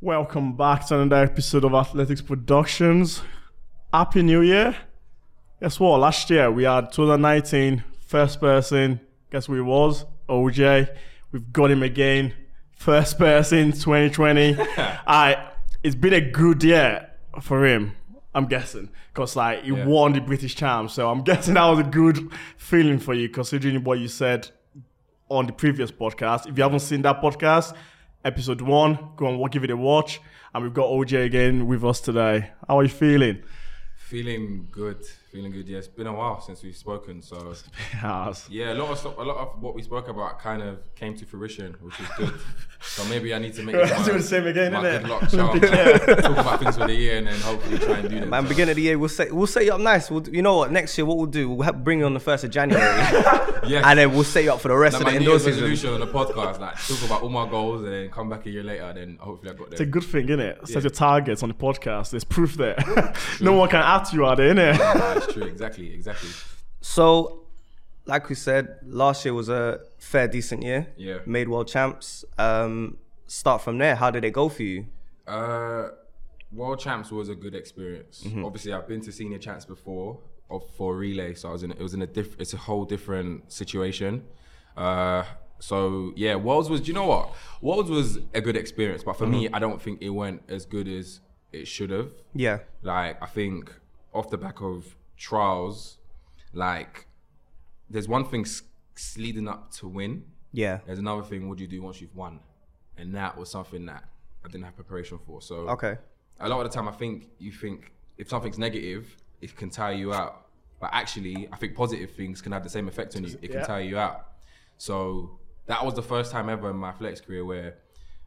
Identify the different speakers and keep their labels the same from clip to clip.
Speaker 1: Welcome back to another episode of Athletics Productions. Happy New Year. Guess what? Last year we had 2019, first person. Guess who he was? OJ. We've got him again. First person, 2020. I. It's been a good year for him. I'm guessing because like he
Speaker 2: Yeah.
Speaker 1: won the British champ, so I'm guessing that was a good feeling for you considering what you said on the previous podcast. If you haven't seen that podcast, episode one, go and wa- give it a watch. And we've got OJ again with us today. How are you feeling?
Speaker 2: Feeling good, feeling good. Yeah, it's been a while since we've spoken, so
Speaker 1: Yes.
Speaker 2: yeah, a lot of stuff, a lot of what we spoke about kind of came to fruition, which is good. so maybe I need to make it
Speaker 1: Let's
Speaker 2: my-
Speaker 1: do the same again,
Speaker 2: my
Speaker 1: innit?
Speaker 2: good luck charm. Talk about things for the year and then hopefully try and do them.
Speaker 3: Man,
Speaker 2: so.
Speaker 3: beginning of the year, we'll set we'll set you up nice. We'll, you know what? Next year, what we'll do, we'll have, bring you on the first of January,
Speaker 2: Yes.
Speaker 3: and then we'll set you up for the rest
Speaker 2: like
Speaker 3: of
Speaker 2: my
Speaker 3: the
Speaker 2: New
Speaker 3: indoor
Speaker 2: Year's
Speaker 3: season.
Speaker 2: resolution on the podcast, like talk about all my goals and then come back a year later, then hopefully I got
Speaker 1: It's a
Speaker 2: there.
Speaker 1: good thing, isn't it? Set
Speaker 2: Yeah.
Speaker 1: your targets on the podcast. There's proof there. no one can at you at it, innit?
Speaker 2: Nah, it's true, exactly, exactly.
Speaker 3: So, like we said, last year was a fair decent year.
Speaker 2: Yeah.
Speaker 3: Made world champs. Um, start from there. How did it go for you?
Speaker 2: Uh, World Champs was a good experience. Obviously, I've been to senior champs before of, for relay, so I was in it was in a diff, it's a whole different situation. Uh, so yeah, Worlds was. Do you know what? Worlds was a good experience, but for me, I don't think it went as good as it should have.
Speaker 3: Yeah.
Speaker 2: Like I think off the back of trials, like there's one thing s- s- leading up to win.
Speaker 3: Yeah.
Speaker 2: There's another thing. What do you do once you've won? And that was something that I didn't have preparation for. So
Speaker 3: Okay.
Speaker 2: a lot of the time, I think you think if something's negative, it can tire you out. But actually, I think positive things can have the same effect on you. It can
Speaker 1: Yeah.
Speaker 2: tire you out. So that was the first time ever in my flex career where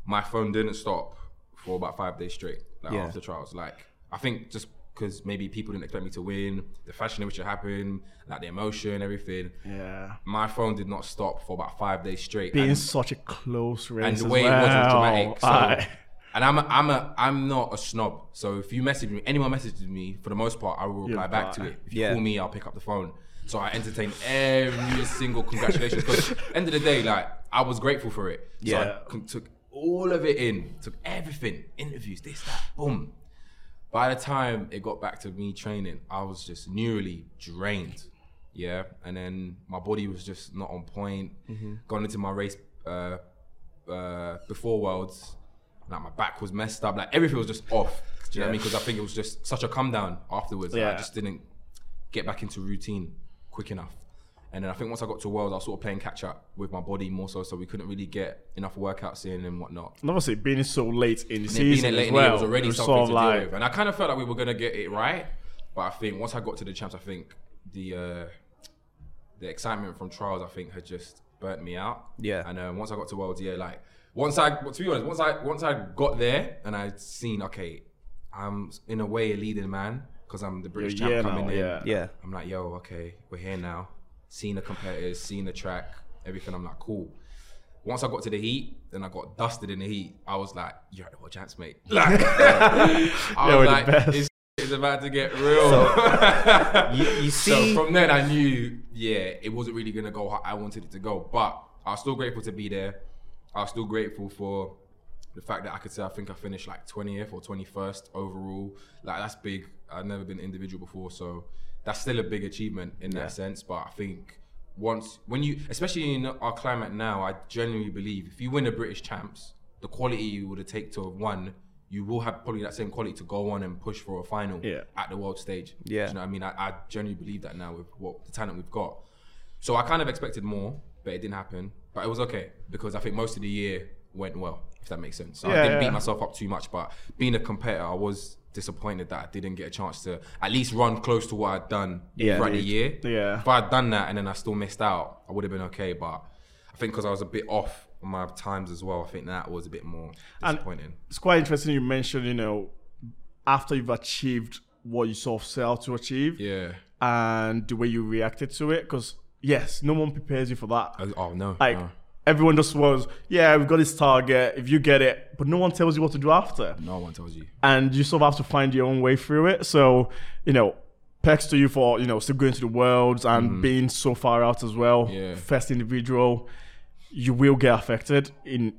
Speaker 2: my phone didn't stop for about five days straight like
Speaker 3: Yeah.
Speaker 2: after trials. Like I think just because maybe people didn't expect me to win, the fashion in which it happened, like the emotion, everything.
Speaker 1: Yeah.
Speaker 2: My phone did not stop for about five days straight.
Speaker 1: Being
Speaker 2: and-
Speaker 1: such a close race.
Speaker 2: and
Speaker 1: as
Speaker 2: the way it wasn't
Speaker 1: well.
Speaker 2: dramatic. So,
Speaker 1: Aye.
Speaker 2: and I'm a, I'm a I'm not a snob. So if you message me, anyone messages me, for the most part, I will reply
Speaker 1: You'll
Speaker 2: back to
Speaker 1: reply.
Speaker 2: it. If you
Speaker 3: Yeah.
Speaker 2: call me, I'll pick up the phone. So I entertain every single congratulations because end of the day, like I was grateful for it.
Speaker 3: Yeah.
Speaker 2: so I con- took all of it in, took everything, interviews, this, that, boom. By the time it got back to me training, I was just nearly drained. Yeah, and then my body was just not on point. Gone into my race uh, uh, before Worlds, like my back was messed up, like everything was just off. Do you know what I mean? Because I think it was just such a come down afterwards. like,
Speaker 1: Yeah.
Speaker 2: I just didn't get back into routine quick enough. And then I think once I got to Worlds, I was sort of playing catch up with my body more so, so we couldn't really get enough workouts in and whatnot.
Speaker 1: And obviously, being so late in the
Speaker 2: And it being
Speaker 1: season
Speaker 2: at
Speaker 1: as
Speaker 2: Leighton,
Speaker 1: well,
Speaker 2: it was already
Speaker 1: it was
Speaker 2: something
Speaker 1: sort of
Speaker 2: to
Speaker 1: like,
Speaker 2: deal with. And I kind of felt like we were gonna get it right, but I think once I got to the champs, I think the uh, the excitement from trials, I think, had just burnt me out.
Speaker 3: Yeah.
Speaker 2: And uh, once I got to Worlds, yeah, like once I, to be honest, once I once I got there and I'd seen, okay, I'm in a way a leading man because I'm the British
Speaker 1: yeah,
Speaker 2: champ coming
Speaker 1: now,
Speaker 2: in.
Speaker 1: yeah.
Speaker 3: Yeah.
Speaker 2: I'm like, yo, okay, we're here now. Seeing the competitors, seeing the track, everything. I'm like, cool. Once I got to the heat, then I got dusted in the heat. I was like, you're at the world champs, mate. Like, I
Speaker 1: You're
Speaker 2: was
Speaker 1: the
Speaker 2: like,
Speaker 1: best.
Speaker 2: this is about to get real.
Speaker 3: You, you
Speaker 2: So
Speaker 3: see.
Speaker 2: from then I knew, yeah, it wasn't really gonna go how I wanted it to go. But I was still grateful to be there. I was still grateful for the fact that I could say I think I finished like 20th or 21st overall. Like that's big. I've never been individual before, so that's still a big achievement in that sense. But I think once when you especially in our climate now, I genuinely believe if you win the British champs, the quality you would have taken to have won, you will have probably that same quality to go on and push for a final
Speaker 1: Yeah.
Speaker 2: at the world stage.
Speaker 3: Yeah.
Speaker 2: Do you know what I mean? I, I genuinely believe that now with what the talent we've got. So I kind of expected more, but it didn't happen. But it was okay because I think most of the year went well, if that makes sense. So
Speaker 1: Yeah,
Speaker 2: I didn't
Speaker 1: yeah.
Speaker 2: beat myself up too much, but being a competitor, I was disappointed that I didn't get a chance to at least run close to what I'd done
Speaker 3: Yeah,
Speaker 2: throughout the
Speaker 3: dude.
Speaker 2: year.
Speaker 1: Yeah.
Speaker 2: If I'd done that and then I still missed out, I would have been okay. But I think because I was a bit off on my times as well, I think that was a bit more
Speaker 1: And-
Speaker 2: disappointing.
Speaker 1: it's quite interesting you mentioned, you know, after you've achieved what you sort of set out to achieve
Speaker 2: yeah.
Speaker 1: and the way you reacted to it. Because, yes, no one prepares you for that.
Speaker 2: I- oh no.
Speaker 1: Like,
Speaker 2: no.
Speaker 1: everyone just was, yeah, we've got this target. If you get it, but no one tells you what to do after.
Speaker 2: no one tells you.
Speaker 1: and you sort of have to find your own way through it. So, you know, pecs to you for, you know, still going to the worlds and being so far out as well.
Speaker 2: Mm-hmm. Yeah.
Speaker 1: First individual, you will get affected in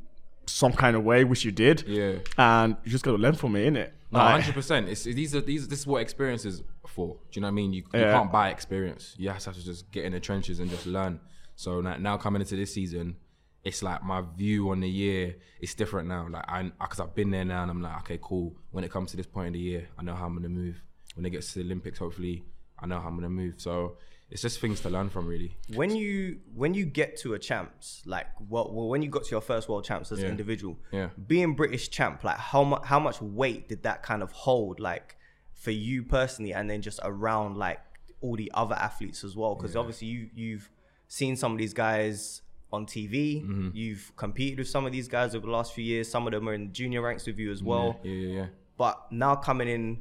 Speaker 1: some kind of way, which you did.
Speaker 2: Yeah.
Speaker 1: And you just got to learn from it, innit?
Speaker 2: No,
Speaker 1: Like,
Speaker 2: hundred percent. It's these are these. This is what experience is for. Do you know what I mean? You, you
Speaker 1: Yeah.
Speaker 2: can't buy experience. You just have to just get in the trenches and just learn. So now, now coming into this season, it's like my view on the year is different now. Like I, because I've been there now, and I'm like, okay, cool. When it comes to this point in the year, I know how I'm gonna move. When it gets to the Olympics, hopefully, I know how I'm gonna move. So it's just things to learn from, really.
Speaker 3: when you when you get to a champs like well, well when you got to your first world champs as an
Speaker 2: Yeah.
Speaker 3: individual
Speaker 2: Yeah.
Speaker 3: being british champ like how much how much weight did that kind of hold like for you personally and then just around like all the other athletes as well because obviously you you've seen some of these guys on TV,
Speaker 2: Mm-hmm.
Speaker 3: you've competed with some of these guys over the last few years. Some of them are in junior ranks with you as well
Speaker 2: Yeah, yeah, yeah.
Speaker 3: but now coming in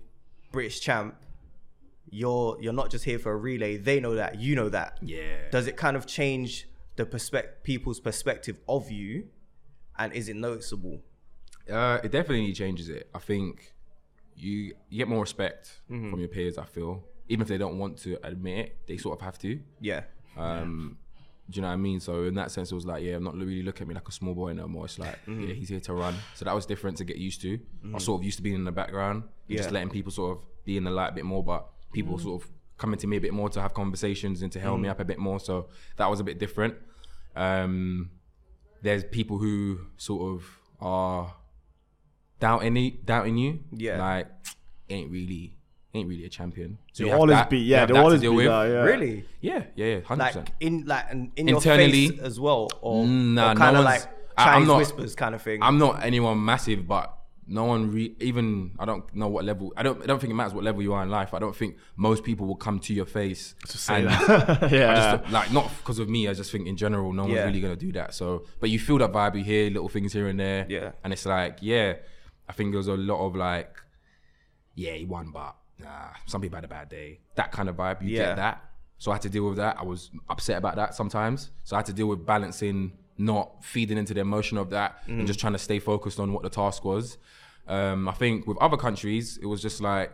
Speaker 3: British champ, you're you're not just here for a relay. They know that. You know that.
Speaker 2: Yeah.
Speaker 3: Does it kind of change the perspective people's perspective of you, and is it noticeable?
Speaker 2: Uh, it definitely changes it. I think you, you get more respect from your peers. I feel, even if they don't want to admit it, they sort of have to.
Speaker 3: Yeah.
Speaker 2: Um, Do you know what I mean? So in that sense, it was like, yeah, I'm not really look at me like a small boy no more. It's like,
Speaker 1: Mm-hmm.
Speaker 2: yeah, he's here to run. So that was different to get used to. I was sort of used to being in the background, and just
Speaker 3: Yeah.
Speaker 2: letting people sort of be in the light a bit more, but people
Speaker 1: Mm-hmm.
Speaker 2: sort of coming to me a bit more to have conversations and to help me up a bit more. So that was a bit different. Um, there's people who sort of are doubting you, doubting you.
Speaker 3: Yeah.
Speaker 2: like ain't really, ain't really a champion. So
Speaker 1: They'll
Speaker 2: have
Speaker 1: always
Speaker 2: that-
Speaker 1: be,
Speaker 2: you
Speaker 1: yeah,
Speaker 2: have
Speaker 1: they'll
Speaker 2: that to
Speaker 1: always be
Speaker 2: deal with.
Speaker 1: there, yeah.
Speaker 3: Really?
Speaker 2: Yeah, yeah, yeah, Uh, hundred
Speaker 3: Like
Speaker 2: percent.
Speaker 3: in like in, in
Speaker 2: Internally-
Speaker 3: your face as well, or,
Speaker 2: Nah,
Speaker 3: or
Speaker 2: no
Speaker 3: kind of
Speaker 2: one's-
Speaker 3: like
Speaker 2: I- I'm
Speaker 3: Chinese
Speaker 2: not-
Speaker 3: whispers kind of thing.
Speaker 2: I'm not anyone massive, but no one re- even I don't know what level. I don't. I don't think it matters what level you are in life. I don't think most people will come to your face to
Speaker 1: say that. yeah.
Speaker 2: Just, like not because of me. I just think in general, no one's
Speaker 3: Yeah.
Speaker 2: really gonna do that. So, but you feel that vibe. You hear little things here and there.
Speaker 3: Yeah.
Speaker 2: and it's like, yeah, I think there's a lot of like, yeah, he won, but nah, some people had a bad day. That kind of vibe. You
Speaker 3: Yeah.
Speaker 2: get that. So I had to deal with that. I was upset about that sometimes. So I had to deal with balancing, not feeding into the emotion of that,
Speaker 3: Mm.
Speaker 2: and just trying to stay focused on what the task was. Um, I think with other countries, it was just like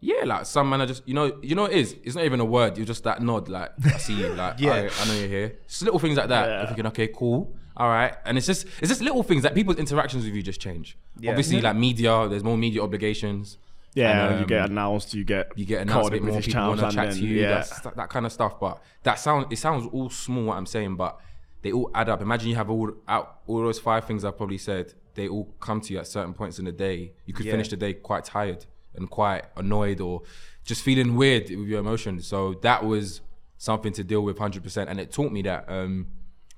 Speaker 2: yeah, like some man are just you know you know what it is. It's not even a word. You're just that nod, like I see you, like
Speaker 3: Yeah.
Speaker 2: yeah, I, I know you're here. It's little things like that.
Speaker 1: Yeah.
Speaker 2: You're thinking, okay, cool, all right. And it's just it's just little things that people's interactions with you just change.
Speaker 3: Yeah.
Speaker 2: Obviously, like media, there's more media obligations.
Speaker 1: yeah,
Speaker 2: And,
Speaker 1: you get
Speaker 2: um,
Speaker 1: announced, you get
Speaker 2: You get
Speaker 1: caught in
Speaker 2: announced a bit more
Speaker 1: British
Speaker 2: people want to
Speaker 1: towns, and
Speaker 2: chat to
Speaker 1: then-
Speaker 2: you.
Speaker 1: yeah.
Speaker 2: That's, that, that kind of stuff. But that sound it sounds all small what I'm saying, but they all add up. Imagine you have all out all those five things I've probably said. They all come to you at certain points in the day. You could
Speaker 3: Yeah.
Speaker 2: finish the day quite tired and quite annoyed or just feeling weird with your emotions. So that was something to deal with 100%. And it taught me that um,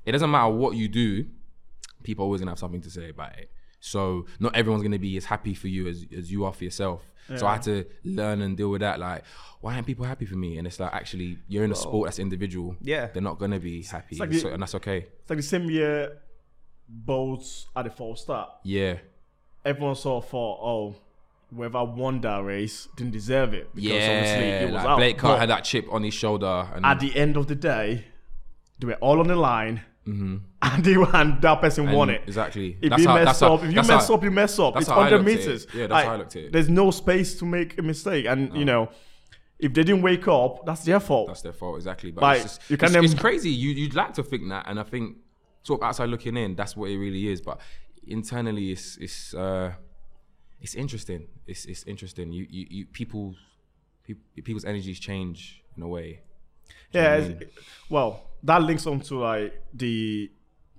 Speaker 2: it doesn't matter what you do, people are always gonna have something to say about it. So not everyone's gonna be as happy for you as, as you are for yourself. So I had to learn and deal with that. Like, why aren't people happy for me? And it's like, actually, you're in a sport that's individual.
Speaker 3: Yeah.
Speaker 2: they're not gonna be happy,
Speaker 1: like
Speaker 2: so-
Speaker 1: you-
Speaker 2: and that's okay.
Speaker 1: It's like the same year Bolts had a false start.
Speaker 2: Yeah,
Speaker 1: Everyone sort of thought, oh, whoever won that race didn't deserve it because obviously
Speaker 2: yeah.
Speaker 1: it was
Speaker 2: Like
Speaker 1: out.
Speaker 2: Blake
Speaker 1: But
Speaker 2: Carr had that chip on his shoulder, and
Speaker 1: at the end of the day, they were all on the line, and they and that person
Speaker 2: Mm-hmm. and-
Speaker 1: won it.
Speaker 2: exactly.
Speaker 1: If you mess
Speaker 2: how-
Speaker 1: up, if you
Speaker 2: that's
Speaker 1: mess
Speaker 2: how-
Speaker 1: up, you mess up.
Speaker 2: that's
Speaker 1: It's
Speaker 2: how I
Speaker 1: hundred
Speaker 2: looked at it.
Speaker 1: meters.
Speaker 2: Yeah, that's how I looked at it.
Speaker 1: There's no space to make a mistake, and you know, if they didn't wake up, that's their fault.
Speaker 2: That's their fault, exactly. But
Speaker 1: Like,
Speaker 2: it's, just,
Speaker 1: you can
Speaker 2: it's, it's
Speaker 1: then-
Speaker 2: crazy. You, you'd like to think that, and I think sort of outside looking in, that's what it really is. But internally, it's it's uh, it's interesting. It's it's interesting. You you, you people, people people's energies change in a way.
Speaker 1: yeah. it's- Well, that links on to like the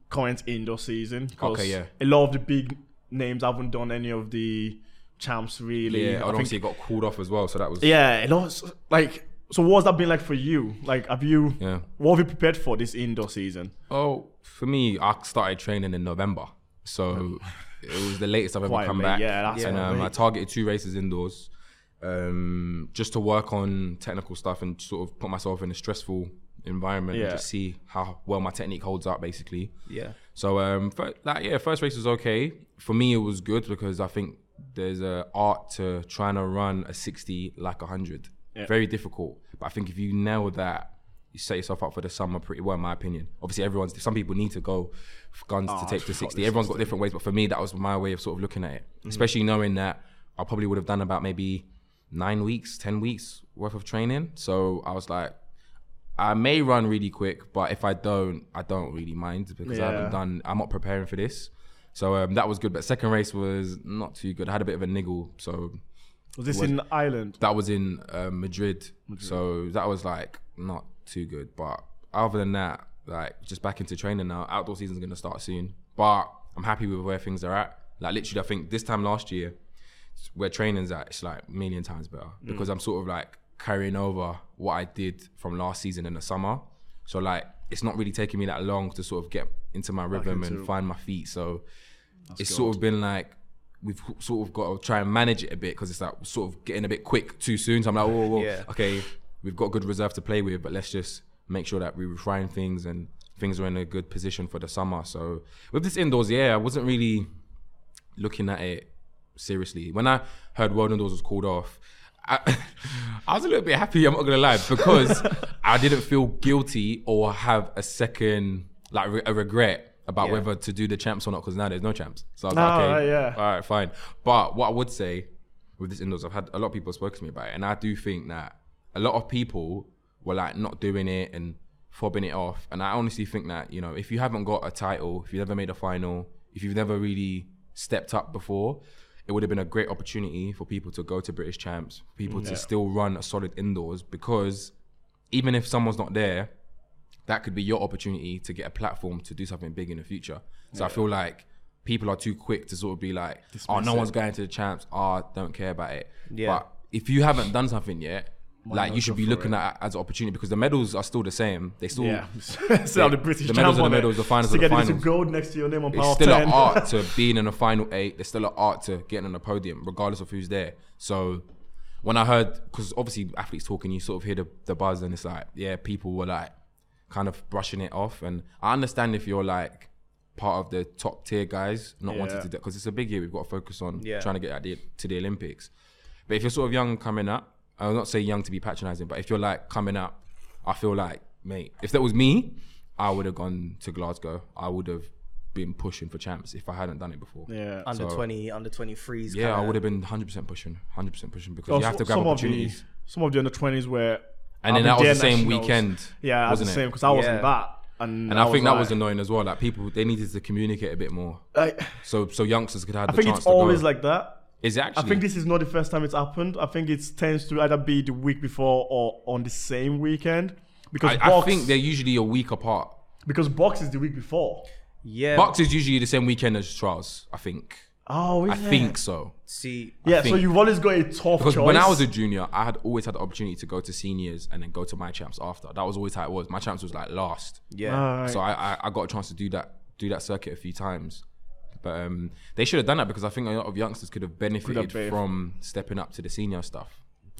Speaker 1: current indoor season because
Speaker 2: Okay, yeah.
Speaker 1: a lot of the big names haven't done any of the champs really.
Speaker 2: Yeah, and
Speaker 1: I think
Speaker 2: obviously it got called off as well. So that was
Speaker 1: Yeah, and also like so what's that been like for you? Like have you
Speaker 2: Yeah.
Speaker 1: what have you prepared for this indoor season?
Speaker 2: Oh, for me, I started training in November, so it was the latest I've ever
Speaker 1: Quite
Speaker 2: come
Speaker 1: late,
Speaker 2: back.
Speaker 1: yeah, that's
Speaker 2: and
Speaker 1: quite
Speaker 2: um, I
Speaker 1: late.
Speaker 2: targeted two races indoors, um, just to work on technical stuff and sort of put myself in a stressful environment
Speaker 1: Yeah.
Speaker 2: and just see how well my technique holds up, basically.
Speaker 3: yeah.
Speaker 2: So um, fir- like yeah, first race was okay for me. It was good because I think there's a art to trying to run a 60 like a 100. Very difficult, but I think if you nail that, you set yourself up for the summer pretty well, in my opinion. Obviously, everyone's some people need to go f- guns to take to 60. Everyone's got different ways, but for me, that was my way of sort of looking at it. Especially knowing that I probably would have done about maybe nine weeks, ten weeks worth of training. So I was like, I may run really quick, but if I don't, I don't really mind because I
Speaker 1: Yeah.
Speaker 2: haven't done. I'm not preparing for this, so um, that was good. But second race was not too good. I had a bit of a niggle, so
Speaker 1: Was this in Ireland?
Speaker 2: that was in uh, Madrid. So that was like not too good. But other than that, like just back into training now. Outdoor season's gonna start soon. But I'm happy with where things are at. Like literally, I think this time last year, where training's at, it's like a million times better because I'm sort of like carrying over what I did from last season in the summer. So like it's not really taking me that long to sort of get into my rhythm and find my feet. So it's sort of been like we've sort of got to try and manage it a bit because it's like sort of getting a bit quick too soon. So I'm like, whoa, whoa,
Speaker 3: Yeah.
Speaker 2: okay, we've got good reserve to play with, but let's just make sure that we refine things and things are in a good position for the summer. So with this indoors, yeah, I wasn't really looking at it seriously. When I heard World Indoors was called off, I, I was a little bit happy. I'm not gonna lie because I didn't feel guilty or have a second like re- a regret about
Speaker 3: Yeah.
Speaker 2: whether to do the champs or not. Because now there's no champs, so I was
Speaker 1: Ah,
Speaker 2: like, okay,
Speaker 1: right, yeah.
Speaker 2: all right, fine. But what I would say with this indoors, I've had a lot of people spoke to me about it, and I do think that a lot of people were like not doing it and fobbing it off. And I honestly think that you know, if you haven't got a title, if you've never made a final, if you've never really stepped up before, it would have been a great opportunity for people to go to British champs, people to still run a solid indoors because even if someone's not there, that could be your opportunity to get a platform to do something big in the future. So I feel like people are too quick to sort of be like, oh, no one's going to the champs. Oh, don't care about it.
Speaker 3: Yeah.
Speaker 2: But if you haven't done something yet, like you should be looking at it as an opportunity because the medals are still the same. They still
Speaker 1: Yeah. so the British
Speaker 2: the medals
Speaker 1: champ
Speaker 2: are the
Speaker 1: on it.
Speaker 2: medals, the finals
Speaker 1: to
Speaker 2: are the
Speaker 1: get into
Speaker 2: finals.
Speaker 1: gold next to your name on
Speaker 2: it's
Speaker 1: power
Speaker 2: still an
Speaker 1: 10.
Speaker 2: art to being in a final eight. There's still an art to getting on the podium, regardless of who's there. So when I heard, because obviously athletes talking, you sort of hear the, the buzz, and it's like, yeah, people were like kind of brushing it off. And I understand if you're like part of the top tier guys, not wanting
Speaker 1: Yeah.
Speaker 2: to do because it's a big year. We've got to focus on
Speaker 3: Yeah.
Speaker 2: trying to get at the, to the Olympics. But if you're sort of young coming up, I'll not say young to be patronizing, but if you're like coming up, I feel like, mate, if that was me, I would have gone to Glasgow. I would have been pushing for champs if I hadn't done it before.
Speaker 1: yeah.
Speaker 3: Under
Speaker 2: So-
Speaker 3: 20, under 23s.
Speaker 2: Yeah, I
Speaker 3: kinda-
Speaker 2: would have been 100% pushing, 100% pushing because
Speaker 1: Oh,
Speaker 2: you have
Speaker 1: so-
Speaker 2: to grab
Speaker 1: some
Speaker 2: opportunities.
Speaker 1: Of the, some of the under 20s were.
Speaker 2: and then that was the same
Speaker 1: nationals.
Speaker 2: weekend.
Speaker 1: Yeah, I was the
Speaker 2: wasn't it?
Speaker 1: same because I wasn't
Speaker 3: Yeah.
Speaker 1: that. And,
Speaker 2: And I, think that was
Speaker 1: like-
Speaker 2: annoying as well. Like people, they needed to communicate a bit more,
Speaker 1: Like,
Speaker 2: so so youngsters could have
Speaker 1: I
Speaker 2: the
Speaker 1: think
Speaker 2: chance
Speaker 1: it's
Speaker 2: to
Speaker 1: always
Speaker 2: go.
Speaker 1: like that.
Speaker 2: Is it actually?
Speaker 1: I think this is not the first time it's happened. I think it tends to either be the week before or on the same weekend. Because
Speaker 2: I, I
Speaker 1: box,
Speaker 2: think they're usually a week apart.
Speaker 1: because box is the week before.
Speaker 3: Yeah.
Speaker 2: Box is usually the same weekend as trials. I think.
Speaker 1: Oh, is
Speaker 2: I
Speaker 1: it?
Speaker 2: think so.
Speaker 3: see,
Speaker 1: Yeah, so
Speaker 2: think.
Speaker 1: you've always got a tough
Speaker 2: Because
Speaker 1: choice.
Speaker 2: when I was a junior, I had always had the opportunity to go to seniors and then go to my champs after. That was always how it was. My champs was like last.
Speaker 3: yeah.
Speaker 1: Alright.
Speaker 2: So I, I I got a chance to do that do that circuit a few times. But um, they should have done that because I think a lot of youngsters could have benefited
Speaker 1: been.
Speaker 2: from stepping up to the senior stuff.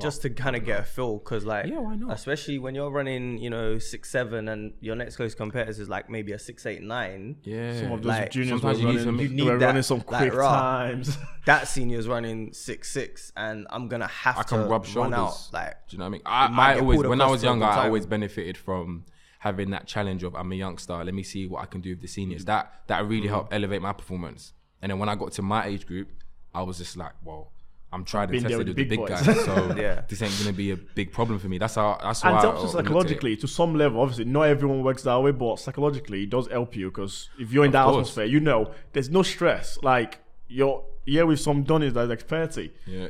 Speaker 3: just to kind of get a feel because like
Speaker 2: Yeah, why not?
Speaker 3: especially when you're running you know six seven and your next close competitors is like maybe a six eight nine
Speaker 2: Yeah.
Speaker 1: Some of those
Speaker 3: Like,
Speaker 1: juniors were
Speaker 2: sometimes you need
Speaker 1: running,
Speaker 2: some- You
Speaker 1: they
Speaker 3: need
Speaker 1: were
Speaker 3: that-
Speaker 1: running some
Speaker 3: that
Speaker 1: quick
Speaker 3: raw.
Speaker 1: times.
Speaker 3: that senior's running six six and i'm gonna have
Speaker 2: I
Speaker 3: to
Speaker 2: can rub
Speaker 3: run
Speaker 2: shoulders.
Speaker 3: out like
Speaker 2: do you know what I mean?
Speaker 3: might
Speaker 2: I, I
Speaker 3: get
Speaker 2: always,
Speaker 3: pulled
Speaker 2: when I
Speaker 3: across
Speaker 2: was
Speaker 3: the
Speaker 2: younger, I
Speaker 3: time.
Speaker 2: always benefited from having that challenge of I'm a youngster. Let me see what I can do with the seniors. That that
Speaker 3: Mm-hmm.
Speaker 2: really helped elevate my performance. And then when I got to my age group, I was just like, well, I'm tried and
Speaker 1: Been there
Speaker 2: tested
Speaker 1: with
Speaker 2: with
Speaker 1: the
Speaker 2: the
Speaker 1: big
Speaker 2: big,
Speaker 1: boys.
Speaker 2: guys, so
Speaker 3: Yeah.
Speaker 2: this ain't gonna be a big problem for me. That's how. That's
Speaker 1: and
Speaker 2: why.
Speaker 1: it's also
Speaker 2: I- I looked at it.
Speaker 1: psychologically, to some level, obviously, not everyone works that way, but psychologically, it does help you because if you're in that
Speaker 2: course.
Speaker 1: atmosphere, you know, there's no stress. Like, you're here with some Donnies that's like 30.
Speaker 2: Yeah.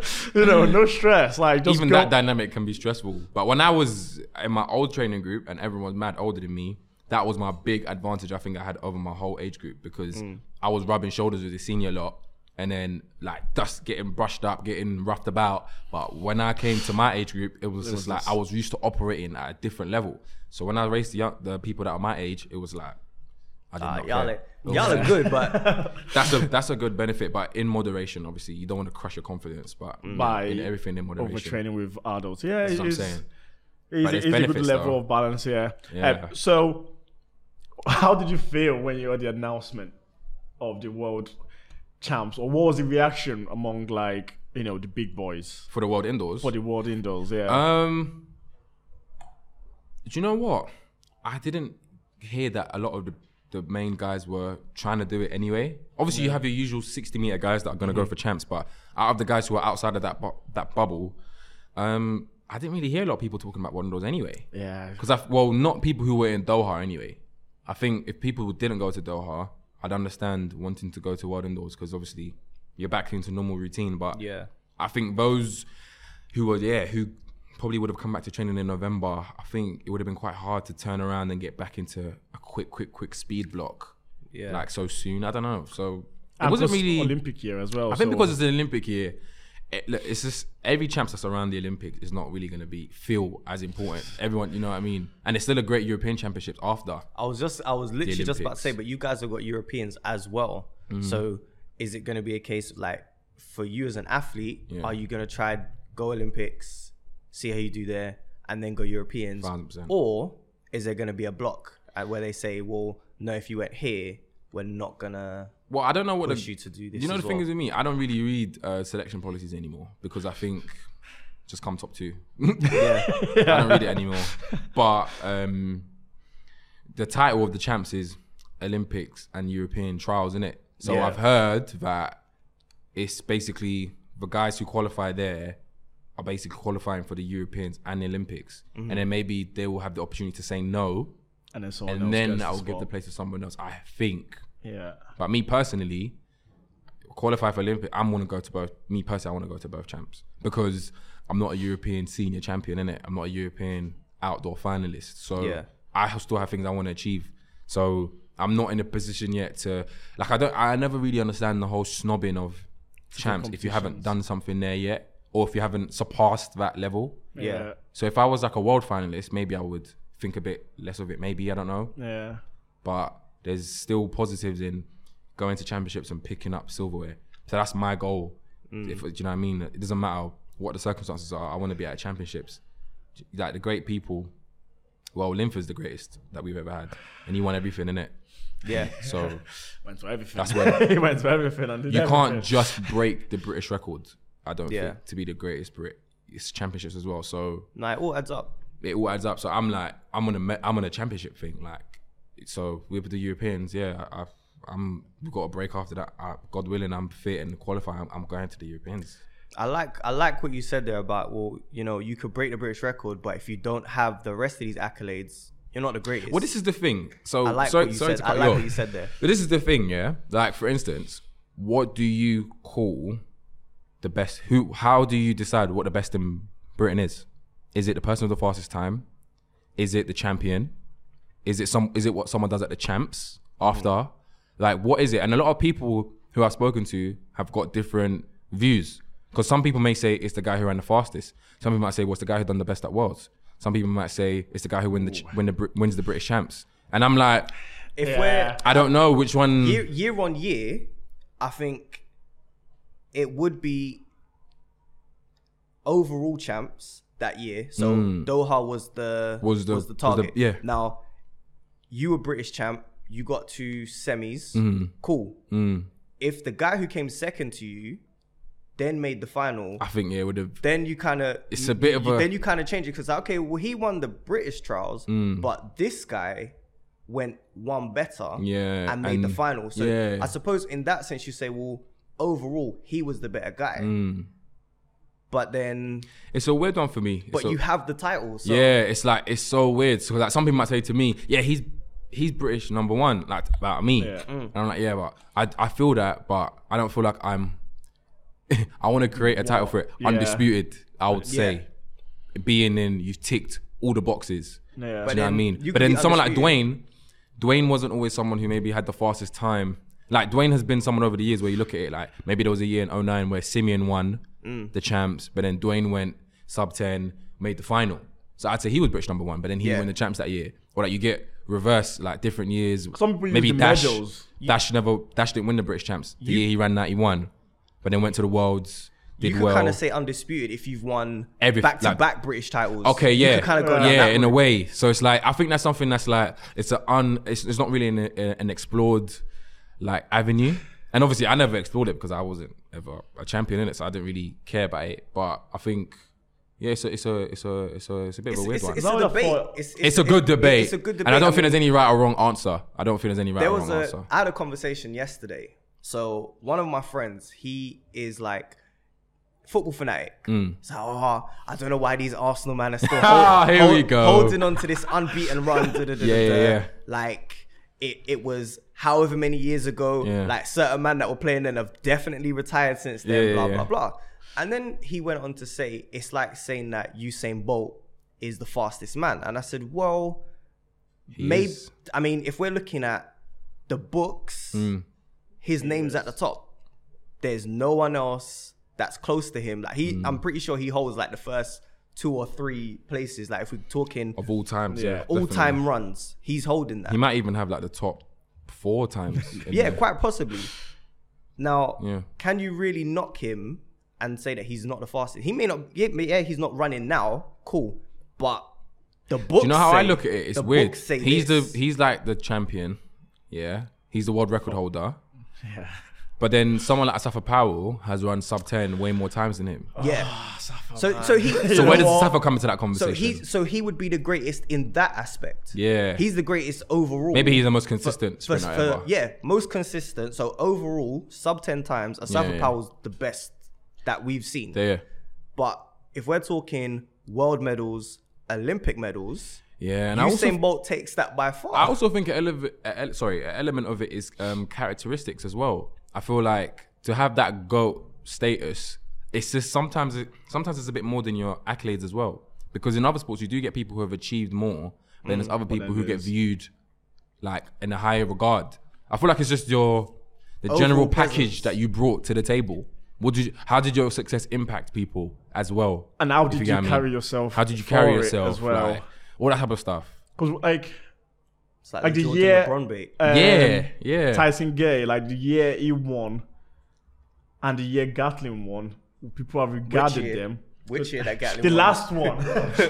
Speaker 1: You know, no stress. Like, just
Speaker 2: even
Speaker 1: go.
Speaker 2: that dynamic can be stressful. But when I was in my old training group and everyone's mad older than me, that was my big advantage I think I had over my whole age group because I was rubbing shoulders with the senior lot and then like dust getting brushed up, getting roughed about. But when I came to my age group, it was just like I was used to operating at a different level. So when I raced the, young, the people that are my age, it was like I did
Speaker 3: uh,
Speaker 2: not
Speaker 3: y'all,
Speaker 2: care.
Speaker 3: are,
Speaker 2: It was
Speaker 3: y'all are
Speaker 2: like-
Speaker 3: good but
Speaker 2: that's a that's a good benefit, but in moderation, obviously, you don't want to crush your confidence, but you know,
Speaker 1: By
Speaker 2: in everything in moderation.
Speaker 1: overtraining with adults. Yeah,
Speaker 2: That's what I'm
Speaker 1: it's,
Speaker 2: saying.
Speaker 1: it's,
Speaker 2: But
Speaker 1: it's
Speaker 2: there's
Speaker 1: a good
Speaker 2: benefits,
Speaker 1: level
Speaker 2: though.
Speaker 1: of balance. Yeah.
Speaker 2: Yeah.
Speaker 1: Um, so, how did you feel when you heard the announcement of the world champs, or what was the reaction among like you know the big boys
Speaker 2: for the world indoors.
Speaker 1: for the world indoors? Yeah.
Speaker 2: um, do you know what? I didn't hear that a lot of the, the main guys were trying to do it anyway. Obviously, you have your usual sixty meter guys that are going to go for champs, but out of the guys who are outside of that bu- that bubble, um, I didn't really hear a lot of people talking about Wanderers anyway.
Speaker 1: Yeah.
Speaker 2: Because I well, not people who were in Doha anyway. I think if people who didn't go to Doha, I'd understand wanting to go to World Indoors because obviously you're back into normal routine. But
Speaker 3: Yeah.
Speaker 2: I think those who were yeah who probably would have come back to training in November. I think it would have been quite hard to turn around and get back into a quick, quick, quick speed block
Speaker 3: Yeah.
Speaker 2: like so soon. I don't know. So it
Speaker 1: And
Speaker 2: wasn't
Speaker 1: plus
Speaker 2: really.
Speaker 1: Olympic year as well.
Speaker 2: I think because it's an Olympic year, it, look, it's just every champs that's around the Olympics is not really going to be feel as important. Everyone, you know what I mean? And it's still a great European Championships after.
Speaker 3: I was just I was literally just about to
Speaker 2: Olympics.
Speaker 3: say,
Speaker 2: Mm-hmm.
Speaker 3: but you guys have got Europeans as well. So is it going to be a case of like for you as an athlete, are you going to try go Olympics, see how you do there, and then go Europeans,
Speaker 2: 100%.
Speaker 3: or is there going to be a block uh, where they say, well, no, if you went here, we're not gonna
Speaker 2: Well, I don't know what
Speaker 3: push
Speaker 2: the,
Speaker 3: you to do this.
Speaker 2: Mm. You know
Speaker 3: as
Speaker 2: the thing
Speaker 3: well.
Speaker 2: is with me, I don't really read uh, selection policies anymore because I think just come top two. I don't read it anymore. But um, the title of the champs is Olympics and European Trials, is it? So
Speaker 3: Yeah.
Speaker 2: I've heard that it's basically the guys who qualify there are basically qualifying for the Europeans and the Olympics, and then maybe they will have the opportunity to say no,
Speaker 1: and then someone
Speaker 2: and
Speaker 1: else
Speaker 2: then
Speaker 1: gets
Speaker 2: that will give the
Speaker 1: spot.
Speaker 2: place to someone else. I think.
Speaker 1: Yeah.
Speaker 2: But me personally, qualify for Olympic, I'm gonna go to both. Me personally, I want to go to both champs because I'm not a European senior champion, innit? I'm not a European outdoor finalist, so
Speaker 3: Yeah.
Speaker 2: I have- still have things I want to achieve. So I'm not in a position yet to like. I don't. I never really understand the whole snobbing of champs if you haven't done something there yet, or if you haven't surpassed that level.
Speaker 3: yeah.
Speaker 2: So if I was like a world finalist, maybe I would think a bit less of it. Maybe I don't know
Speaker 1: Yeah. yeah.
Speaker 2: but there's still positives in going to championships and picking up silverware. So that's my goal. If, do you know what I mean? It doesn't matter what the circumstances are. I want to be at championships. Like the great people. Well, Linford's the greatest that we've ever had, and he won everything in it.
Speaker 3: yeah.
Speaker 2: So
Speaker 1: Went for everything.
Speaker 2: That's where-
Speaker 1: he went for everything. And did
Speaker 2: you
Speaker 1: everything.
Speaker 2: can't just break the British record. I don't
Speaker 3: Yeah.
Speaker 2: think to be the greatest Brit. It's championships as well. So
Speaker 3: No, it all adds up.
Speaker 2: it all adds up. So I'm like, I'm on a, me- I'm on a championship thing. Like, so with the Europeans, yeah, I, I've, I'm we've got a break after that. I, God willing, I'm fit and qualify. I'm, I'm going to the Europeans.
Speaker 3: I like I like what you said there about well, you know, you could break the British record, but if you don't have the rest of these accolades, you're not the greatest.
Speaker 2: Well, this is the thing. So
Speaker 3: I like
Speaker 2: sorry,
Speaker 3: what you
Speaker 2: sorry to
Speaker 3: said. I
Speaker 2: cut
Speaker 3: like
Speaker 2: you
Speaker 3: what
Speaker 2: off.
Speaker 3: you said there.
Speaker 2: But this is the thing, yeah. Like for instance, what do you call the best? Who? How do you decide what the best in Britain is? Is it the person with the fastest time? Is it the champion? Is it some? Is it what someone does at the champs after? Like what is it? And a lot of people who I've spoken to have got different views. Because some people may say it's the guy who ran the fastest. Some people might say, "What's the guy who done the best at Worlds?" Some people might say it's the guy who win the ch- win the Br- wins the British champs. And I'm like,
Speaker 3: If
Speaker 1: Yeah.
Speaker 3: we're
Speaker 2: I don't know which one.
Speaker 3: year, year on year, I think it would be overall champs that year. So Doha was the
Speaker 2: Mm. Was the- was the-
Speaker 3: target.
Speaker 2: yeah.
Speaker 3: Now you were British champ. You got to semis.
Speaker 2: Mm-hmm. Mm,
Speaker 3: Cool. If the guy who came second to you then made the final,
Speaker 2: I think yeah, would have.
Speaker 3: then you kind of
Speaker 2: It's a bit of a-
Speaker 3: then you kind of change it because okay, well he won the British trials,
Speaker 2: Mm.
Speaker 3: but this guy went one better,
Speaker 2: Yeah,
Speaker 3: and made the
Speaker 2: and-
Speaker 3: final. So
Speaker 2: yeah.
Speaker 3: I suppose in that sense you say, well, overall he was the better guy,
Speaker 2: Mm.
Speaker 3: but then
Speaker 2: It's a weird one for me. It's
Speaker 3: but
Speaker 2: a-
Speaker 3: you have the title, so
Speaker 2: yeah, it's like it's so weird. So like some people might say to me, yeah, he's he's British number one, like about me.
Speaker 1: Yeah. Mm.
Speaker 2: And I'm like, yeah, but I I feel that, but I don't feel like I'm. I want to create a title for it,
Speaker 1: Yeah.
Speaker 2: undisputed. I would say, being in, you've ticked all the boxes.
Speaker 1: Yeah.
Speaker 2: Do you know what I
Speaker 3: then
Speaker 2: mean?
Speaker 3: you
Speaker 2: but
Speaker 3: could
Speaker 2: then
Speaker 3: be
Speaker 2: someone like Dwayne,
Speaker 3: undisputed.
Speaker 2: Dwayne wasn't always someone who maybe had the fastest time. Like Dwayne has been someone over the years where you look at it like maybe there was a year in 09 where Simeon won
Speaker 3: Mm.
Speaker 2: the champs, but then Dwayne went sub 10, made the final. So I'd say he was British number one, but then he
Speaker 3: Yeah.
Speaker 2: won the champs that year. Or like you get reverse like different years.
Speaker 1: Some people use
Speaker 2: maybe
Speaker 1: the
Speaker 2: Dash,
Speaker 1: medals.
Speaker 2: Dash never Dash didn't win the British champs. The year he ran 91, but then went to the worlds. Did
Speaker 3: you could
Speaker 2: well.
Speaker 3: kind of say undisputed if you've won
Speaker 2: Every-
Speaker 3: back to
Speaker 2: like-
Speaker 3: back British titles.
Speaker 2: Okay,
Speaker 3: You
Speaker 2: yeah,
Speaker 3: could kind of go down
Speaker 2: yeah,
Speaker 3: that
Speaker 2: in a
Speaker 3: route.
Speaker 2: way. So it's like I think that's something that's like it's a un, it's, it's not really an, an explored like avenue. And obviously, I never explored it because I wasn't ever a champion in it, so I didn't really care about it. But I think, yeah, it's a, it's a, it's a, it's a, it's a bit of a weird
Speaker 3: It's,
Speaker 2: one.
Speaker 3: it's,
Speaker 2: It's,
Speaker 3: a
Speaker 1: Not a
Speaker 3: debate.
Speaker 1: fault.
Speaker 3: It's,
Speaker 2: a good
Speaker 3: it's-
Speaker 2: debate,
Speaker 3: It's a good debate,
Speaker 2: and I don't
Speaker 3: I
Speaker 2: think
Speaker 3: mean-
Speaker 2: there's any right or wrong answer. I don't think there's any right
Speaker 3: there
Speaker 2: or
Speaker 3: was
Speaker 2: wrong
Speaker 3: a
Speaker 2: answer.
Speaker 3: I had a conversation yesterday. So one of my friends, he is like football fanatic. It's like, oh, I don't know why these Arsenal man are still
Speaker 2: Mm. Ah,
Speaker 3: hold-
Speaker 2: here we
Speaker 3: hold-
Speaker 2: go.
Speaker 3: holding on to this unbeaten run. da, da, da, da,
Speaker 2: Yeah, yeah,
Speaker 3: da."
Speaker 2: yeah.
Speaker 3: Like it, it was however many years ago.
Speaker 2: Yeah.
Speaker 3: Like certain man that were playing then have definitely retired since then.
Speaker 2: Yeah, yeah,
Speaker 3: blah
Speaker 2: yeah.
Speaker 3: blah blah. And then he went on to say it's like saying that Usain Bolt is the fastest man. And I said, well, maybe.
Speaker 2: is.
Speaker 3: I mean, if we're looking at the books,
Speaker 2: Mm.
Speaker 3: his name's at the top. There's no one else that's close to him. Like he,
Speaker 2: Mm.
Speaker 3: I'm pretty sure he holds like the first two or three places. Like if we're talking
Speaker 2: of all time. Yeah,
Speaker 1: Yeah.
Speaker 3: all time runs, he's holding that.
Speaker 2: He might even have like the top four times. in
Speaker 3: yeah,
Speaker 2: there.
Speaker 3: quite possibly. Now,
Speaker 2: Yeah.
Speaker 3: can you really knock him and say that he's not the fastest? He may not. Yeah, may- yeah, he's not running now. Cool, but the books.
Speaker 2: Do you know how
Speaker 3: say,
Speaker 2: I look at it? It's
Speaker 3: the
Speaker 2: weird.
Speaker 3: books say
Speaker 2: He's
Speaker 3: this.
Speaker 2: the he's like the champion. Yeah, he's the world
Speaker 3: Oh.
Speaker 2: record holder. But then someone like Asafa Powell has run sub ten way more times than him.
Speaker 1: Ah,
Speaker 3: yeah. So, so he.
Speaker 2: So
Speaker 1: You
Speaker 2: where
Speaker 1: know
Speaker 2: does
Speaker 1: what?
Speaker 2: Asafa come into that
Speaker 3: Oh. So
Speaker 2: conversation?
Speaker 3: he so he would be the greatest in that aspect.
Speaker 2: Yeah.
Speaker 3: He's the greatest overall.
Speaker 2: Maybe he's the most consistent
Speaker 3: For-
Speaker 2: sprinter
Speaker 3: for-
Speaker 2: ever.
Speaker 3: yeah, most consistent. So overall, sub ten times, Asafa
Speaker 2: Yeah, yeah.
Speaker 3: Powell's the best that we've seen.
Speaker 2: There.
Speaker 3: But if we're talking world medals, Olympic medals,
Speaker 2: Yeah, and I also
Speaker 3: Usain Bolt takes that by far.
Speaker 2: I also think an elev- a ele- sorry, an element of it is um, characteristics as well. I feel like to have that goat status, it's just sometimes it, sometimes it's a bit more than your accolades as well. Because in other sports, you do get people who have achieved more, but then
Speaker 1: Mm,
Speaker 2: there's other people who get
Speaker 1: is.
Speaker 2: viewed like in a higher regard. I feel like it's just your the
Speaker 3: Overall
Speaker 2: general package
Speaker 3: presence.
Speaker 2: that you brought to the table. What did you, how did your success impact people as well?
Speaker 1: And how
Speaker 2: If
Speaker 1: did
Speaker 2: get
Speaker 1: you
Speaker 2: what I mean.
Speaker 1: carry yourself
Speaker 2: How did you carry
Speaker 1: for it
Speaker 2: yourself
Speaker 1: as well?
Speaker 2: Like, all that type of stuff.
Speaker 1: Because like,
Speaker 3: it's like,
Speaker 1: like
Speaker 3: the
Speaker 1: the
Speaker 3: Jordan
Speaker 1: year-
Speaker 3: LeBron bait.
Speaker 1: um,
Speaker 2: yeah, yeah.
Speaker 1: Tyson Gay, like the year he won, and the year Gatlin won, people have regarded
Speaker 3: year?
Speaker 1: them.
Speaker 3: Which year that Gatlin
Speaker 1: The
Speaker 3: won?
Speaker 1: last one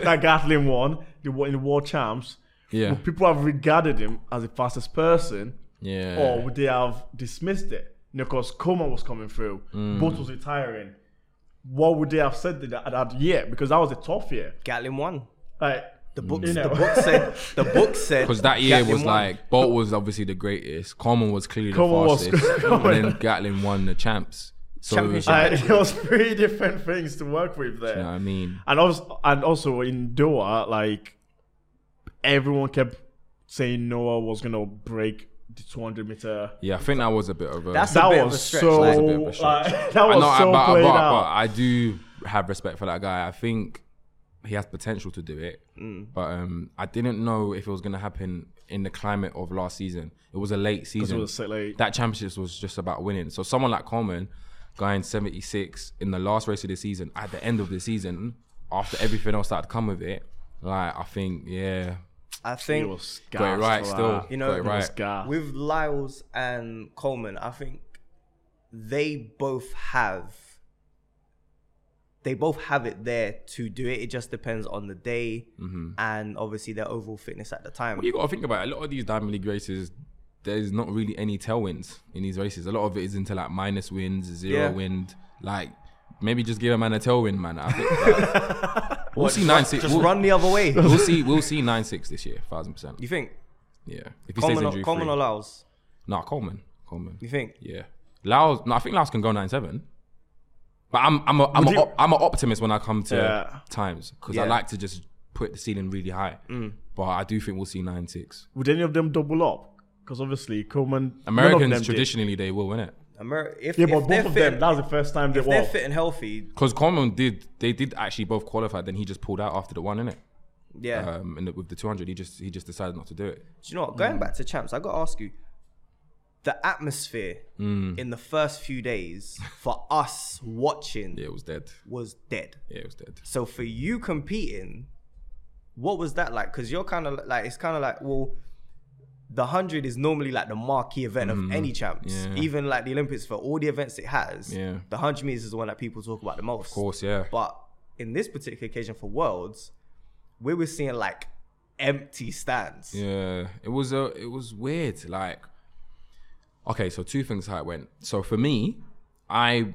Speaker 1: that Gatlin won, the one in the World Champs,
Speaker 2: yeah.
Speaker 1: people have regarded him as the fastest person,
Speaker 2: Yeah.
Speaker 1: or would they have dismissed it? Because Coleman was coming through,
Speaker 2: Mm.
Speaker 1: Both was retiring. What would they have said that, that year? Because that was a tough year.
Speaker 3: Gatlin won.
Speaker 1: Like
Speaker 3: The book,
Speaker 1: Mm. You know.
Speaker 3: the book said. The book said.
Speaker 2: because that year
Speaker 3: Gatlin
Speaker 2: was
Speaker 3: won.
Speaker 2: like Bolt was obviously the greatest. Coleman was clearly
Speaker 1: Coleman was-
Speaker 2: the fastest, and then Gatlin won the champs. So it was
Speaker 3: Championship.
Speaker 2: like,
Speaker 1: I- it was three different things to work with there.
Speaker 2: you know what I mean,
Speaker 1: And also, and also in Doha, like everyone kept saying Noah was gonna break the 200 meter.
Speaker 2: yeah, I think that was a bit of a.
Speaker 3: That's
Speaker 1: That
Speaker 3: a bit of a
Speaker 1: was
Speaker 3: stretch.
Speaker 1: so
Speaker 3: like-
Speaker 2: a bit of a stretch.
Speaker 1: like, that
Speaker 2: I
Speaker 1: was
Speaker 2: know, I-
Speaker 1: so
Speaker 2: but,
Speaker 1: played
Speaker 2: but, but
Speaker 1: out.
Speaker 2: I do have respect for that guy. I think he has potential to do it,
Speaker 1: Mm.
Speaker 2: but um, I didn't know if it was gonna happen in the climate of last season. It was a late
Speaker 1: It
Speaker 2: season.
Speaker 1: was so late.
Speaker 2: that championships was just about winning. So someone like Coleman, guy in 76 in the last race of the season, at the end of the season, after everything else that had come with it, like I think, yeah,
Speaker 3: I
Speaker 1: It
Speaker 3: think
Speaker 1: was gas
Speaker 2: got it right
Speaker 1: for
Speaker 2: still.
Speaker 1: that.
Speaker 3: You know,
Speaker 2: got it
Speaker 1: It was
Speaker 2: right.
Speaker 1: gas.
Speaker 3: with Lyles and Coleman, I think they both have they both have it there to do it. It just depends on the day and obviously their overall fitness at the time.
Speaker 2: But Mm-hmm. you got to think about it. a lot of these Diamond League races. There's not really any tailwinds in these races. A lot of it is into like minus wins, zero
Speaker 3: Yeah.
Speaker 2: wind. Like maybe just give a man a tailwind, man. I think, like, we'll see nine six.
Speaker 3: just
Speaker 2: We'll,
Speaker 3: run the other way.
Speaker 2: we'll see. We'll see nine six this year, thousand percent.
Speaker 3: you think
Speaker 2: Yeah, if he stays
Speaker 3: Coleman
Speaker 2: injury
Speaker 3: or, Coleman
Speaker 2: free.
Speaker 3: or Lyles?
Speaker 2: Nah, Coleman. Coleman.
Speaker 3: You think?
Speaker 2: Yeah. Laos, no, I think Laos can go 9-7. But I'm I'm a, I'm
Speaker 1: Would
Speaker 2: a,
Speaker 1: you-
Speaker 2: op- I'm an optimist when I come to
Speaker 1: Yeah. Mm.
Speaker 2: times because I
Speaker 3: Yeah.
Speaker 2: like to just put the ceiling really high. But I do think we'll see 9-6.
Speaker 1: Would any of them double up? Because obviously, Coleman. none of them
Speaker 2: Americans
Speaker 1: did.
Speaker 2: traditionally they will win it
Speaker 3: Ameri- if,
Speaker 1: Yeah,
Speaker 3: if
Speaker 1: but both
Speaker 3: they're
Speaker 1: of
Speaker 3: fit,
Speaker 1: them. That was the first time they
Speaker 3: if they're
Speaker 1: won.
Speaker 3: fit and healthy,
Speaker 2: because Coleman did they did actually both qualify. Then he just pulled out after the one in it.
Speaker 3: yeah.
Speaker 2: Um, and with the 200, he just he just decided not to do it.
Speaker 3: Do you know what? Going
Speaker 1: Mm.
Speaker 3: back to champs, I gotta ask you. The atmosphere
Speaker 2: Mm.
Speaker 3: in the first few days for us watching
Speaker 2: Yeah, it was dead.
Speaker 3: was dead.
Speaker 2: Yeah, it was dead.
Speaker 3: So for you competing, what was that like? Because you're kind of like it's kind of like well, the hundred is normally like the marquee event of any champs,
Speaker 2: Mm-hmm. yeah.
Speaker 3: even like the Olympics for all the events it has.
Speaker 2: Yeah.
Speaker 3: the hundred meters is the one that people talk about the most.
Speaker 2: Of course, yeah.
Speaker 3: But in this particular occasion for worlds, we were seeing like empty stands.
Speaker 2: Yeah, it was a it was weird. Like, okay, so two things how it went. So for me, I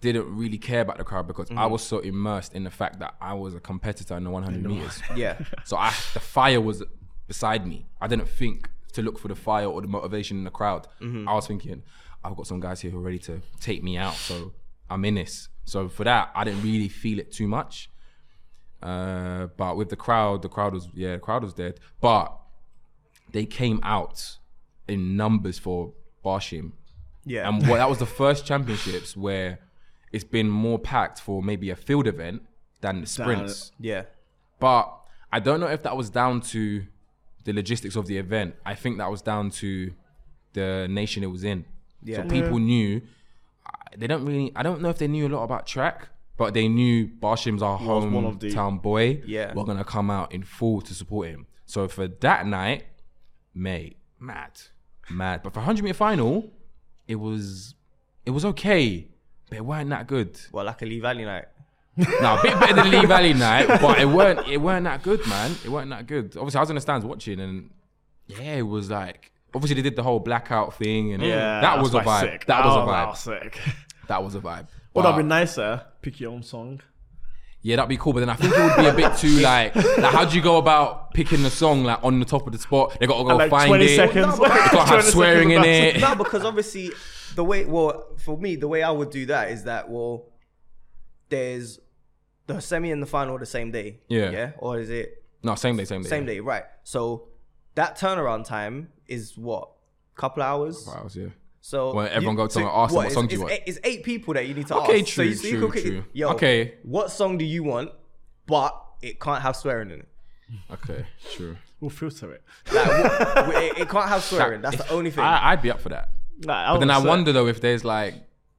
Speaker 2: didn't really care about the crowd because I was so immersed in the fact that I was a competitor Mm-hmm. in the 100 meters.
Speaker 3: Yeah.
Speaker 2: So I the fire was beside me. I didn't think to look for the fire or the motivation in the crowd. I was thinking, I've got some guys here who are ready to take me out, so I'm in this. So for that, I didn't really feel it too much. Uh, but with the crowd, the crowd was yeah, the crowd was dead. But they came out in numbers for Barshim.
Speaker 3: Yeah.
Speaker 2: And what, that was the first championships where it's been more packed for maybe a field event than the sprints.
Speaker 3: yeah.
Speaker 2: But I don't know if that was down to the logistics of the event. I think that was down to the nation it was in. So
Speaker 3: Yeah.
Speaker 2: people knew. I- They don't really. I don't know if they knew a lot about track, but they knew Barshim's our
Speaker 1: Was one of the-
Speaker 2: hometown boy.
Speaker 3: Yeah.
Speaker 2: we're gonna come out in full to support him. So for that night, mate, mad, mad. But for hundred meter final, it was, it was okay, but it weren't that good.
Speaker 3: Well, like a Lee Valley night.
Speaker 2: No, a bit better than Lee Valley night, but it weren't it weren't that good, man. It weren't that good. Obviously, I was in the stands watching, and yeah, it was like obviously they did the whole blackout thing, and
Speaker 1: Yeah,
Speaker 2: that was a
Speaker 1: that's quite
Speaker 2: vibe.
Speaker 1: Sick.
Speaker 2: That was a
Speaker 1: Oh, That
Speaker 2: vibe.
Speaker 1: was sick.
Speaker 2: That was a vibe.
Speaker 1: Would
Speaker 2: But-
Speaker 1: have been nicer. Pick your own song.
Speaker 2: yeah, that'd be cool. But then I think it would be a bit too like, like how do you go about picking the song like on the top of the spot? They gotta go
Speaker 1: like
Speaker 2: find
Speaker 1: 20
Speaker 2: it.
Speaker 1: seconds.
Speaker 2: They gotta
Speaker 1: 20
Speaker 2: have swearing in
Speaker 1: seconds
Speaker 2: it.
Speaker 3: no, because obviously the way well for me the way I would do that is that well, there's the semi and the final the same day.
Speaker 2: Yeah.
Speaker 3: Yeah. Or is it
Speaker 2: No, same day, same day.
Speaker 3: same day? Right. So that turnaround time is what couple hours.
Speaker 2: That was, yeah.
Speaker 3: So
Speaker 2: Well, everyone
Speaker 3: you-
Speaker 2: go to and ask them what
Speaker 3: it's-
Speaker 2: song do you
Speaker 3: it's
Speaker 2: want.
Speaker 3: eight- It's eight people that you need to ask.
Speaker 2: Okay,
Speaker 3: So you-
Speaker 2: true,
Speaker 3: so you
Speaker 2: true,
Speaker 3: could-
Speaker 2: true.
Speaker 3: Yo,
Speaker 2: Okay.
Speaker 3: What song do you want? But it can't have swearing in it.
Speaker 2: Okay, true.
Speaker 1: We'll filter it.
Speaker 3: Like, wh- wh- it, it can't have swearing. That's the only thing.
Speaker 2: I, I'd be up for that.
Speaker 1: Nah,
Speaker 2: But then I
Speaker 1: was sick.
Speaker 2: wonder though if there's like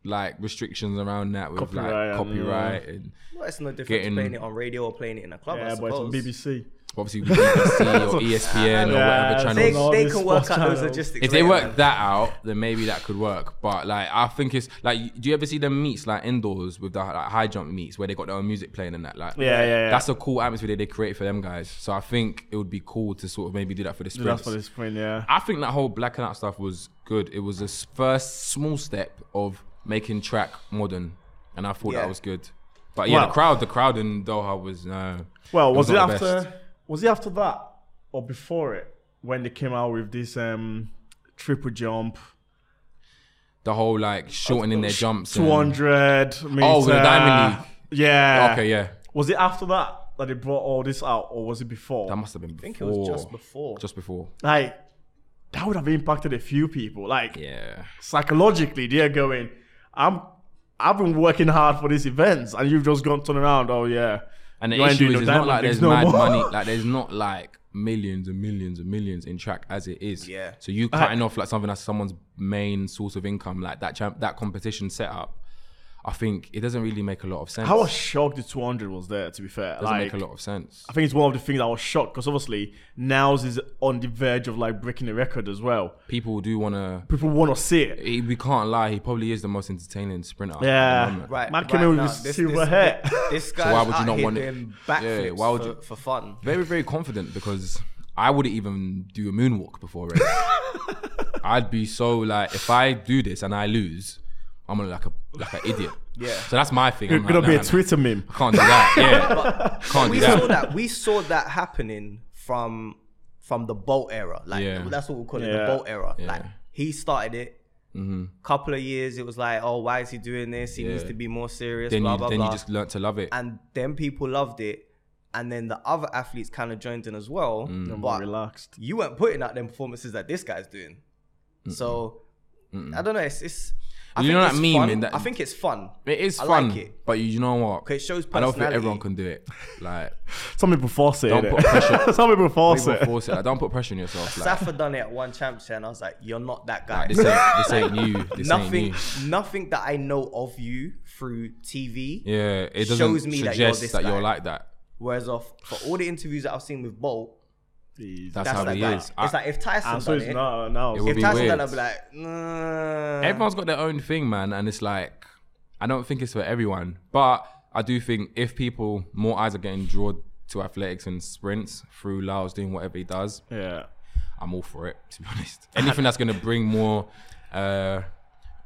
Speaker 2: like restrictions around that with
Speaker 1: Copyright
Speaker 2: like
Speaker 1: and-
Speaker 2: copyright and
Speaker 3: Well, it's no different
Speaker 2: Getting-
Speaker 3: to playing it on radio or playing it in a club. I
Speaker 1: Yeah, but it's on
Speaker 3: suppose.
Speaker 1: BBC.
Speaker 2: obviously BBC or E ESPN
Speaker 1: Yeah,
Speaker 2: or whatever
Speaker 3: They,
Speaker 1: All
Speaker 2: channels.
Speaker 3: they
Speaker 1: these
Speaker 3: can work
Speaker 1: sports
Speaker 3: out those
Speaker 1: channels.
Speaker 3: logistics.
Speaker 2: If they
Speaker 3: later,
Speaker 2: work
Speaker 3: man.
Speaker 2: that out, then maybe that could work. But like, I think it's like, do you ever see them meets like indoors with the like, high jump meets where they got their own music playing and that? Like,
Speaker 1: Yeah, yeah, yeah.
Speaker 2: That's a cool atmosphere that they create for them guys. So I think it would be cool to sort of maybe do that for the
Speaker 1: Dude, that's
Speaker 2: sprints.
Speaker 1: for this spring, yeah.
Speaker 2: I think that whole black and out stuff was good. It was a s- first small step of making track modern, and I thought
Speaker 3: Yeah.
Speaker 2: that was good. But yeah,
Speaker 1: Wow.
Speaker 2: the crowd, the crowd in Doha was uh, no.
Speaker 1: Well, was it
Speaker 2: not the
Speaker 1: after?
Speaker 2: best.
Speaker 1: Was it after that or before it when they came out with this um triple jump,
Speaker 2: the whole like shortening their jumps? and-
Speaker 1: two hundred meter?
Speaker 2: Oh, with the Diamond League.
Speaker 1: Yeah.
Speaker 2: Okay, yeah,
Speaker 1: Was it after that that they brought all this out, or was it before?
Speaker 2: that must have been.
Speaker 3: I think it
Speaker 2: before.
Speaker 3: was just before.
Speaker 2: Just before.
Speaker 1: like that would have impacted a few people. Like
Speaker 2: Yeah.
Speaker 1: psychologically, they're going, "I'm, I've been working hard for these events, and you've just gone turn around." Oh yeah.
Speaker 2: And the
Speaker 1: You ain't
Speaker 2: issue
Speaker 1: doing
Speaker 2: is,
Speaker 1: no
Speaker 2: it's not
Speaker 1: Diamond
Speaker 2: like
Speaker 1: Leagues
Speaker 2: there's
Speaker 1: no
Speaker 2: mad
Speaker 1: more.
Speaker 2: money. Like there's not like millions and millions and millions in track as it is.
Speaker 3: Yeah.
Speaker 2: So you
Speaker 1: Uh,
Speaker 2: cutting off like something that's someone's main source of income, like that champ, that competition setup. I think it doesn't really make a lot of sense.
Speaker 1: I was shocked the 200 was there. To be fair,
Speaker 2: doesn't
Speaker 1: like,
Speaker 2: make a lot of sense.
Speaker 1: I think it's one of the things I was shocked because obviously Niles is on the verge of like breaking the record as well.
Speaker 2: People do want to.
Speaker 1: People want to see it.
Speaker 2: We can't lie. He probably is the most entertaining sprinter. at the
Speaker 1: Yeah.
Speaker 2: moment.
Speaker 3: Right.
Speaker 1: Man
Speaker 3: right,
Speaker 1: came in with
Speaker 3: nah,
Speaker 1: his
Speaker 3: this-
Speaker 1: silver
Speaker 3: this-
Speaker 1: hair.
Speaker 3: This guy.
Speaker 2: why would you not want it?
Speaker 3: Backflips
Speaker 2: Yeah, why would
Speaker 3: for,
Speaker 2: you-
Speaker 3: for fun?
Speaker 2: Very, very confident because I wouldn't even do a moonwalk before a race. I'd be so like, if I do this and I lose, I'm gonna like a like an idiot.
Speaker 3: Yeah.
Speaker 2: So that's my thing. I'm
Speaker 1: It's
Speaker 2: like,
Speaker 1: gonna be
Speaker 2: nah,
Speaker 1: a
Speaker 2: nah.
Speaker 1: Twitter meme.
Speaker 2: Can't do that. Yeah. Can't
Speaker 3: We
Speaker 2: do
Speaker 3: saw
Speaker 2: that.
Speaker 3: that. We saw that happening from from the Bolt era. Like
Speaker 2: Yeah.
Speaker 3: that's what we call it,
Speaker 1: Yeah.
Speaker 3: the Bolt era. Like
Speaker 2: Yeah. Mm-hmm.
Speaker 3: he started it. Couple of years, it was like, oh, why is he doing this? He needs
Speaker 2: Yeah.
Speaker 3: to be more serious.
Speaker 2: Then
Speaker 3: blah
Speaker 2: you
Speaker 3: blah
Speaker 2: then
Speaker 3: blah.
Speaker 2: you just learn to love it.
Speaker 3: and then people loved it, and then the other athletes kind of joined in as well.
Speaker 2: Mm.
Speaker 1: More
Speaker 3: But
Speaker 1: relaxed.
Speaker 3: you weren't putting out them performances that this guy's doing. So I don't know. It's, it's I
Speaker 2: You
Speaker 3: think
Speaker 2: know that
Speaker 3: it's
Speaker 2: meme
Speaker 3: fun.
Speaker 2: in that-
Speaker 3: I think it's fun.
Speaker 2: It is
Speaker 3: I
Speaker 2: fun,
Speaker 3: like it.
Speaker 2: but you know what?
Speaker 3: 'Cause it shows
Speaker 2: I don't think
Speaker 3: personality.
Speaker 2: everyone can do it. Like,
Speaker 1: Some people force it.
Speaker 2: Don't
Speaker 1: innit?
Speaker 2: put pressure-
Speaker 1: Some people force
Speaker 2: people
Speaker 1: it.
Speaker 2: force it. Like, don't put pressure on yourself. Like,
Speaker 3: Safa done it at one championship, and I was like, "You're not that guy."
Speaker 2: this ain't this ain't you. This
Speaker 3: nothing,
Speaker 2: ain't you.
Speaker 3: nothing that I know of you through TV.
Speaker 2: Yeah, it doesn't
Speaker 3: Shows me that
Speaker 2: suggest
Speaker 3: you're
Speaker 2: that,
Speaker 3: this
Speaker 2: you're,
Speaker 3: guy.
Speaker 2: like that.
Speaker 3: Whereas, off for all the interviews that I've seen with Bolt,
Speaker 1: Jeez.
Speaker 2: That's,
Speaker 3: that's
Speaker 2: how
Speaker 3: like
Speaker 2: he
Speaker 3: that.
Speaker 2: is. I-
Speaker 3: It's like if Tyson
Speaker 1: And Ah, so
Speaker 3: done
Speaker 1: it's
Speaker 3: it,
Speaker 1: not now.
Speaker 2: It would
Speaker 3: if
Speaker 2: be
Speaker 3: Tyson
Speaker 2: weird.
Speaker 3: done it, I'd be like, nah.
Speaker 2: Everyone's got their own thing, man, and it's like I don't think it's for everyone, but I do think if people more eyes are getting drawn to athletics and sprints through Lyles doing whatever he does,
Speaker 1: Yeah.
Speaker 2: I'm all for it. To be honest, anything that's going to bring more uh,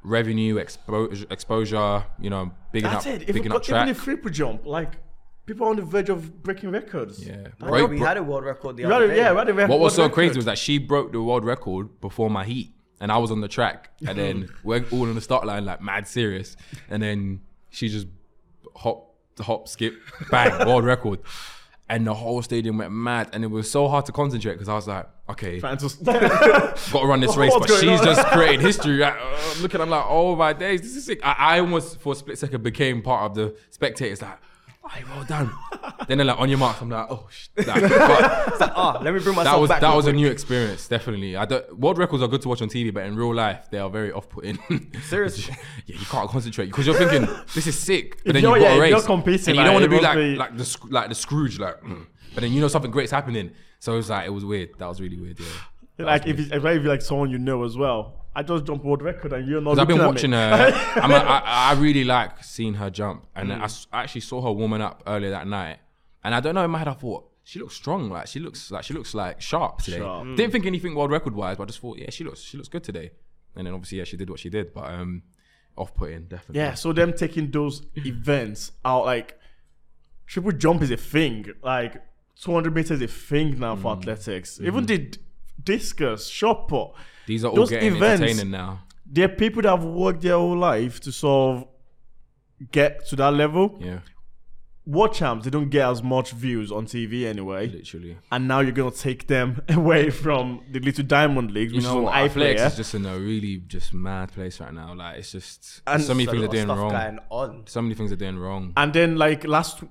Speaker 2: revenue, expo- exposure, you know, bigging
Speaker 1: That's
Speaker 2: up,
Speaker 1: it. If
Speaker 2: bigging
Speaker 1: got,
Speaker 2: up track.
Speaker 1: Even if triple jump, like people are on the verge of breaking records.
Speaker 2: yeah,
Speaker 3: Bro,
Speaker 2: Broke-
Speaker 3: we
Speaker 2: bro-
Speaker 3: had a world record the
Speaker 1: We had
Speaker 3: other
Speaker 1: a-
Speaker 3: day.
Speaker 1: yeah, we had a rec-
Speaker 2: what was
Speaker 1: world
Speaker 2: so
Speaker 1: record.
Speaker 2: crazy was that she broke the world record before my heat, and I was on the track, and then we're all on the start line like mad serious, and then she just hop, hop, skip, bang, world record. And the whole stadium went mad, and it was so hard to concentrate because I was like, okay,
Speaker 1: And just-
Speaker 2: got to run this race,
Speaker 1: What's going
Speaker 2: but she's
Speaker 1: on?
Speaker 2: just created history. Like, uh, I'm looking, I'm like, oh my days, this is sick. I, I almost for a split second became part of the spectators. Like, hey, well done. then they're like, on your marks. I'm like, oh, sh-. Like, but
Speaker 3: Ah, let me bring myself
Speaker 2: that was
Speaker 3: back.
Speaker 2: that
Speaker 3: real
Speaker 2: was a
Speaker 3: quick.
Speaker 2: new experience, definitely. I don't, world records are good to watch on TV, but in real life, they are very off-putting.
Speaker 3: Seriously.
Speaker 2: yeah, you can't concentrate because you're thinking this is sick, but then
Speaker 1: you're-
Speaker 2: you've got
Speaker 1: yeah,
Speaker 2: a
Speaker 1: if
Speaker 2: race,
Speaker 1: you're competing,
Speaker 2: and you
Speaker 1: like,
Speaker 2: don't want
Speaker 1: it
Speaker 2: to be
Speaker 1: must
Speaker 2: like
Speaker 1: be-
Speaker 2: like the Sc- like the Scrooge, like. mm. But then you know something great's happening, so it was like it was weird. That was really weird. Yeah. That was
Speaker 1: like if it's, if it's like someone you know as well. I just jump world record and you're not.
Speaker 2: Because I've
Speaker 1: looking
Speaker 2: been
Speaker 1: at
Speaker 2: watching
Speaker 1: me.
Speaker 2: her. I'm a, I, I really like seeing her jump, and I s I I, actually saw her warming up earlier that night. And I don't know in my head, I thought she looks strong. Like she looks like she looks like sharp today.
Speaker 1: Sharp.
Speaker 2: Didn't think anything world record wise, but I just thought, yeah, she looks she looks good today. And then obviously, yeah, she did what she did, but um, off putting definitely.
Speaker 1: Yeah, so them taking those events out, like triple jump is a thing. Like 200 meters is a thing now
Speaker 2: Mm.
Speaker 1: for athletics. Even the d- discus, shot put.
Speaker 2: These are all
Speaker 1: Those
Speaker 2: getting
Speaker 1: events-
Speaker 2: entertaining now.
Speaker 1: There are people that have worked their whole life to sort of get to that level.
Speaker 2: Yeah,
Speaker 1: War champs, they don't get as much views on TV anyway.
Speaker 2: literally.
Speaker 1: And now you're gonna take them away from the little diamond leagues,
Speaker 2: You
Speaker 1: which
Speaker 2: know
Speaker 1: is
Speaker 2: what?
Speaker 1: on
Speaker 2: Athletics is
Speaker 1: iPlayer.
Speaker 2: just in a really just mad place right now. Like it's just
Speaker 1: And
Speaker 2: so many
Speaker 3: So
Speaker 2: things are
Speaker 3: lot of
Speaker 2: doing
Speaker 3: stuff
Speaker 2: wrong.
Speaker 3: Going on.
Speaker 2: So many things are doing wrong.
Speaker 1: And then like last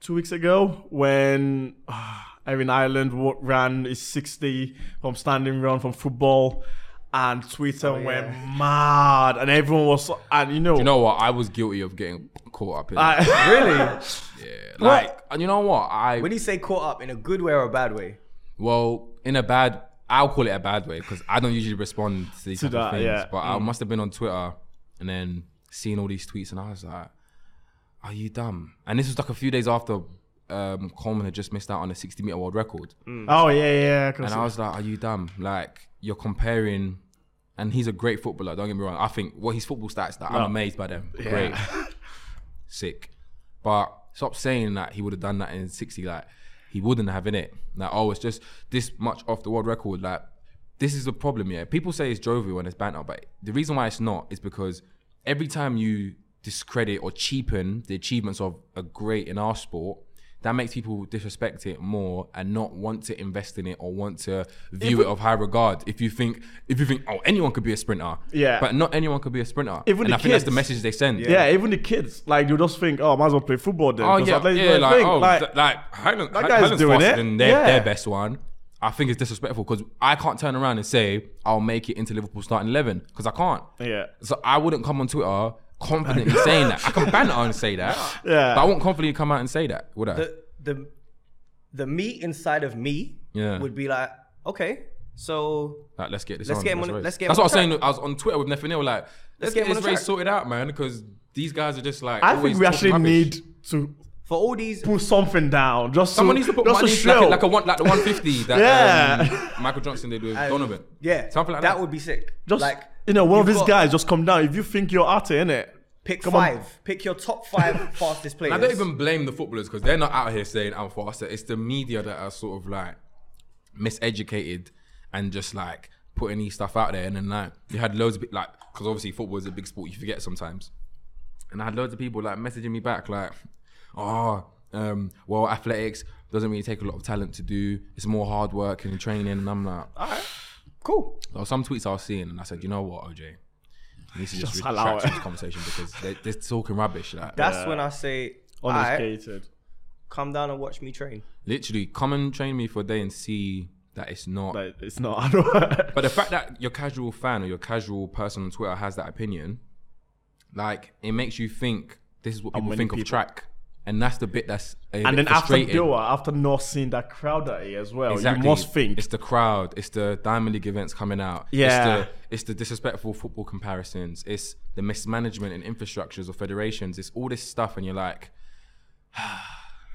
Speaker 1: two weeks ago, when Erin Ireland wa- ran his 60 from standing run from football, and Twitter went mad, and everyone was and you know,
Speaker 2: You know what? I was guilty of getting caught up in. it.
Speaker 1: I,
Speaker 3: Really?
Speaker 2: Like, and you know what? I
Speaker 3: When you say caught up in a good way or a bad way,
Speaker 2: well, in a bad, I'll call it a bad way because I don't usually respond to these type
Speaker 1: that,
Speaker 2: of things.
Speaker 1: yeah.
Speaker 2: But I must have been on Twitter and then seeing all these tweets, and I was like, "Are you dumb?" And this was like a few days after um, Coleman had just missed out on a 60 meter world record,
Speaker 1: oh yeah, yeah, 'cause-
Speaker 2: and I was like, "Are you dumb?" Like you're comparing. And he's a great footballer. Don't get me wrong. I think what his football stats that I'm amazed by them. Great, sick. But stop saying that he would have done that in 60. Like, he wouldn't have in it. Like, oh, it's just this much off the world record. Like, this is the problem, yeah. People say it's jovial and it's banter, but the reason why it's not is because every time you discredit or cheapen the achievements of a great in our sport, that makes people disrespect it more and not want to invest in it or want to view it of high regard. If you think, if you think, oh, anyone could be a sprinter,
Speaker 1: Yeah.
Speaker 2: but not anyone could be a sprinter.
Speaker 1: Even
Speaker 2: and
Speaker 1: the
Speaker 2: I think that's the
Speaker 1: kids.
Speaker 2: message they send.
Speaker 1: yeah, even the kids like you just think, oh, I might as well play football then.
Speaker 2: Oh
Speaker 1: 'cause
Speaker 2: yeah,
Speaker 1: athletics
Speaker 2: yeah,
Speaker 1: is my
Speaker 2: like,
Speaker 1: thing.
Speaker 2: oh,
Speaker 1: Like,
Speaker 2: th- like Highland,
Speaker 1: that
Speaker 2: Hi-
Speaker 1: guy's
Speaker 2: Highland's
Speaker 1: doing
Speaker 2: faster
Speaker 1: it.
Speaker 2: than their,
Speaker 1: Yeah.
Speaker 2: their best one. I think it's disrespectful because I can't turn around and say I'll make it into Liverpool starting eleven because I can't.
Speaker 1: Yeah.
Speaker 2: So I wouldn't come on Twitter confidently saying that. I can banter and say that.
Speaker 1: Yeah.
Speaker 2: But I won't confidently come out and say that, would I?
Speaker 3: the the the me inside of me
Speaker 2: Yeah.
Speaker 3: would be like, okay, so
Speaker 2: like, let's get this.
Speaker 3: Let's
Speaker 2: on,
Speaker 3: get him on-
Speaker 2: race.
Speaker 3: let's get him
Speaker 2: That's what I
Speaker 3: on
Speaker 2: was
Speaker 3: track.
Speaker 2: saying. I was on Twitter with Nathaniel like, let's, get,
Speaker 3: get him on
Speaker 2: this
Speaker 3: the
Speaker 2: race
Speaker 3: track.
Speaker 2: sorted out, man, because these guys are just like.
Speaker 1: I think
Speaker 2: always
Speaker 1: we
Speaker 2: talking
Speaker 1: actually
Speaker 2: rubbish.
Speaker 1: need to
Speaker 3: for all these
Speaker 1: put something down. Just
Speaker 2: Someone
Speaker 1: to,
Speaker 2: needs to put
Speaker 1: just
Speaker 2: money
Speaker 1: to
Speaker 2: like,
Speaker 1: show.
Speaker 2: a- like a one, like the 150 that
Speaker 1: Yeah.
Speaker 2: um, Michael Johnson did with
Speaker 3: um,
Speaker 2: Donovan.
Speaker 3: yeah,
Speaker 2: something like
Speaker 3: that,
Speaker 2: that.
Speaker 3: would be sick.
Speaker 1: just
Speaker 3: like
Speaker 1: you know, one of
Speaker 3: you've
Speaker 1: these
Speaker 3: got-
Speaker 1: guys just come down. If you think you're at it, innit?
Speaker 3: pick
Speaker 1: Come on.
Speaker 3: five, pick your top five fastest players.
Speaker 2: I don't even blame the footballers because they're not out here saying I'm faster. It's the media that are sort of like miseducated and just like putting these stuff out there. And then like you had loads of pe- like because obviously football is a big sport, you forget sometimes. And I had loads of people like messaging me back like, oh, um, well, athletics doesn't really take a lot of talent to do. It's more hard work and training. And I'm like,
Speaker 3: cool.
Speaker 2: there were some tweets I was seeing, and I said, you know what, OJ. I need to just,
Speaker 1: Just allow
Speaker 2: retract
Speaker 1: it."
Speaker 2: from this conversation because they're, they're talking rubbish. Like,
Speaker 3: That's when I say, all right,
Speaker 1: Uneducated.
Speaker 3: come down and watch me train.
Speaker 2: literally come and train me for a day and see that it's not.
Speaker 1: Like it's not. I don't,
Speaker 2: but the fact that your casual fan or your casual person on Twitter has that opinion, like it makes you think this is what people
Speaker 1: many
Speaker 2: think
Speaker 1: people-
Speaker 2: of track, and that's the bit that's uh, a
Speaker 1: and
Speaker 2: bit
Speaker 1: then after
Speaker 2: frustrating.
Speaker 1: Doha, after not seeing that crowd that year as well,
Speaker 2: Exactly.
Speaker 1: you must think.
Speaker 2: it's the crowd, it's the Diamond League events coming out,
Speaker 1: Yeah.
Speaker 2: it's the, it's the disrespectful football comparisons, it's the mismanagement in infrastructures or federations, it's all this stuff, and you're like,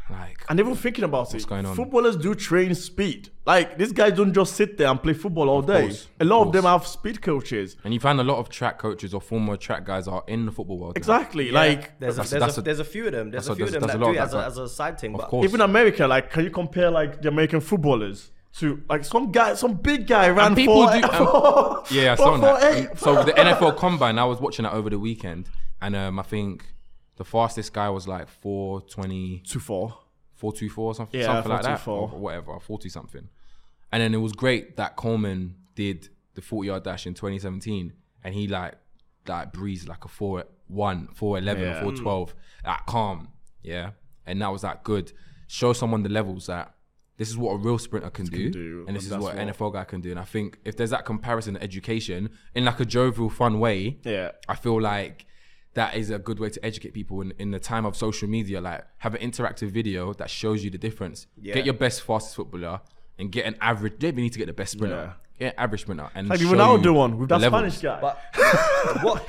Speaker 2: like
Speaker 1: And even thinking about it,
Speaker 2: going on?
Speaker 1: footballers do train speed. Like these guys don't just sit there and play football all day.
Speaker 2: course,
Speaker 1: a lot
Speaker 2: of
Speaker 1: of them have speed coaches.
Speaker 2: and you find a lot of track coaches or former track guys are in the football world. now.
Speaker 1: Exactly. Like
Speaker 3: There's a,
Speaker 2: That's-
Speaker 3: there's,
Speaker 2: that's
Speaker 3: a,
Speaker 2: a-
Speaker 3: there's a few of them. There's
Speaker 2: that's
Speaker 3: a
Speaker 2: a-
Speaker 3: few of them
Speaker 2: that's-
Speaker 3: that
Speaker 2: that's a
Speaker 3: do it
Speaker 2: lot
Speaker 3: as a,
Speaker 2: of
Speaker 3: as a side thing.
Speaker 2: Of
Speaker 3: But
Speaker 2: course.
Speaker 1: even America, like can you compare like the American footballers to like some guy, some big guy ran
Speaker 2: people
Speaker 1: four,
Speaker 2: do- um, and-
Speaker 1: four-
Speaker 2: Yeah, I
Speaker 1: four-
Speaker 2: saw that.
Speaker 1: four eight.
Speaker 2: Um, so the NFL Combine, I was watching that over the weekend, and um, I think The fastest guy was like 420,
Speaker 1: Two four.
Speaker 2: 424 or something,
Speaker 1: Yeah,
Speaker 2: something like that,
Speaker 1: 424.
Speaker 2: or whatever, 40 something. And then it was great that Coleman did the 40 yard dash in 2017 and he like like breezed like a 4 1, 411,
Speaker 1: Yeah. Hmm.
Speaker 2: 412, like calm, yeah. And that was like good. Show someone the levels that this is what a real sprinter can, do,
Speaker 1: do,
Speaker 2: and this
Speaker 1: and
Speaker 2: is
Speaker 1: that's
Speaker 2: what
Speaker 1: what-
Speaker 2: an NFL guy can do. And I think if there's that comparison in education in like a jovial, fun way,
Speaker 1: Yeah.
Speaker 2: I feel like that is a good way to educate people in, in the time of social media. Like, have an interactive video that shows you the difference.
Speaker 3: Yeah.
Speaker 2: Get your best, fastest footballer and get an average. Maybe need to get the best sprinter.
Speaker 1: Yeah.
Speaker 2: Get an average sprinter. And
Speaker 1: Like
Speaker 2: show
Speaker 1: even now
Speaker 2: you
Speaker 1: do one with
Speaker 2: the
Speaker 1: that
Speaker 2: levels.
Speaker 1: Spanish guy.
Speaker 3: But what?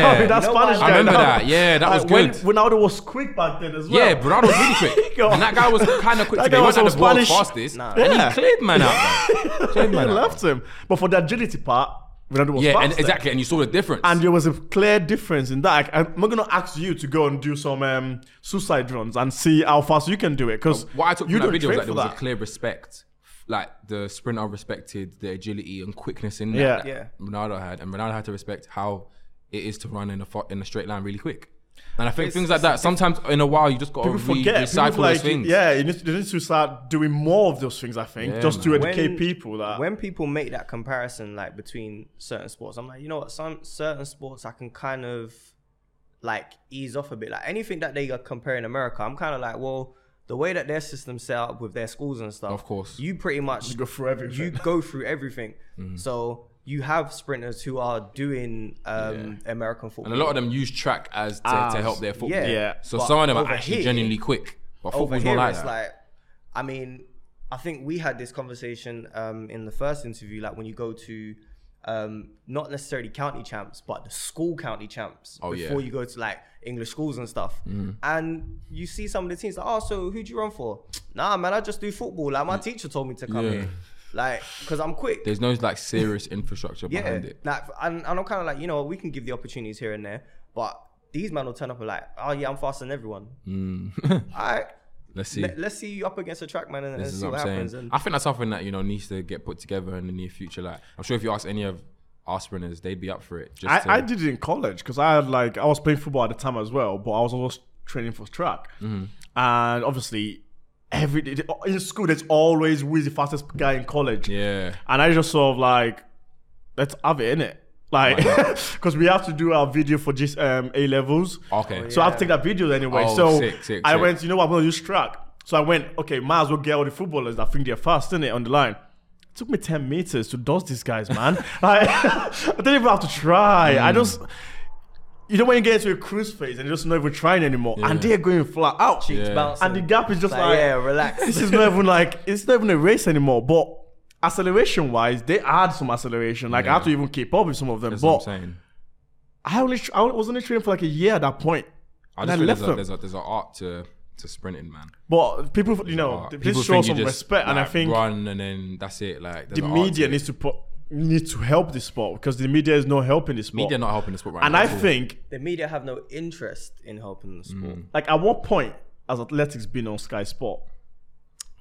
Speaker 1: Sorry, that
Speaker 3: No,
Speaker 1: Spanish
Speaker 3: I
Speaker 1: guy.
Speaker 2: remember
Speaker 1: now.
Speaker 2: that. Yeah, that was
Speaker 1: when-
Speaker 2: good.
Speaker 1: When Ronaldo was quick back then as well.
Speaker 2: Yeah, Bernardo was really quick.
Speaker 1: Go on.
Speaker 2: and that guy was kind of quick
Speaker 1: That
Speaker 2: today.
Speaker 1: guy
Speaker 2: He
Speaker 1: was
Speaker 2: wasn't the
Speaker 1: on Spanish.
Speaker 2: world's fastest.
Speaker 3: Nah.
Speaker 2: And
Speaker 1: Yeah.
Speaker 2: he cleared man out. man. Cleared
Speaker 1: I
Speaker 2: man out.
Speaker 1: left him. But for the agility part, Ronaldo was
Speaker 2: Yeah, and
Speaker 1: faster.
Speaker 2: exactly. And you saw the difference.
Speaker 1: And there was a clear difference in that. I- I'm not gonna ask you to go and do some um, suicide runs and see how fast you can do it because
Speaker 2: what I took
Speaker 1: you
Speaker 2: from
Speaker 1: don't
Speaker 2: that video was
Speaker 1: train
Speaker 2: that
Speaker 1: for
Speaker 2: there was
Speaker 1: that.
Speaker 2: a clear respect. Like the sprinter respected the agility and quickness in that,
Speaker 1: Yeah.
Speaker 2: that
Speaker 3: Yeah.
Speaker 2: Ronaldo had, and Ronaldo had to respect how it is to run in a fo- in a straight line really quick. And I think
Speaker 3: It's-
Speaker 2: things like that. Sometimes in a while you just got to
Speaker 1: People
Speaker 2: re-
Speaker 1: forget.
Speaker 2: recycle
Speaker 1: People like,
Speaker 2: those things.
Speaker 1: Yeah, you need, to, you need to start doing more of those things. I think
Speaker 2: Yeah,
Speaker 1: just to
Speaker 2: man.
Speaker 1: educate people that
Speaker 3: when people make that comparison like between certain sports i'm like you know what some certain sports i can kind of like ease off a bit like anything that they are comparing america i'm kind of like well the way that their system's set up with their schools and stuff
Speaker 2: Of course.
Speaker 3: you pretty much
Speaker 1: You go through everything. Mm-hmm.
Speaker 3: you go through everything so you have sprinters who are doing um american football
Speaker 2: And a lot of them use track as to, to
Speaker 1: As-
Speaker 2: help their football.
Speaker 3: Ah, yeah.
Speaker 1: Yeah.
Speaker 2: So
Speaker 3: But
Speaker 2: some of them are
Speaker 3: over
Speaker 2: actually
Speaker 3: here-
Speaker 2: genuinely quick, but
Speaker 3: over
Speaker 2: football's
Speaker 3: here
Speaker 2: not like
Speaker 3: it's
Speaker 2: that.
Speaker 3: like i mean i think we had this conversation um, in the first interview like when you go to um, not necessarily county champs but the school county champs
Speaker 2: Oh, yeah. Mm-hmm.
Speaker 3: before you go to like english schools and stuff and you see some of the teams like oh so who do you run for nah man i just do football like my teacher told me to come
Speaker 2: Yeah.
Speaker 3: here like because i'm quick
Speaker 2: There's no like serious infrastructure
Speaker 3: yeah
Speaker 2: behind it.
Speaker 3: like and, and i'm kind of like you know we can give the opportunities here and there but these men will turn up and like oh yeah i'm faster than everyone
Speaker 2: Mm.
Speaker 3: all right
Speaker 2: Let's see.
Speaker 3: let, us see you up against a track man and, and
Speaker 2: This is
Speaker 3: see
Speaker 2: what
Speaker 3: what
Speaker 2: I'm
Speaker 3: happens.
Speaker 2: saying.
Speaker 3: And
Speaker 2: I think that's something that you know needs to get put together in the near future. Like I'm sure if you ask any of our sprinters, they'd be up for it. Just to,
Speaker 1: I, I did it in college because I had like I was playing football at the time as well, but I was also training for track.
Speaker 2: Mm-hmm.
Speaker 1: And obviously, every day in school, there's always who's the fastest guy in college.
Speaker 2: yeah.
Speaker 1: And I just sort of like, let's have it in it, like
Speaker 2: Oh
Speaker 1: because we have to do our video for just um, A levels.
Speaker 2: Okay.
Speaker 1: So I have to take that video anyway.
Speaker 2: Oh,
Speaker 1: so
Speaker 2: sick, sick,
Speaker 1: I
Speaker 2: sick.
Speaker 1: went, you know what, I'm gonna use track. So I went, okay, might as well get all the footballers that think they're fast, innit, on the line. It took me 10 meters to dodge these guys, man. I, I didn't even have to try. I
Speaker 2: Hmm.
Speaker 1: just you know when you get into a cruise phase and you just not even trying anymore. And they're going flat out.
Speaker 2: Yeah.
Speaker 3: bounce
Speaker 1: And the gap is just
Speaker 3: like,
Speaker 1: like
Speaker 3: yeah, relax.
Speaker 1: this is not even like it's not even a race anymore. But acceleration wise, they had some acceleration. Like I have to even keep up with some of them.
Speaker 2: That's
Speaker 1: but
Speaker 2: what I'm saying.
Speaker 1: I only tr- I was only training for like a year at that point.
Speaker 2: I
Speaker 1: and I
Speaker 2: just feel there's
Speaker 1: left
Speaker 2: a,
Speaker 1: them.
Speaker 2: there's a there's an art to to sprinting, man.
Speaker 1: But people, you know,
Speaker 2: Art.
Speaker 1: this shows Oh, some respect, and I
Speaker 2: like,
Speaker 1: think
Speaker 2: run and then that's it. Like
Speaker 1: the media needs to put needs to help this sport because the media is not helping this sport.
Speaker 2: media not helping the sport right
Speaker 1: and
Speaker 2: now.
Speaker 1: I
Speaker 2: at all.
Speaker 1: think,
Speaker 3: the media have no interest in helping the sport.
Speaker 2: Mm.
Speaker 1: like, at what point has athletics been on Sky Sport?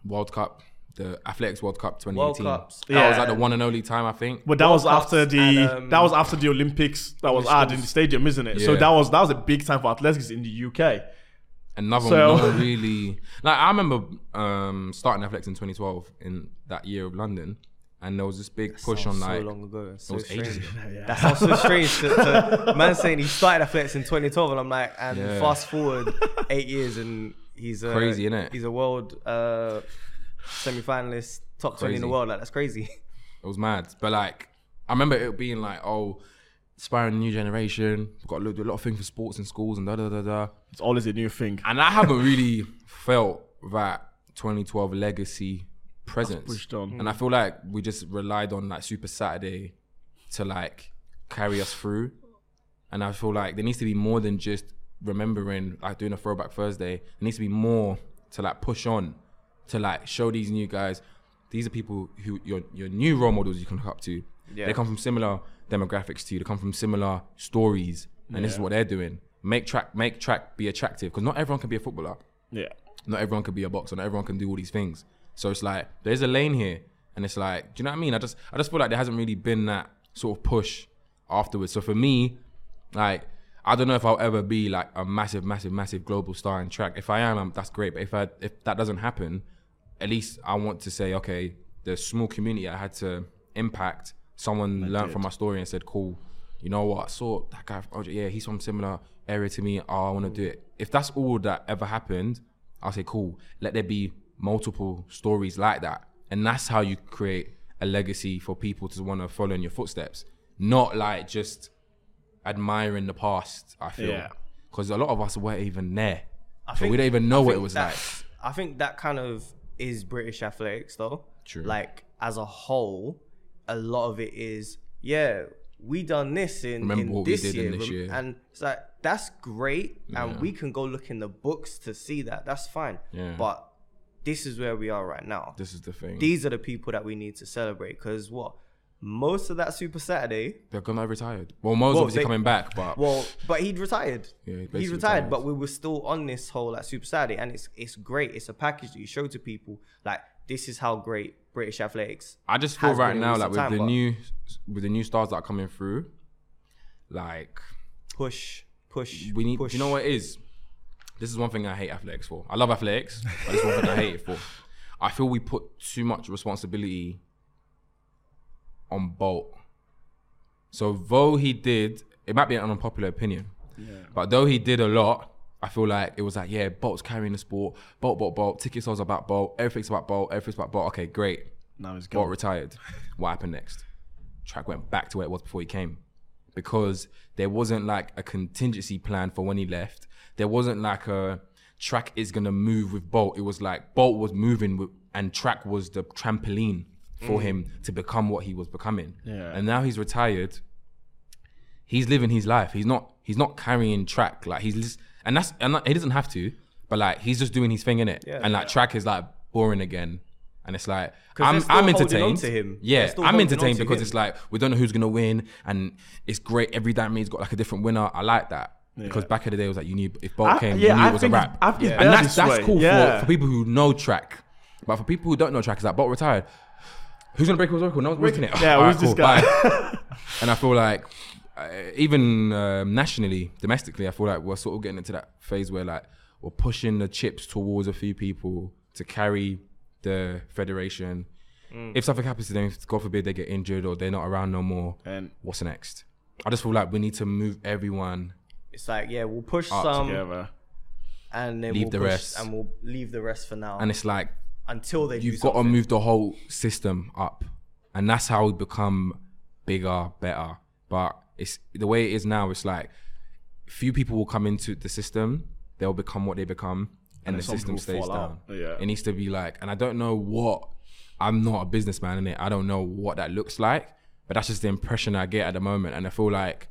Speaker 2: World Cup, the Athletics World Cup 2018.
Speaker 3: World Cups.
Speaker 2: That was like the one and only time I think.
Speaker 1: But that was
Speaker 3: Cups
Speaker 1: after the
Speaker 3: and, um,
Speaker 1: that was after the Olympics that was
Speaker 3: English
Speaker 1: added in the
Speaker 3: schools.
Speaker 1: stadium, isn't it? So
Speaker 2: Yeah.
Speaker 1: that was that was a big time for athletics in the UK.
Speaker 2: Another
Speaker 1: So-
Speaker 2: one, not really. Like I remember um, starting athletics in 2012 in that year of London, and there was this big push on
Speaker 3: so
Speaker 2: like
Speaker 3: long ago. It's
Speaker 2: it
Speaker 3: So
Speaker 2: was
Speaker 3: strange.
Speaker 2: ages ago.
Speaker 3: That sounds so strange to, to man saying he started athletics in 2012, and I'm like, and
Speaker 2: Yeah.
Speaker 3: fast forward eight years, and he's a,
Speaker 2: Crazy, innit?
Speaker 3: He's a world uh, semi-finalist, top 20 in the
Speaker 2: Crazy.
Speaker 3: world. Like that's crazy.
Speaker 2: It was mad. But like, I remember it being like, oh, inspiring the new generation. We've got to do a lot of things for sports in schools and da da da da.
Speaker 1: It's always a new thing.
Speaker 2: And I haven't really felt that 2012 legacy presence.
Speaker 1: pushed on.
Speaker 2: And I feel like we just relied on like Super Saturday to like carry us through. And I feel like there needs to be more than just remembering like doing a throwback Thursday. There needs to be more to like push on to like show these new guys. These are people who your your new role models you can look up to. They come from similar demographics to you. They come from similar stories, and this is what they're doing. Make track make track be attractive because not everyone can be a footballer
Speaker 1: Yeah.
Speaker 2: not everyone can be a boxer, not everyone can do all these things. So it's like there's a lane here, and it's like, do you know what I mean? I just I just feel like there hasn't really been that sort of push afterwards. So for me, like I don't know if I'll ever be like a massive, massive, massive global star in track. If I am, um, that's great. But if I if that doesn't happen, at least I want to say, okay, the small community I had to impact. Someone learned from my story and said, cool. You know what? I saw that guy. From, OJ, yeah, he's from similar area to me. Oh, I want to do it. If that's all that ever happened, I'll say, cool. Let there be multiple stories like that, and that's how you create a legacy for people to want to follow in your footsteps. Not like just admiring the past. I feel
Speaker 1: Yeah.
Speaker 2: because a lot of us weren't even there, so
Speaker 3: think-
Speaker 2: we don't even know what
Speaker 3: think
Speaker 2: it was
Speaker 3: that-
Speaker 2: like.
Speaker 3: I think that kind of is British athletics, though.
Speaker 2: True.
Speaker 3: Like as a whole, a lot of it is yeah. We done this in,
Speaker 2: Remember
Speaker 3: in
Speaker 2: what we
Speaker 3: this,
Speaker 2: did in
Speaker 3: year,
Speaker 2: this
Speaker 3: rem-
Speaker 2: year.
Speaker 3: and it's like that's great, and we can go look in the books to see that. That's fine.
Speaker 2: Yeah.
Speaker 3: But this is where we are right now.
Speaker 2: This is the thing.
Speaker 3: These are the people that we need to celebrate because what most of that Super Saturday.
Speaker 2: They're gonna have retired. Well, Mo's
Speaker 3: Well,
Speaker 2: obviously
Speaker 3: they-
Speaker 2: coming back, but
Speaker 3: Well, but he'd retired.
Speaker 2: Yeah, he
Speaker 3: he'd
Speaker 2: basically
Speaker 3: retired,
Speaker 2: retired.
Speaker 3: but we were still on this whole like Super Saturday, and it's it's great. It's a package that you show to people. Like this is how great British athletics.
Speaker 2: I just feel
Speaker 3: has
Speaker 2: right
Speaker 3: been in
Speaker 2: now, like
Speaker 3: recent
Speaker 2: with
Speaker 3: time,
Speaker 2: the
Speaker 3: but-
Speaker 2: new, with the new stars that are coming through, like
Speaker 3: Push, push.
Speaker 2: we need.
Speaker 3: Push.
Speaker 2: You know what it is? This is one thing I hate athletics for. I love athletics, but this is one thing I hate it for. I feel we put too much responsibility on Bolt. So though he did, it might be an unpopular opinion, but though he did a lot, I feel like it was like, yeah, Bolt's carrying the sport. Bolt, Bolt, Bolt. Ticket sales about Bolt. Everything's about Bolt. Everything's about Bolt. Okay, great.
Speaker 1: Now he's
Speaker 2: Bolt
Speaker 1: gone.
Speaker 2: retired. What happened next? Track went back to where it was before he came because there wasn't like a contingency plan for when he left. There wasn't like a track is going to move with Bolt. It was like Bolt was moving with, and track was the trampoline for him to become what he was becoming.
Speaker 1: Yeah.
Speaker 2: And now he's retired. He's living his life. He's not he's not carrying track like he's just, and that's and not- he doesn't have to, but like he's just doing his thing in it.
Speaker 3: Yeah.
Speaker 2: and like track is like boring again. And it's like
Speaker 3: 'Cause
Speaker 2: I'm,
Speaker 3: they're still
Speaker 2: I'm
Speaker 3: holding on
Speaker 2: entertained.
Speaker 3: to him. They're
Speaker 2: Yeah,
Speaker 3: still
Speaker 2: I'm
Speaker 3: holding on
Speaker 2: entertained
Speaker 3: to
Speaker 2: because
Speaker 3: him.
Speaker 2: it's like we don't know who's gonna win, and it's great. Every damn he's got like a different winner. I like that because back in the day it was like you knew if Bolt
Speaker 1: I-
Speaker 2: came,
Speaker 1: yeah,
Speaker 2: you knew
Speaker 1: I
Speaker 2: it was a
Speaker 1: think it's-
Speaker 2: wrap.
Speaker 1: I think it's better
Speaker 2: and that's
Speaker 1: this
Speaker 2: that's
Speaker 1: way.
Speaker 2: cool
Speaker 1: Yeah.
Speaker 2: for, for people who know track, but for people who don't know track, it's like Bolt retired. Who's gonna break his record? No one's breaking it.
Speaker 1: Yeah,
Speaker 2: All
Speaker 1: who's this guy?
Speaker 2: bye. and I feel like uh, even um, nationally, domestically, I feel like we're sort of getting into that phase where like we're pushing the chips towards a few people to carry the federation. If something happens to them, if God forbid they get injured or they're not around no more,
Speaker 1: And-
Speaker 2: what's next? I just feel like we need to move everyone.
Speaker 3: It's like yeah, we'll push some,
Speaker 1: Together.
Speaker 3: and then
Speaker 2: Leave
Speaker 3: we'll
Speaker 2: the
Speaker 3: push,
Speaker 2: rest.
Speaker 3: and we'll leave the rest for now
Speaker 2: And it's like
Speaker 3: until they.
Speaker 2: you've
Speaker 3: do
Speaker 2: got to
Speaker 3: something.
Speaker 2: move the whole system up, and that's how we become bigger, better. But it's the way it is now. It's like few people will come into the system; they'll become what they become, and, the
Speaker 1: some
Speaker 2: system
Speaker 1: people
Speaker 2: stays
Speaker 1: fall
Speaker 2: down.
Speaker 1: out. Yeah.
Speaker 2: It needs to be like, and I don't know what. I'm not a businessman in it. I don't know what that looks like, but that's just the impression I get at the moment, and I feel like.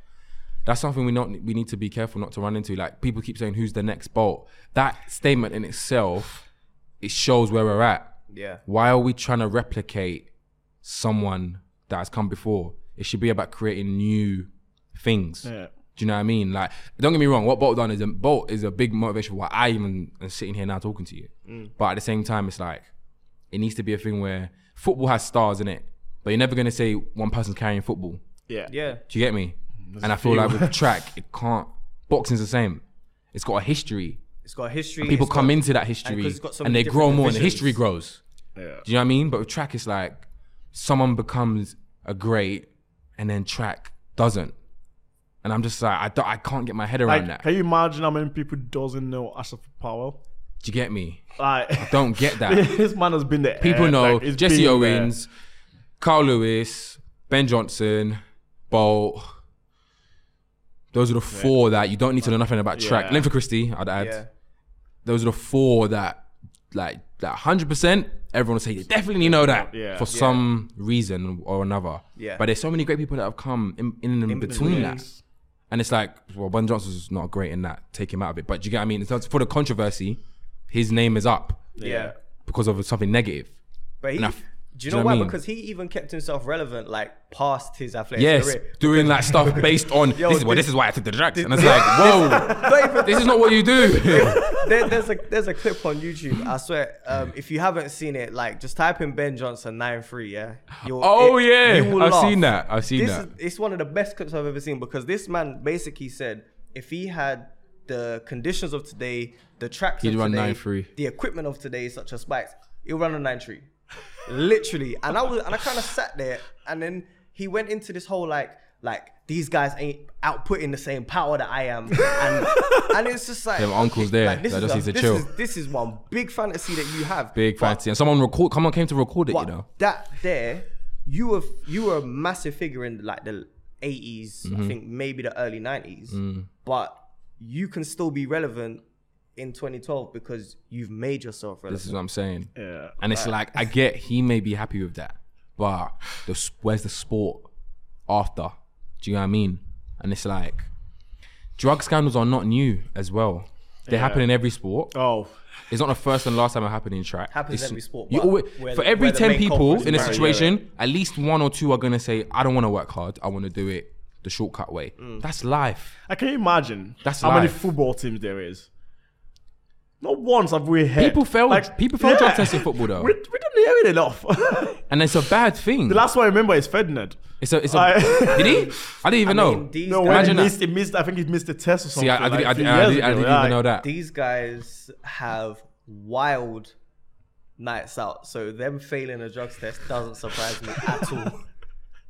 Speaker 2: That's something we not we need to be careful not to run into. Like people keep saying, "Who's the next Bolt?" That statement in itself, it shows where we're at
Speaker 3: Yeah.
Speaker 2: why are we trying to replicate someone that has come before? It should be about creating new things.
Speaker 1: Yeah.
Speaker 2: Do you know what I mean? Like, don't get me wrong. What Bolt done is a, Bolt is a big motivation for why I even am sitting here now talking to you.
Speaker 3: Mm.
Speaker 2: But at the same time, it's like it needs to be a thing where football has stars in it, but you're never gonna say one person's carrying football.
Speaker 1: Yeah.
Speaker 3: Yeah.
Speaker 2: Do you get me?
Speaker 3: Mm,
Speaker 2: and I feel
Speaker 1: few.
Speaker 2: like with track, it can't. Boxing's the same. It's got a history.
Speaker 3: It's got a history.
Speaker 2: People
Speaker 3: it's
Speaker 2: come
Speaker 3: got-
Speaker 2: into that history
Speaker 3: it's got so
Speaker 2: and
Speaker 3: many
Speaker 2: they grow
Speaker 3: different
Speaker 2: more, and the
Speaker 3: divisions.
Speaker 2: history grows.
Speaker 1: Yeah.
Speaker 2: Do you know what I mean? But with track, it's like someone becomes a great, and then track doesn't. And I'm just like, I, don't, I can't get my head around
Speaker 1: Like,
Speaker 2: that.
Speaker 1: can you imagine how many people doesn't know Asaf Powell?
Speaker 2: Do you get me?
Speaker 1: Like,
Speaker 2: Don't get that.
Speaker 1: this man has been there.
Speaker 2: People
Speaker 1: Eh,
Speaker 2: know
Speaker 1: like, it's
Speaker 2: Jesse
Speaker 1: been there.
Speaker 2: Owens, Carl Lewis, Ben Johnson, Bolt. Those are the four that you don't need to know nothing about track.
Speaker 1: Yeah.
Speaker 2: Linford Christie, I'd add.
Speaker 3: Yeah.
Speaker 2: Those are the four that, like, that 100%, everyone will say, they definitely know that
Speaker 1: Yeah.
Speaker 2: for
Speaker 1: Yeah.
Speaker 2: some reason or another.
Speaker 3: Yeah.
Speaker 2: But there's so many great people that have come in, in and in between, that. And it's like, well, Ben Johnson's not great in that. Take him out of it. But do you get what I mean? In terms- for the controversy, his name is up
Speaker 3: yeah.
Speaker 2: because of something negative.
Speaker 3: But he,
Speaker 2: Enough.
Speaker 3: do you know
Speaker 2: what I
Speaker 3: why?
Speaker 2: mean?
Speaker 3: Because he even kept himself relevant, like past his athletic
Speaker 2: Yes,
Speaker 3: career.
Speaker 2: doing that stuff based on
Speaker 3: Yo,
Speaker 2: this is well,
Speaker 3: this-
Speaker 2: this is why I took the drugs, and it's like, whoa,
Speaker 3: Not even-
Speaker 2: this is not what you do.
Speaker 3: there, there's a there's a clip on YouTube. I swear, um, if you haven't seen it, like just type in Ben Johnson nine three. Yeah. You'll-
Speaker 2: Oh, yeah.
Speaker 3: will
Speaker 2: I've seen that. I've seen
Speaker 3: this
Speaker 2: that.
Speaker 3: is- it's one of the best clips I've ever seen because this man basically said, if he had the conditions of today, the tracks
Speaker 2: He'd
Speaker 3: of
Speaker 2: run
Speaker 3: today,
Speaker 2: 9.3.
Speaker 3: the equipment of today, such as spikes, he'll run a nine three, literally. And I was, and I kind of sat there, and then he went into this whole like, like these guys ain't outputting the same power that I am, and and it's just like
Speaker 2: Them uncles there
Speaker 3: this
Speaker 2: that
Speaker 3: is
Speaker 2: just
Speaker 3: a-
Speaker 2: need to
Speaker 3: this
Speaker 2: chill.
Speaker 3: Is, this is one big fantasy that you have.
Speaker 2: Big
Speaker 3: But
Speaker 2: fancy. And someone record someone came to record it,
Speaker 3: but
Speaker 2: you know.
Speaker 3: that there, you were you were a massive figure in like the 80s, I think maybe the early 90s, but you can still be relevant in 2012 because you've made yourself relevant.
Speaker 2: This is what I'm saying.
Speaker 1: Yeah.
Speaker 2: And it's like I get he may be happy with that, but the s- where's the sport after? Do you know what I mean? And it's like drug scandals are not new as well. They happen in every sport.
Speaker 1: Oh,
Speaker 2: It's not the first and last time it happened in track.
Speaker 3: Happens
Speaker 2: It's-
Speaker 3: every sport,
Speaker 2: you
Speaker 3: but
Speaker 2: always-
Speaker 3: where
Speaker 2: for
Speaker 3: the-
Speaker 2: every
Speaker 3: where the
Speaker 2: ten
Speaker 3: main
Speaker 2: people
Speaker 3: culprit is
Speaker 2: in a
Speaker 3: married.
Speaker 2: situation, at least one or two are gonna say, "I don't want to work hard. I want to do it the shortcut way."
Speaker 3: Mm.
Speaker 2: That's life.
Speaker 1: I can imagine
Speaker 2: That's
Speaker 1: how many
Speaker 2: life.
Speaker 1: football teams there is. Not once have we heard
Speaker 2: People fail- people fail drug tests in football, though.
Speaker 1: We, we don't hear it enough.
Speaker 2: And it's a bad thing.
Speaker 1: the last one I remember is Ferdinand.
Speaker 2: It's a. It's a
Speaker 1: I-
Speaker 2: did he? I didn't even know.
Speaker 3: mean, these
Speaker 1: No, when
Speaker 3: guys,
Speaker 1: he
Speaker 2: Imagine that.
Speaker 1: missed, he missed. I think he missed the test or something.
Speaker 2: See, I, I,
Speaker 1: like
Speaker 2: did, I,
Speaker 1: two
Speaker 2: did, I,
Speaker 1: years
Speaker 2: did, I
Speaker 1: ago,
Speaker 2: didn't
Speaker 1: like-
Speaker 2: even know that.
Speaker 3: these guys have wild nights out, so them failing a drugs test doesn't surprise me at all.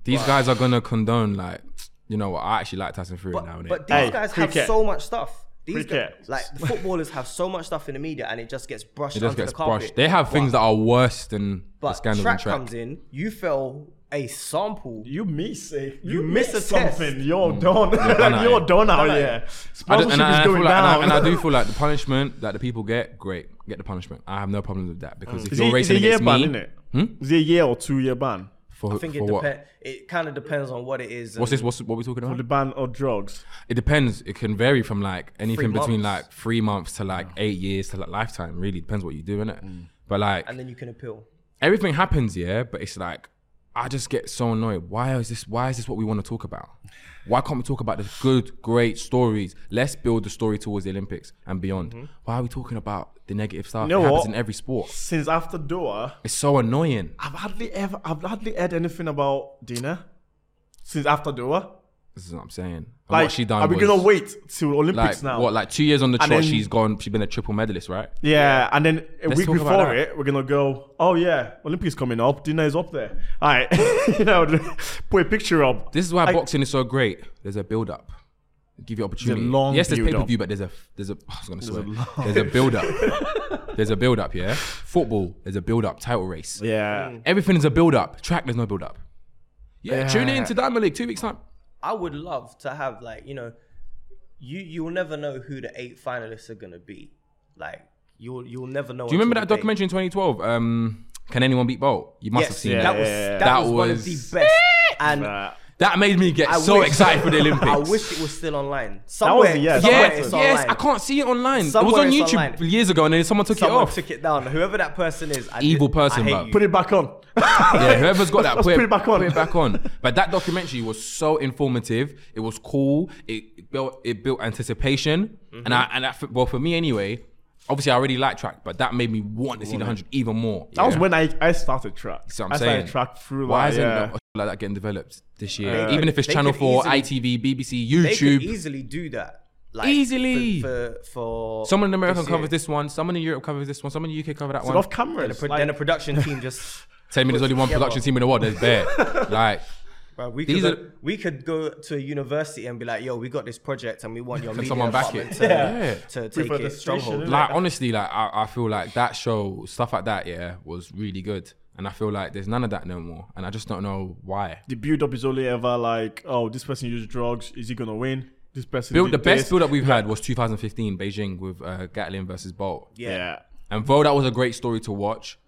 Speaker 2: These guys are gonna condone like, you know what? I actually like Tyson Fury now
Speaker 3: But,
Speaker 2: and
Speaker 3: but
Speaker 2: then.
Speaker 3: these
Speaker 1: Hey,
Speaker 3: guys
Speaker 1: cricket.
Speaker 3: have so much stuff. These guys,
Speaker 1: Cricket.
Speaker 3: like the footballers have so much stuff in the media, and it just gets brushed
Speaker 2: It just
Speaker 3: under
Speaker 2: gets
Speaker 3: the carpet.
Speaker 2: brushed. They have things that are worse than the
Speaker 3: But
Speaker 2: scandal
Speaker 3: track,
Speaker 2: in track.
Speaker 3: comes in, you fell a sample.
Speaker 1: You miss it. You,
Speaker 3: miss
Speaker 1: miss,
Speaker 3: a test.
Speaker 1: something. You're done.
Speaker 2: I know.
Speaker 1: You're done out
Speaker 3: know.
Speaker 1: here.
Speaker 2: I do,
Speaker 1: Sponsorship
Speaker 2: and, I, and,
Speaker 1: is
Speaker 2: I feel
Speaker 1: going
Speaker 2: like, and, I,
Speaker 1: down.
Speaker 2: and I do feel like the punishment that the people get, great, get the punishment. I have no problem with that
Speaker 3: Mm.
Speaker 2: because if
Speaker 1: Is
Speaker 2: you're
Speaker 1: it- is it
Speaker 2: racing
Speaker 1: a year
Speaker 2: against
Speaker 1: ban,
Speaker 2: me, Hmm?
Speaker 1: isn't it? Is it a year or two year ban
Speaker 2: for,
Speaker 3: I think
Speaker 2: for
Speaker 3: it
Speaker 2: what?
Speaker 3: depends. It kind of depends on what it is.
Speaker 2: What's
Speaker 3: and
Speaker 2: this? What's what we talking
Speaker 1: for
Speaker 2: about?
Speaker 1: the ban of drugs?
Speaker 2: It depends. It can vary from like anything between
Speaker 3: months.
Speaker 2: like three months to like eight years to like lifetime. Really depends what you do in it. But like,
Speaker 3: Mm. And then you can appeal.
Speaker 2: everything happens, yeah, but it's like I just get so annoyed. Why is this why is this what we want to talk about? Why can't we talk about the good, great stories? Let's build the story towards the Olympics and beyond. Why are we talking about the negative stuff
Speaker 1: Mm-hmm. know
Speaker 2: that happens
Speaker 1: what?
Speaker 2: in every sport?
Speaker 1: Since after Doha,
Speaker 2: It's so annoying.
Speaker 1: I've hardly ever, I've hardly heard anything about Dina since after Doha.
Speaker 2: This is what I'm saying. And
Speaker 1: Like,
Speaker 2: what she done
Speaker 1: are we
Speaker 2: was,
Speaker 1: gonna wait till Olympics
Speaker 2: like,
Speaker 1: now?
Speaker 2: What, like two years on the trot,
Speaker 1: then-
Speaker 2: she's gone, she's been a triple medalist, right?
Speaker 1: yeah, and then a
Speaker 2: Let's
Speaker 1: week
Speaker 2: talk about
Speaker 1: before
Speaker 2: that.
Speaker 1: it, we're gonna go. Oh yeah, Olympics coming up. Dina is up there. All right, you know, put a picture up.
Speaker 2: This is why
Speaker 1: I-
Speaker 2: boxing is so great. There's a build up. Give you opportunity.
Speaker 1: long
Speaker 2: yes, there's pay
Speaker 1: build-up.
Speaker 2: per view, but there's a there's a I was gonna swear. There's a build up. there's a build up. Yeah. Football. There's a build up. Title race.
Speaker 1: yeah,
Speaker 2: Everything is a build up. Track. There's no build up. Yeah. Tune in to Diamond League two weeks time.
Speaker 3: I would love to have like you know, you you'll never know who the eight finalists are gonna be. Like you'll you'll never know.
Speaker 2: Do you remember that documentary in 2012? Um, Can anyone beat Bolt? You must
Speaker 3: Yes,
Speaker 2: have seen
Speaker 1: Yeah,
Speaker 3: that
Speaker 2: that.
Speaker 3: was
Speaker 1: yeah, yeah.
Speaker 3: that,
Speaker 2: That
Speaker 3: was, one of the
Speaker 2: was-
Speaker 3: best. And
Speaker 1: Uh,
Speaker 2: That made me get
Speaker 3: I
Speaker 2: so
Speaker 3: wish-
Speaker 2: excited for the Olympics.
Speaker 3: I wish it was still online. Somewhere,
Speaker 1: yeah,
Speaker 2: Yeah,
Speaker 3: somewhere
Speaker 1: that
Speaker 2: yes,
Speaker 3: it's
Speaker 1: was-
Speaker 3: online.
Speaker 2: I can't see it online.
Speaker 3: Somewhere
Speaker 2: it
Speaker 3: it's
Speaker 2: was on YouTube
Speaker 3: online.
Speaker 2: years ago, and then someone took
Speaker 3: Someone
Speaker 2: it off.
Speaker 3: took it down. Whoever that person is, I
Speaker 2: Evil
Speaker 3: did-
Speaker 2: person,
Speaker 3: I hate
Speaker 2: bro.
Speaker 3: you.
Speaker 1: put it back on.
Speaker 2: Yeah, whoever's got that,
Speaker 1: Let's
Speaker 2: put,
Speaker 1: put
Speaker 2: it,
Speaker 1: it back on.
Speaker 2: Put it back on. But that documentary was so informative. It was cool. It, it built it built anticipation, and I and that, well for me anyway. Obviously, I already like track, but that made me want to see the hundred even more.
Speaker 1: That was when I, I started track.
Speaker 2: See what I'm
Speaker 1: I
Speaker 2: saying?
Speaker 1: started track through.
Speaker 2: Why
Speaker 1: like,
Speaker 2: isn't
Speaker 1: yeah.
Speaker 2: a shit like that getting developed this year?
Speaker 3: They
Speaker 2: even
Speaker 3: could-
Speaker 2: if it's
Speaker 3: they
Speaker 2: Channel
Speaker 3: could
Speaker 2: Four,
Speaker 3: easily-
Speaker 2: ITV, BBC,
Speaker 3: They could
Speaker 2: YouTube.
Speaker 3: easily do that. Like,
Speaker 2: Easily.
Speaker 3: for, for, for
Speaker 2: Someone in America
Speaker 3: this year.
Speaker 2: covers this one. Someone in Europe covers this one. Someone in the UK covers that
Speaker 1: But
Speaker 2: one.
Speaker 1: off camera,
Speaker 3: Pro- then a production team just
Speaker 2: Tell me, there's only one
Speaker 3: Yeah,
Speaker 2: production
Speaker 3: bro.
Speaker 2: team in the world. There's bare. like
Speaker 3: Bro, we
Speaker 2: These
Speaker 3: could
Speaker 2: are-
Speaker 3: go, we could go to a university and be like, "Yo, we got this project, and we want your media
Speaker 2: someone back
Speaker 3: department
Speaker 2: it.
Speaker 3: to,
Speaker 2: Yeah.
Speaker 3: to take
Speaker 1: Prefer the
Speaker 3: it stronghold."
Speaker 1: station,
Speaker 2: like honestly, like I, I feel like that show, stuff like that, yeah, was really good. And I feel like there's none of that no more. And I just don't know why.
Speaker 1: the build up is only ever like, oh, this person used drugs. Is he gonna win? This person.
Speaker 2: Build, the
Speaker 1: did
Speaker 2: best
Speaker 1: this.
Speaker 2: build up we've had was 2015 Beijing with uh, Gatlin versus Bolt.
Speaker 3: Yeah.
Speaker 2: And though that was a great story to watch,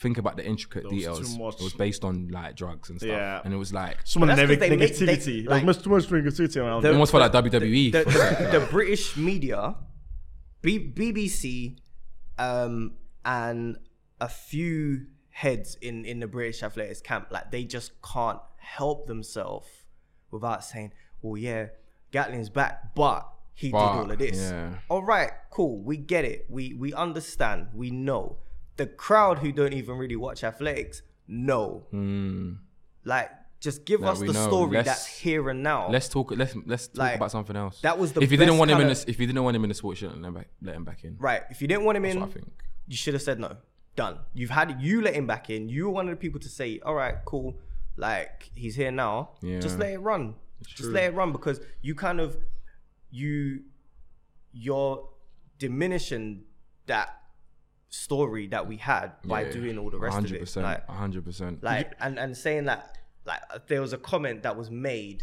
Speaker 2: think about the intricate
Speaker 1: was
Speaker 2: details.
Speaker 1: too much.
Speaker 2: It was based on like drugs and stuff.
Speaker 1: Yeah.
Speaker 2: And it was like
Speaker 1: Some of the
Speaker 3: But that's
Speaker 1: neg-
Speaker 3: 'cause they make- they-
Speaker 1: negativity.
Speaker 3: like-
Speaker 1: There's too much negativity around.
Speaker 3: The-
Speaker 1: it.
Speaker 2: almost for like E. WWE.
Speaker 3: The,
Speaker 2: for-
Speaker 3: the, the British media, B- BBC, um, and a few heads in in the British athletics camp, like they just can't help themselves without saying, "Well, yeah, Gatlin's back, but." He did
Speaker 2: But,
Speaker 3: all of this.
Speaker 2: yeah.
Speaker 3: All right, cool. We get it. We we understand. We know. The crowd who don't even really watch athletics know. Like Just give
Speaker 2: That
Speaker 3: us
Speaker 2: Hmm. we
Speaker 3: the
Speaker 2: know.
Speaker 3: story
Speaker 2: Let's-
Speaker 3: that's here and now.
Speaker 2: Let's talk. Let's let's talk
Speaker 3: Like,
Speaker 2: about something else.
Speaker 3: that was the
Speaker 2: if you didn't
Speaker 3: best
Speaker 2: want him in
Speaker 3: kinda-
Speaker 2: the if you didn't want him in the sports, you shouldn't let him back, let him back in.
Speaker 3: right. If you didn't want him
Speaker 2: That's
Speaker 3: in,
Speaker 2: what I think.
Speaker 3: you should have said no. Done. You've had you let him back in. You were one of the people to say, all right, cool. Like he's here now.
Speaker 2: Yeah.
Speaker 3: Just let it run. Just
Speaker 2: true.
Speaker 3: let it run because you kind of you you're diminishing that story that we had by
Speaker 2: Yeah,
Speaker 3: doing all the rest of it.
Speaker 2: 100%,
Speaker 3: Like
Speaker 2: 100%.
Speaker 3: like and, and saying that like there was a comment that was made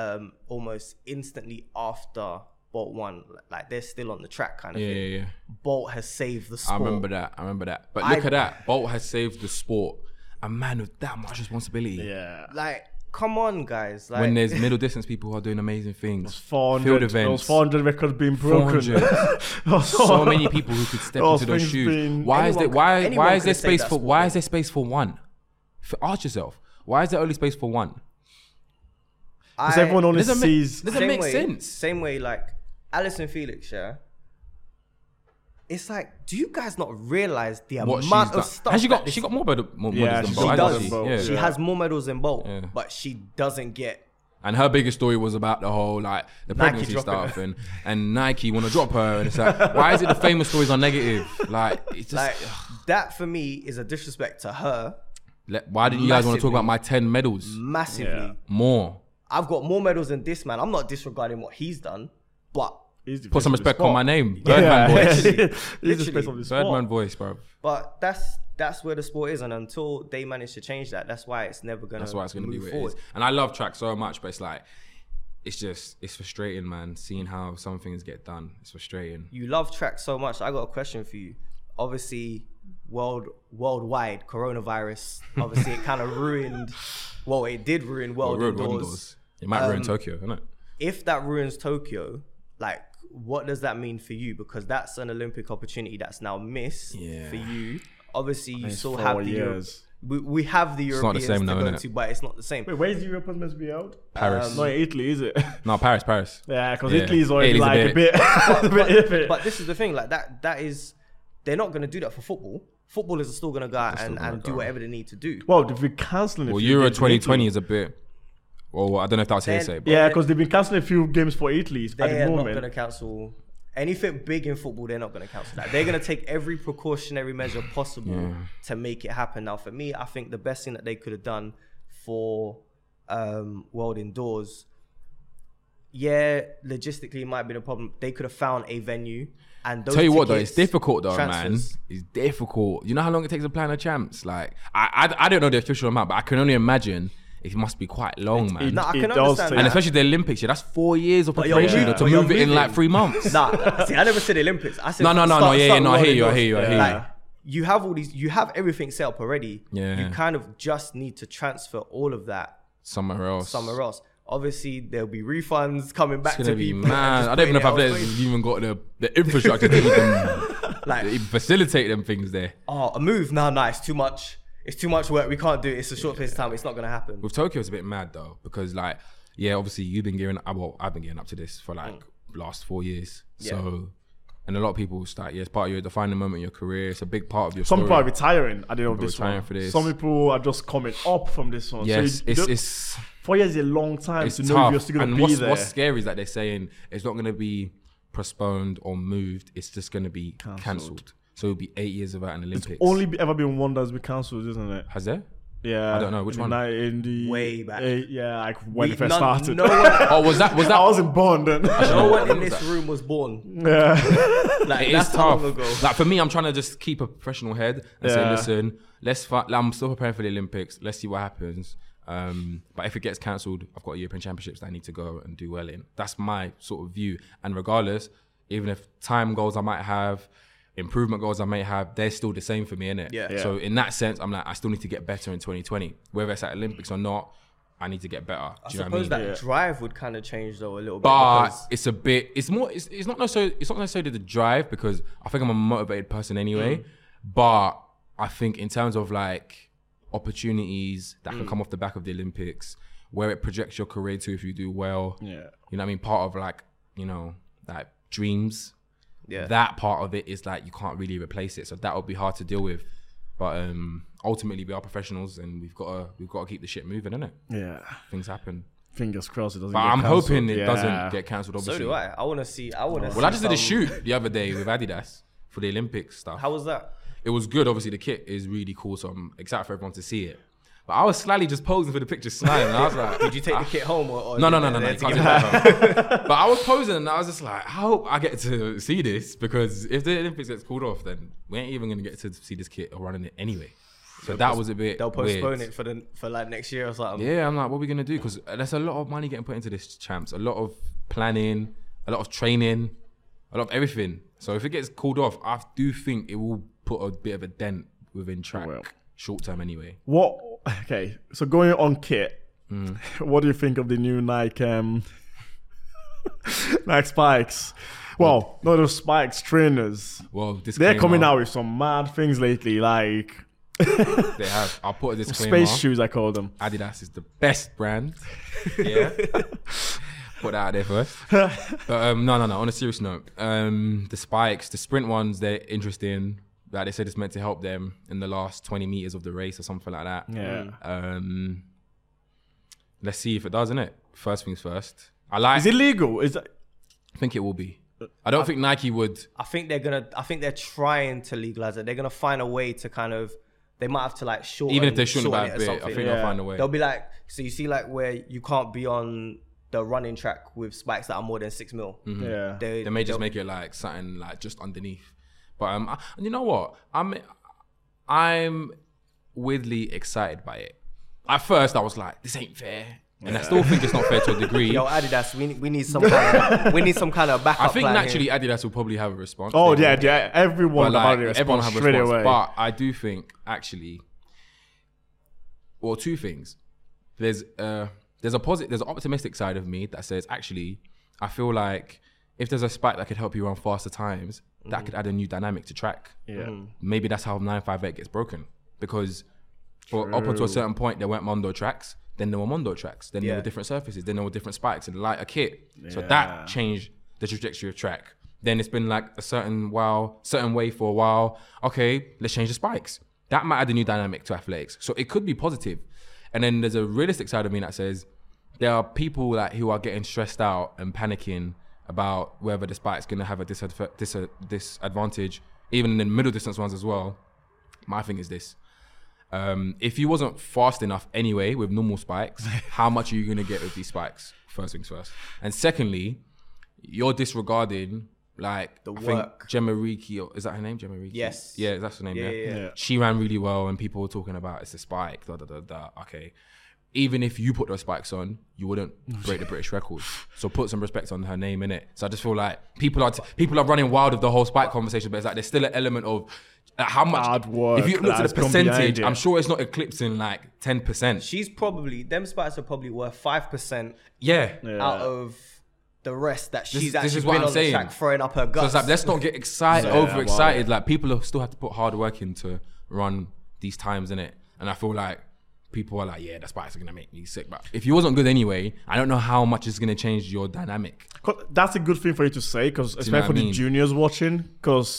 Speaker 3: um almost instantly after Bolt one, like they're still on the track kind of
Speaker 2: yeah,
Speaker 3: thing.
Speaker 2: yeah, yeah.
Speaker 3: Bolt has saved the
Speaker 2: I
Speaker 3: sport.
Speaker 2: remember that. I remember that. But
Speaker 3: I-
Speaker 2: look at that. Bolt has saved the sport. A man with that much responsibility.
Speaker 1: Yeah.
Speaker 3: Like, come on, guys. Like,
Speaker 2: When there's middle distance people who are doing amazing things. Field
Speaker 1: 400, those
Speaker 2: events.
Speaker 1: 400 records being broken.
Speaker 2: 400. so many people who could step
Speaker 1: Those
Speaker 2: into those
Speaker 1: things
Speaker 2: shoes.
Speaker 1: being-
Speaker 2: why is
Speaker 3: Anyone
Speaker 2: there
Speaker 3: could-
Speaker 2: why
Speaker 3: anyone
Speaker 2: why is
Speaker 3: could
Speaker 2: there
Speaker 3: have saved
Speaker 2: space
Speaker 3: that
Speaker 2: for
Speaker 3: sport,
Speaker 2: why is there space for one? F- ask yourself. Why is there only space for one?
Speaker 1: Because
Speaker 3: I-
Speaker 1: everyone only
Speaker 2: It doesn't, make,
Speaker 1: sees.
Speaker 2: it doesn't
Speaker 3: same
Speaker 2: make
Speaker 3: way-
Speaker 2: sense.
Speaker 3: Same way, like Alison Felix, yeah. It's like, do you guys not realize the
Speaker 2: What she's
Speaker 3: amount of
Speaker 2: done.
Speaker 3: stuff?
Speaker 2: And she
Speaker 3: that
Speaker 2: got
Speaker 3: this-
Speaker 2: she got more better more
Speaker 1: Yeah,
Speaker 2: medals
Speaker 1: she
Speaker 2: than Bolt.
Speaker 1: got
Speaker 2: hasn't
Speaker 3: She
Speaker 1: more
Speaker 2: she?
Speaker 1: than
Speaker 2: Yeah.
Speaker 1: Bolt.
Speaker 3: She
Speaker 1: Yeah.
Speaker 3: has more medals than Bolt,
Speaker 2: Yeah.
Speaker 3: but she doesn't get.
Speaker 2: And her biggest story was about the whole like the
Speaker 3: Nike
Speaker 2: pregnancy
Speaker 3: dropping
Speaker 2: stuff
Speaker 3: her.
Speaker 2: and, and Nike want to drop her and it's like why is it the famous stories are negative? Like it's just
Speaker 3: Like that for me is a disrespect to her
Speaker 2: let- why didn't you guys want to talk
Speaker 3: massively.
Speaker 2: about my ten medals
Speaker 3: massively.
Speaker 1: Yeah.
Speaker 2: more?
Speaker 3: I've got more medals than this man. I'm not disregarding what he's done, but
Speaker 1: He's
Speaker 2: Put
Speaker 1: defensive
Speaker 2: some respect
Speaker 1: spot.
Speaker 2: on my name,
Speaker 1: Yeah,
Speaker 2: Birdman voice.
Speaker 1: He's the
Speaker 3: Literally.
Speaker 1: space of the spot.
Speaker 2: Birdman voice, bro.
Speaker 3: But that's that's where the sport is, and until they manage to change that, that's why it's never gonna.
Speaker 2: That's why it's gonna be
Speaker 3: move
Speaker 2: what
Speaker 3: forward.
Speaker 2: it is. And I love track so much, but it's like it's just it's frustrating, man. Seeing how some things get done, it's frustrating.
Speaker 3: You love track so much. I got a question for you. Obviously, world worldwide coronavirus. Obviously, it kind of ruined. Well, it did ruin world
Speaker 2: Road
Speaker 3: indoors.
Speaker 2: Windows. It might
Speaker 3: Um,
Speaker 2: ruin Tokyo, isn't it?
Speaker 3: If that ruins Tokyo, like. What does that mean for you? Because that's an Olympic opportunity that's now missed
Speaker 2: Yeah.
Speaker 3: for you. Obviously, you
Speaker 1: It's
Speaker 3: still
Speaker 1: four
Speaker 3: have the Euro-
Speaker 1: years.
Speaker 3: we, we have the
Speaker 2: not the
Speaker 3: Europeans
Speaker 2: same
Speaker 3: to
Speaker 2: now,
Speaker 3: go
Speaker 2: innit?
Speaker 3: to, but it's not the same.
Speaker 1: Wait, where's Europe supposed to be out?
Speaker 2: Paris.
Speaker 3: um,
Speaker 1: Not in Italy, is it?
Speaker 2: no, Paris, Paris.
Speaker 1: Yeah, because
Speaker 2: Yeah.
Speaker 1: Italy's already
Speaker 2: Italy's a
Speaker 1: like a bit, a bit iffy.
Speaker 3: But this is the thing, like that that is they're not gonna do that for football. Footballers are still gonna go out and,
Speaker 2: gonna
Speaker 3: and
Speaker 2: go
Speaker 3: do
Speaker 2: out.
Speaker 3: whatever they need to do.
Speaker 1: well, they've been cancelling. a
Speaker 2: Well,
Speaker 1: few
Speaker 2: Euro
Speaker 1: games in Italy.
Speaker 2: 2020 is a bit. Well, I don't know if that was hearsay, but
Speaker 1: Yeah, because they've been cancelling a few games for Italy at
Speaker 3: They
Speaker 1: the
Speaker 3: are not
Speaker 1: moment.
Speaker 3: gonna cancel anything big in football, they're not gonna cancel that. They're gonna take every precautionary measure possible to make it happen. Now for me, I think the best thing that they could have done for um, World Indoors, yeah, logistically it might have been a problem. They could have found a venue and those
Speaker 2: Tell you what though,
Speaker 3: tickets-
Speaker 2: it's difficult though,
Speaker 3: transfers.
Speaker 2: man. It's difficult. You know how long it takes to plan a champs? Like I, I, I don't know the official amount, but I can only imagine it must be quite long, man.
Speaker 3: No, I
Speaker 1: It
Speaker 3: can
Speaker 1: does take-
Speaker 3: understand that.
Speaker 2: and especially the Olympics, yeah, that's four years of
Speaker 3: But you're
Speaker 2: preparation you know,
Speaker 3: moving-
Speaker 2: to
Speaker 3: but you're
Speaker 2: move it in like
Speaker 3: moving.
Speaker 2: three months.
Speaker 3: Nah, see, I never said Olympics. I said
Speaker 2: No, no, no, no.
Speaker 3: start-
Speaker 2: Yeah, yeah,
Speaker 3: start
Speaker 2: no. I hear
Speaker 3: rolling
Speaker 2: you. I
Speaker 3: doors.
Speaker 2: hear you. I hear
Speaker 1: Yeah.
Speaker 2: you.
Speaker 3: Like you have all these, you have everything set up already.
Speaker 2: Yeah.
Speaker 3: You kind of just need to transfer all of that
Speaker 2: Somewhere else.
Speaker 3: somewhere else. Obviously, there'll be refunds coming back
Speaker 2: It's gonna
Speaker 3: to
Speaker 2: be
Speaker 3: people.
Speaker 2: mad. I don't even know if I've there's even got the, the infrastructure to even,
Speaker 3: Like-
Speaker 2: to even facilitate them things there.
Speaker 3: Oh, a move? No, no, it's too much. It's too much work. We can't do it. It's a short space of time. It's not gonna happen.
Speaker 2: With Tokyo, it's a bit mad though because like yeah, obviously you've been gearing. uh, Well, I've been gearing up to this for like
Speaker 3: Mm.
Speaker 2: last four years. So, and a lot of people start. Yeah, it's part of your defining moment in your career. It's a big part of your.
Speaker 1: Some
Speaker 2: story.
Speaker 1: people are retiring at the end of this
Speaker 2: retiring
Speaker 1: one.
Speaker 2: for this.
Speaker 1: Some people are just coming up from this one.
Speaker 2: Yes,
Speaker 1: so you
Speaker 2: it's
Speaker 1: don't-
Speaker 2: it's
Speaker 1: four years is a long time
Speaker 2: it's
Speaker 1: to know
Speaker 2: tough.
Speaker 1: if you're still gonna
Speaker 2: and
Speaker 1: be
Speaker 2: what's,
Speaker 1: there.
Speaker 2: what's scary is that they're saying it's not going to be postponed or moved. It's just going to be cancelled. So it'll be eight years without an Olympics.
Speaker 1: Only be- ever been one that's been cancelled, isn't it?
Speaker 2: has there?
Speaker 1: Yeah.
Speaker 2: I don't know, which
Speaker 1: in
Speaker 2: one?
Speaker 1: The, night- in the
Speaker 3: Way back.
Speaker 1: eh, yeah, like when
Speaker 3: We-
Speaker 1: it first
Speaker 3: none-
Speaker 1: started.
Speaker 3: No one,
Speaker 2: Oh, was that was that?
Speaker 1: I wasn't born then.
Speaker 3: no one in
Speaker 2: What was
Speaker 3: this
Speaker 2: that?
Speaker 3: room was born.
Speaker 1: yeah.
Speaker 3: Like
Speaker 2: It
Speaker 3: that's
Speaker 2: is
Speaker 3: how
Speaker 2: tough.
Speaker 3: long ago.
Speaker 2: Like for me, I'm trying to just keep a professional head and say,
Speaker 1: Yeah.
Speaker 2: listen, let's. Fi- like, I'm still preparing for the Olympics. Let's see what happens. Um, but if it gets cancelled, I've got European Championships that I need to go and do well in. That's my sort of view. And regardless, even if time goals I might have, improvement goals I may have, they're still the same for me, innit?
Speaker 3: Yeah.
Speaker 1: Yeah.
Speaker 2: So in that sense, I'm like, I still need to get better in 2020, whether it's at Olympics or not. I need to get better.
Speaker 3: I
Speaker 2: Do you know
Speaker 3: suppose
Speaker 2: what I mean?
Speaker 3: that drive would kind of change though a little bit.
Speaker 2: but
Speaker 3: because-
Speaker 2: it's a bit it's more it's, it's not necessarily it's not necessarily the drive because i think i'm a motivated person anyway
Speaker 3: Mm.
Speaker 2: but i think in terms of like opportunities that
Speaker 3: Mm.
Speaker 2: can come off the back of the olympics where it projects your career to if you do well
Speaker 1: Yeah.
Speaker 2: you know what i mean part of like you know like dreams
Speaker 3: yeah.
Speaker 2: that part of it is like you can't really replace it so that would be hard to deal with But um, ultimately, we are professionals, and we've got to we've got to keep the shit moving, innit?
Speaker 1: Yeah.
Speaker 2: Things happen.
Speaker 1: Fingers crossed it doesn't.
Speaker 2: But
Speaker 1: get
Speaker 2: I'm
Speaker 1: cancelled.
Speaker 2: hoping it
Speaker 1: Yeah.
Speaker 2: doesn't get cancelled. Obviously.
Speaker 3: So do I. I want to see. I want to.
Speaker 2: Well, I just did a shoot the other day with Adidas for the Olympics stuff.
Speaker 3: How was that?
Speaker 2: it was good. Obviously, the kit is really cool, so I'm excited for everyone to see it. But I was slightly just posing for the picture, smiling. And I was like,
Speaker 3: Did you take the kit home or? or
Speaker 2: Ah. No, no,
Speaker 3: did
Speaker 2: no,
Speaker 3: you-
Speaker 2: no, no.
Speaker 3: they
Speaker 2: you
Speaker 3: had to
Speaker 2: can't
Speaker 3: give
Speaker 2: do
Speaker 3: it back?
Speaker 2: that. but I was posing and I was just like, I hope I get to see this because if the Olympics gets called off, then we ain't even gonna get to see this kit or running it anyway. So that was a bit.
Speaker 3: They'll postpone
Speaker 2: weird.
Speaker 3: it for the for like next year or something.
Speaker 2: Yeah, I'm like, what are we gonna do? Because there's a lot of money getting put into this champs, a lot of planning, a lot of training, a lot of everything. So if it gets called off, I do think it will put a bit of a dent within track,
Speaker 1: will.
Speaker 2: short term anyway.
Speaker 1: What? Okay, so going on kit.
Speaker 2: Hmm.
Speaker 1: What do you think of the new Nike um, Nike spikes? Well, not those spikes trainers.
Speaker 2: Well, disclaimer,
Speaker 1: They're coming out with some mad things lately, like
Speaker 2: They have. I'll put a disclaimer.
Speaker 1: space shoes. I call them.
Speaker 2: Adidas is the best brand. Yeah. Put that out there first. But um, no, no, no. On a serious note, um, the spikes, the sprint ones, they're interesting. Like they said, it's meant to help them in the last 20 meters of the race or something like that.
Speaker 1: Yeah.
Speaker 2: Um, let's see if it does, innit? First things first. I like.
Speaker 1: Is it legal? Is that,
Speaker 2: I think it will be. I don't think Nike would.
Speaker 3: I think they're gonna. I think they're trying to legalize it. They're gonna find a way to kind of. They might have to like shorten.
Speaker 2: Even if they shouldn't
Speaker 3: shorten
Speaker 2: by a
Speaker 3: it or
Speaker 2: bit, I
Speaker 3: something.
Speaker 2: think they'll find a way.
Speaker 3: They'll be like, so you see, like where you can't be on the running track with spikes that are more than six mil.
Speaker 2: Hmm.
Speaker 1: yeah.
Speaker 2: Mm-hmm. They may just make it like something like just underneath. But um, I, and you know what? I'm I'm weirdly excited by it. At first, I was like, this ain't fair, and I still think it's not fair to a degree.
Speaker 3: Yo, Adidas, we need, we need some kind of, we need some kind of backup.
Speaker 2: I think
Speaker 3: plan here.
Speaker 2: naturally Adidas will probably have a response.
Speaker 1: oh
Speaker 2: They
Speaker 1: yeah,
Speaker 2: will.
Speaker 1: yeah. Everyone
Speaker 2: But
Speaker 1: about
Speaker 2: like,
Speaker 1: it
Speaker 2: everyone
Speaker 1: responds
Speaker 2: have a
Speaker 1: straight
Speaker 2: response.
Speaker 1: away.
Speaker 2: But I do think actually, well, two things. There's uh there's a positive, there's an optimistic side of me that says actually, I feel like if there's a spike that could help you run faster times, that could add a new dynamic to track.
Speaker 1: yeah.
Speaker 2: Maybe that's how 958 gets broken because for up until a certain point there weren't Mondo tracks. Then there were Mondo tracks. Then there
Speaker 3: Yeah.
Speaker 2: were different surfaces. Then there were different spikes and lighter kit. So
Speaker 1: Yeah.
Speaker 2: that changed the trajectory of track. Then it's been like a certain while, certain way for a while. Okay, let's change the spikes. That might add a new dynamic to athletics. So it could be positive. And then there's a realistic side of me that says there are people like who are getting stressed out and panicking about whether the spike's going to have a disadv- dis- uh, disadvantage, even in the middle distance ones as well. My thing is this. Um, if you wasn't fast enough anyway with normal spikes, how much are you gonna get with these spikes? First things first. And secondly, you're disregarding like the
Speaker 3: work.
Speaker 2: Gemma Riki, or is that her name? Gemma Riki.
Speaker 3: Yes.
Speaker 2: Yeah, that's her name.
Speaker 3: Yeah,
Speaker 2: Yeah,
Speaker 3: yeah, yeah.
Speaker 1: Yeah.
Speaker 2: She ran really well, and people were talking about it's a spike. Da da da da. Okay. Even if you put those spikes on, you wouldn't break the British record. So put some respect on her name in it. So I just feel like people are t- people are running wild of the whole spike conversation, but it's like there's still an element of uh, how much
Speaker 1: Hard work
Speaker 2: If you look
Speaker 1: that
Speaker 2: at
Speaker 1: has
Speaker 2: the
Speaker 1: gone behind
Speaker 2: percentage,
Speaker 1: it.
Speaker 2: I'm sure it's not eclipsing like ten percent.
Speaker 3: she's probably them spikes are probably worth five percent
Speaker 2: Yeah.
Speaker 3: out of the rest that she's
Speaker 2: this
Speaker 3: actually
Speaker 2: is what
Speaker 3: been
Speaker 2: I'm
Speaker 3: on
Speaker 2: saying.
Speaker 3: the track throwing up her
Speaker 2: So
Speaker 3: guts.
Speaker 2: it's like let's not get excited,
Speaker 1: Yeah,
Speaker 2: overexcited. Like people have still have to put hard work in to run these times in it, and I feel like people are like, yeah, that's why it's gonna make me sick. But if you wasn't good anyway, I don't know how much it's gonna change your dynamic.
Speaker 1: 'Cause That's a good thing for you to say, because
Speaker 2: you know
Speaker 1: especially
Speaker 2: what
Speaker 1: for
Speaker 2: I
Speaker 1: the
Speaker 2: mean?
Speaker 1: juniors watching, because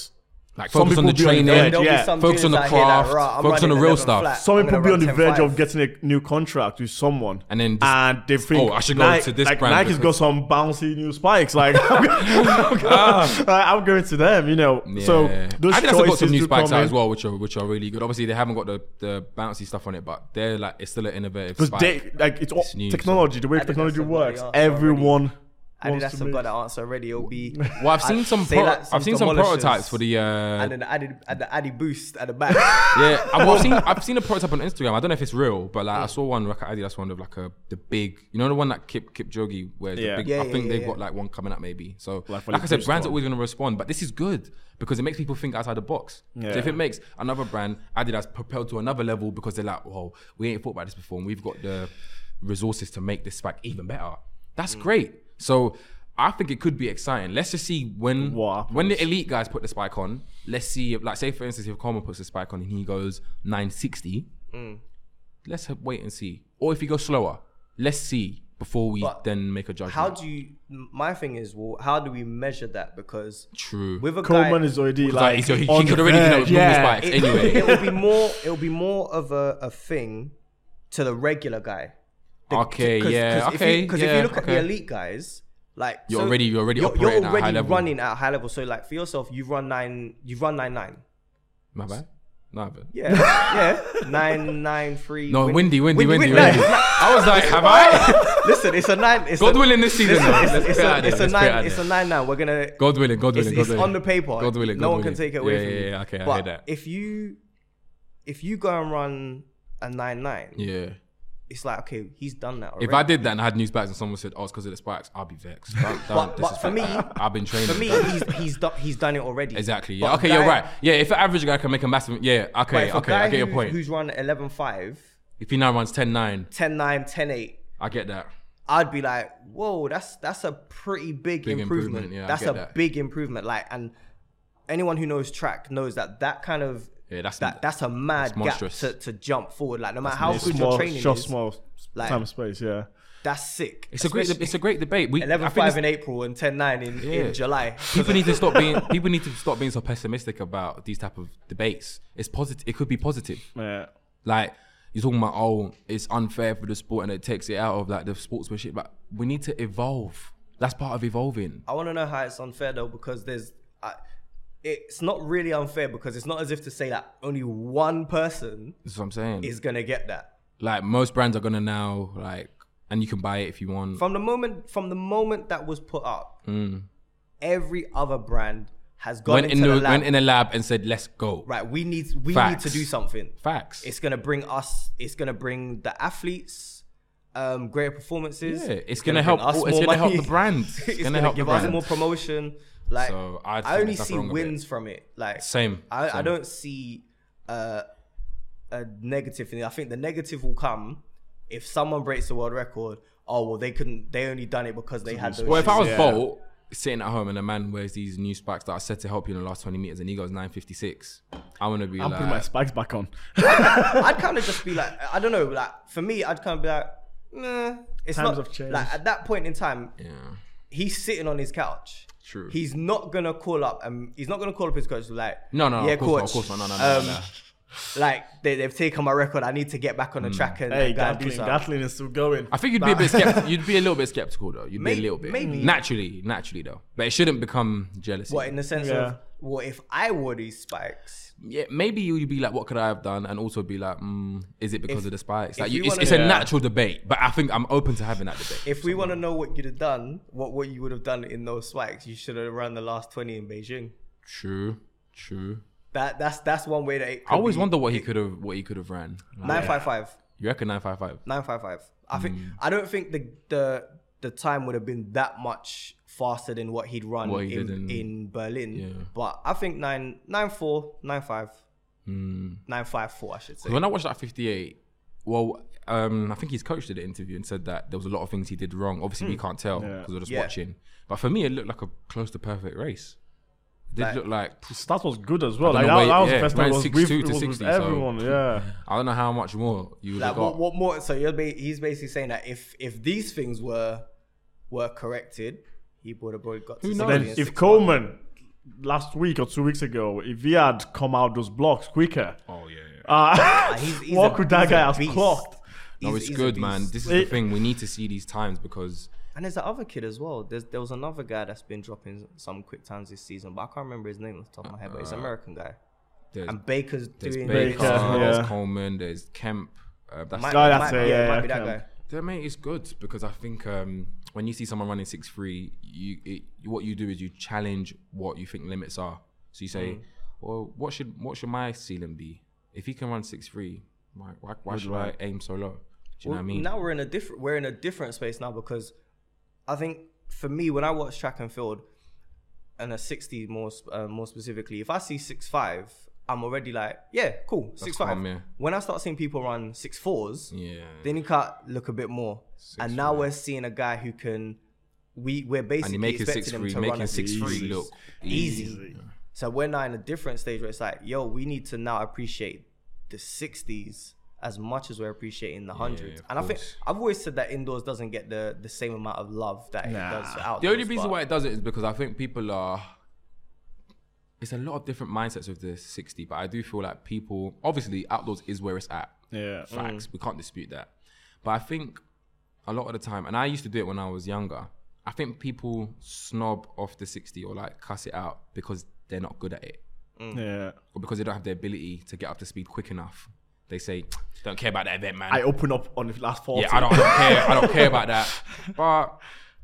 Speaker 2: Like
Speaker 1: Some
Speaker 2: focus on the
Speaker 1: people be on
Speaker 2: training,
Speaker 1: the edge,
Speaker 3: There'll be
Speaker 1: yeah.
Speaker 3: some
Speaker 2: focus on
Speaker 3: dudes
Speaker 2: the
Speaker 3: out here that,
Speaker 2: craft,
Speaker 3: "Rah, I'm
Speaker 2: focus on the
Speaker 3: running
Speaker 2: real
Speaker 3: 11
Speaker 2: stuff.
Speaker 3: flat,
Speaker 1: some
Speaker 3: I'm
Speaker 1: people
Speaker 3: gonna
Speaker 1: be on the
Speaker 3: run
Speaker 1: verge
Speaker 3: 10.5."
Speaker 1: of getting a new contract with someone,
Speaker 2: And then just-
Speaker 1: and they think,
Speaker 2: Oh, I should go
Speaker 1: Nike-
Speaker 2: to this
Speaker 1: Like
Speaker 2: brand
Speaker 1: Nike's got
Speaker 2: because-
Speaker 1: some bouncy new spikes. Like I'm, go- I'm going to them, you know. So
Speaker 2: Ah. Yeah.
Speaker 1: those
Speaker 2: I think that's got
Speaker 1: choices
Speaker 2: some new
Speaker 1: do
Speaker 2: spikes
Speaker 1: come
Speaker 2: out
Speaker 1: in.
Speaker 2: as well, which are which are really good. Obviously, they haven't got the, the bouncy stuff on it, but they're like it's still an innovative.
Speaker 1: Because
Speaker 2: spike.
Speaker 1: they like it's, all
Speaker 2: new, so-
Speaker 1: technology, the way
Speaker 3: Adidas
Speaker 1: technology
Speaker 3: have got
Speaker 1: works,
Speaker 3: the answer
Speaker 1: everyone wants
Speaker 3: Adidas
Speaker 1: to
Speaker 3: have got
Speaker 1: make.
Speaker 3: that answer already. It'll be.
Speaker 2: Well, I've seen some.
Speaker 3: say
Speaker 2: Pro-
Speaker 3: that,
Speaker 2: I've seen some
Speaker 3: demolishers
Speaker 2: prototypes for the. Uh,
Speaker 3: and then the added and the added boost at the back.
Speaker 2: yeah, I've, I've seen. I've seen a prototype on Instagram. I don't know if it's real, but like I saw one like an Adidas one of like a the big. You know the one that Kip Kip Jogi wears.
Speaker 1: Yeah.
Speaker 2: The big,
Speaker 3: Yeah,
Speaker 2: I
Speaker 3: yeah,
Speaker 2: think
Speaker 3: yeah,
Speaker 2: they've
Speaker 3: yeah.
Speaker 2: got like one coming up maybe. So
Speaker 1: Like
Speaker 2: like,
Speaker 1: for the
Speaker 2: I said,
Speaker 1: boost
Speaker 2: brands are
Speaker 1: one.
Speaker 2: always going to respond, but this is good because it makes people think outside the box. So if
Speaker 1: Yeah.
Speaker 2: it makes another brand Adidas propelled to another level because they're like, whoa, we ain't thought about this before, and we've got the resources to make this spike even better. That's great. So. I think it could be exciting. Let's just see when
Speaker 1: What happens?
Speaker 2: when the elite guys put the spike on, let's see if, like, say for instance, if Coleman puts the spike on and he goes
Speaker 3: Mm.
Speaker 2: 960, let's have- wait and see. Or if he goes slower, let's see. before we
Speaker 3: But
Speaker 2: then make a judgment.
Speaker 3: How do you? My thing is, well, how do we measure that? Because
Speaker 2: True.
Speaker 3: with a
Speaker 1: Coleman
Speaker 3: guy,
Speaker 1: is already
Speaker 2: Like,
Speaker 1: like.
Speaker 2: so he, he
Speaker 1: on
Speaker 2: could
Speaker 1: the
Speaker 2: already do that with
Speaker 1: verge,
Speaker 2: normal
Speaker 1: yeah.
Speaker 2: spikes
Speaker 3: it,
Speaker 2: anyway.
Speaker 3: it'll be more. It'll be more of a, a thing to the regular guy. The-
Speaker 2: okay, yeah,
Speaker 3: if
Speaker 2: okay,
Speaker 3: you- 'cause if you,
Speaker 2: yeah,
Speaker 3: look at
Speaker 2: okay.
Speaker 3: the elite guys, like
Speaker 2: You're already- you're already
Speaker 3: you're
Speaker 2: operating at a high
Speaker 3: already
Speaker 2: level.
Speaker 3: running at a high level. So like for yourself, you've run nine, you've run nine nine.
Speaker 2: My bad. No, but
Speaker 3: Yeah, yeah, nine nine three.
Speaker 2: no,
Speaker 3: win-
Speaker 2: windy, windy, windy, windy.
Speaker 3: win- no, it's not-
Speaker 2: I was like, have I?
Speaker 3: Listen, it's a nine. It's
Speaker 2: God
Speaker 3: a,
Speaker 2: willing, this season.
Speaker 3: It's,
Speaker 2: though.
Speaker 3: it's-
Speaker 2: Let's
Speaker 3: it's
Speaker 2: get out
Speaker 3: a,
Speaker 2: of
Speaker 3: it's
Speaker 2: there,
Speaker 3: a
Speaker 2: let's get out
Speaker 3: nine.
Speaker 2: of
Speaker 3: It's
Speaker 2: there.
Speaker 3: a nine nine. We're gonna.
Speaker 2: God willing, God
Speaker 3: it's
Speaker 2: willing,
Speaker 3: it's
Speaker 2: God willing.
Speaker 3: on the paper.
Speaker 2: God willing,
Speaker 3: no
Speaker 2: God
Speaker 3: one can
Speaker 2: willing.
Speaker 3: take it
Speaker 2: Yeah,
Speaker 3: away from
Speaker 2: yeah,
Speaker 3: you.
Speaker 2: yeah, okay, I
Speaker 3: but
Speaker 2: hear that.
Speaker 3: If you, if you go and run a nine nine,
Speaker 2: Yeah.
Speaker 3: it's like okay, he's done that already.
Speaker 2: If I did that and I had new spikes and someone said, "Oh, it's because of the spikes," I'd be vexed. That- that-
Speaker 3: But-
Speaker 2: this
Speaker 3: but
Speaker 2: is
Speaker 3: for me-
Speaker 2: I've been training.
Speaker 3: For me, he's he's done he's done it already.
Speaker 2: exactly.
Speaker 3: But
Speaker 2: Yeah.
Speaker 3: a
Speaker 2: Okay,
Speaker 3: guy-
Speaker 2: you're right. Yeah, if an average guy can make a massive, yeah.
Speaker 3: but
Speaker 2: Okay,
Speaker 3: if a
Speaker 2: okay,
Speaker 3: guy
Speaker 2: I get your
Speaker 3: who-
Speaker 2: point.
Speaker 3: Who's run 11-5,
Speaker 2: If he now runs 10-9,
Speaker 3: 10-9, 10-8,
Speaker 2: I get that.
Speaker 3: I'd be like, whoa, that's that's a pretty big,
Speaker 2: Big
Speaker 3: improvement.
Speaker 2: improvement, yeah, I
Speaker 3: that's
Speaker 2: get
Speaker 3: a
Speaker 2: that.
Speaker 3: big improvement. Like, and anyone who knows track knows that that kind of
Speaker 2: Yeah, that's
Speaker 3: that that's a mad gap
Speaker 2: monstrous.
Speaker 3: to, to jump forward. Like, no matter how good
Speaker 1: small,
Speaker 3: your training
Speaker 1: just
Speaker 3: is,
Speaker 1: small
Speaker 3: Like-
Speaker 1: time space. Yeah,
Speaker 3: that's sick.
Speaker 2: It's a great.
Speaker 3: Especially
Speaker 2: It's a great debate. We I think
Speaker 3: 11-5
Speaker 2: it's-
Speaker 3: in April and 10-9 in,
Speaker 2: Yeah.
Speaker 3: in July.
Speaker 2: people need to stop being people need to stop being so pessimistic about these type of debates. It's positive. It could be positive.
Speaker 1: yeah.
Speaker 2: Like you're talking about, oh, it's unfair for the sport and it takes it out of like the sportsmanship. But we need to evolve. That's part of evolving.
Speaker 3: I want to know how it's unfair though, because there's, I, it's not really unfair because it's not as if to say that only one person
Speaker 2: That's what I'm saying.
Speaker 3: is gonna get that.
Speaker 2: like most brands are gonna now like, and you can buy it if you want.
Speaker 3: From the moment, from the moment that was put up, every other brand has
Speaker 2: Mm.
Speaker 3: gone
Speaker 2: Went
Speaker 3: into
Speaker 2: in
Speaker 3: the,
Speaker 2: the,
Speaker 3: lab.
Speaker 2: went in a lab and said, let's go.
Speaker 3: right, we need we
Speaker 2: Facts.
Speaker 3: need to do something.
Speaker 2: Facts.
Speaker 3: It's gonna bring us. It's gonna bring the athletes. Um, greater performances.
Speaker 2: yeah, it's, gonna,
Speaker 3: bring
Speaker 2: help.
Speaker 3: us
Speaker 2: all- It's
Speaker 3: more
Speaker 2: gonna help the
Speaker 3: money.
Speaker 2: brand.
Speaker 3: it's, gonna,
Speaker 2: help
Speaker 3: give
Speaker 2: the
Speaker 3: us
Speaker 2: brand.
Speaker 3: more promotion. Like
Speaker 2: So I'd
Speaker 3: I
Speaker 2: say
Speaker 3: only
Speaker 2: there's
Speaker 3: see
Speaker 2: nothing wrong with it.
Speaker 3: wins from it. Like
Speaker 2: Same,
Speaker 3: I, I
Speaker 2: same.
Speaker 3: don't see uh, a negative thing. I think the negative will come if someone breaks the world record. Oh well, they couldn't. They only done it because they had. Those
Speaker 2: Well, if I was
Speaker 1: Yeah.
Speaker 2: Bolt sitting at home and a man wears these new spikes that are set to help you in the last 20 meters and he goes 956, I'm gonna be
Speaker 1: I'm
Speaker 2: like,
Speaker 1: putting my spikes back on.
Speaker 3: I'd kind of just be like, I don't know. Like for me, I'd kind of be like, nah. It's
Speaker 1: Times
Speaker 3: not
Speaker 1: have changed.
Speaker 3: like at that point in time,
Speaker 2: yeah,
Speaker 3: he's sitting on his couch.
Speaker 2: True.
Speaker 3: He's not gonna call up. Um, he's not gonna call up his coach. Like,
Speaker 2: no, no, no,
Speaker 3: yeah,
Speaker 2: of course,
Speaker 3: coach.
Speaker 2: not, of course not, no, no, no,
Speaker 3: um,
Speaker 2: no, no.
Speaker 3: Like they, they've taken my record. I need to get back on
Speaker 2: Mm.
Speaker 3: the track and,
Speaker 1: Hey,
Speaker 3: and go and do
Speaker 1: Gatlin,
Speaker 3: something.
Speaker 1: Gatlin is still going.
Speaker 2: I think you'd be a bit skeptical. You'd be a little bit skeptical though. You'd
Speaker 3: May-
Speaker 2: be a little bit,
Speaker 3: maybe.
Speaker 2: naturally, naturally though. But it shouldn't become jealousy.
Speaker 3: What in the sense
Speaker 1: Yeah.
Speaker 3: of well, if I wore these spikes,
Speaker 2: yeah, maybe you'd be like, what could I have done? And also be like, mm, is it because of the spikes? Like,
Speaker 3: if
Speaker 2: you,
Speaker 3: you
Speaker 2: it's,
Speaker 3: wanna-
Speaker 2: it's a
Speaker 1: Yeah.
Speaker 2: natural debate, but I think I'm open to having that debate.
Speaker 3: if we want to know what you'd have done, what what you would have done in those spikes, you should have run the last twenty in Beijing.
Speaker 2: true, true.
Speaker 3: That that's that's one way that it could
Speaker 2: I always
Speaker 3: be.
Speaker 2: wonder what he could have, what he could have ran.
Speaker 3: nine five five.
Speaker 2: You reckon nine five five?
Speaker 3: Nine five five. I think
Speaker 2: Mm.
Speaker 3: I don't think the the the time would have been that much faster than what he'd run
Speaker 2: What he
Speaker 3: in,
Speaker 2: did in-
Speaker 3: in Berlin.
Speaker 2: Yeah.
Speaker 3: But I think nine nine four nine five
Speaker 2: Mm.
Speaker 3: nine five four. I should say.
Speaker 2: When I watched that 58, well, um, I think his coach did an interview and said that there was a lot of things he did wrong. Obviously, we can't tell because we're just
Speaker 3: Hmm. Yeah.
Speaker 2: watching. But for me, it looked like a close to perfect race. It did
Speaker 3: Like-
Speaker 2: look like
Speaker 1: Stats was good as well.
Speaker 2: I
Speaker 1: Like
Speaker 2: don't
Speaker 1: that,
Speaker 2: know
Speaker 1: that was
Speaker 2: where-
Speaker 1: the first
Speaker 2: yeah,
Speaker 1: time it
Speaker 2: ran
Speaker 1: was
Speaker 2: 62
Speaker 1: with,
Speaker 2: to
Speaker 1: it was
Speaker 2: 60,
Speaker 1: with
Speaker 2: so-
Speaker 1: everyone. Yeah,
Speaker 2: I don't know how much more you would have
Speaker 3: Like
Speaker 2: got.
Speaker 3: what, what more? So you're ba- he's basically saying that if if these things were were corrected, he would have probably got. to
Speaker 2: knows?
Speaker 3: something
Speaker 1: then
Speaker 3: in
Speaker 1: if
Speaker 3: six months.
Speaker 1: Coleman last week or two weeks ago, if he had come out those blocks quicker,
Speaker 2: oh yeah. yeah.
Speaker 1: uh,
Speaker 3: he's- he's
Speaker 1: what
Speaker 3: a-
Speaker 1: could that
Speaker 3: he's a
Speaker 1: guy have
Speaker 3: beast.
Speaker 1: clocked?
Speaker 2: no,
Speaker 3: he's-
Speaker 2: Oh, it's
Speaker 3: he's a
Speaker 2: good, man.
Speaker 3: beast.
Speaker 2: This is the
Speaker 1: It-
Speaker 2: thing. We need to see these times because
Speaker 3: And there's the other kid as well. There's, there was another guy that's been dropping some quick times this season, but I can't remember his name off the top of my head. But he's an American guy.
Speaker 2: Uh, there's,
Speaker 3: And Baker's
Speaker 2: there's
Speaker 3: doing.
Speaker 2: Baker,
Speaker 1: Baker,
Speaker 2: there's
Speaker 1: yeah.
Speaker 2: Coleman, there's Kemp. Uh, that's
Speaker 3: Might,
Speaker 1: Oh, that's
Speaker 3: might,
Speaker 1: it,
Speaker 3: be-
Speaker 1: yeah,
Speaker 3: might
Speaker 1: yeah,
Speaker 3: be
Speaker 1: Kemp.
Speaker 3: that guy.
Speaker 2: Yeah, mate, it's good because I think um, when you see someone running six three, you it, what you do is you challenge what you think limits are. So you
Speaker 3: Mm.
Speaker 2: say, well, what should what should my ceiling be? If he can run six three, why why, why should I aim so low? Do you know what I
Speaker 3: Well,
Speaker 2: mean?
Speaker 3: Now we're in a different we're in a different space now because I think for me when I watch track and field and a sixty more sp- uh, more specifically, if I see six five, I'm already like yeah cool six five.
Speaker 2: calm, yeah.
Speaker 3: When I start seeing people run six fours,
Speaker 2: yeah,
Speaker 3: then you can't look a bit more. and now
Speaker 2: five.
Speaker 3: we're seeing a guy who can we we're
Speaker 2: and
Speaker 3: basically
Speaker 2: you're making
Speaker 3: expecting
Speaker 2: six
Speaker 3: him
Speaker 2: three,
Speaker 3: to run
Speaker 2: making
Speaker 3: a
Speaker 2: six three
Speaker 1: easy.
Speaker 2: look
Speaker 3: easy. So we're now in a different stage where it's like, yo, we need to now appreciate the 60s as much as we're appreciating the hundreds.
Speaker 2: of
Speaker 3: and I think
Speaker 2: course.
Speaker 3: I've always said that indoors doesn't get the the same amount of love that
Speaker 1: Nah.
Speaker 3: it does outdoors.
Speaker 2: The only reason
Speaker 3: but-
Speaker 2: why it does it is because I think people are. It's a lot of different mindsets with the 60, but I do feel like people. Obviously, outdoors is where it's at.
Speaker 1: Yeah.
Speaker 2: Facts. We can't dispute that. But I think a lot of the time, and I used to do it when I was younger, I think people snob off the 60 or like cuss it out because they're not good at it
Speaker 1: Yeah.
Speaker 2: or because they don't have the ability to get up to speed quick enough. They say, don't care about that event, man.
Speaker 1: I opened up on the last 40.
Speaker 2: Yeah, I don't, I don't care. I don't care about that. But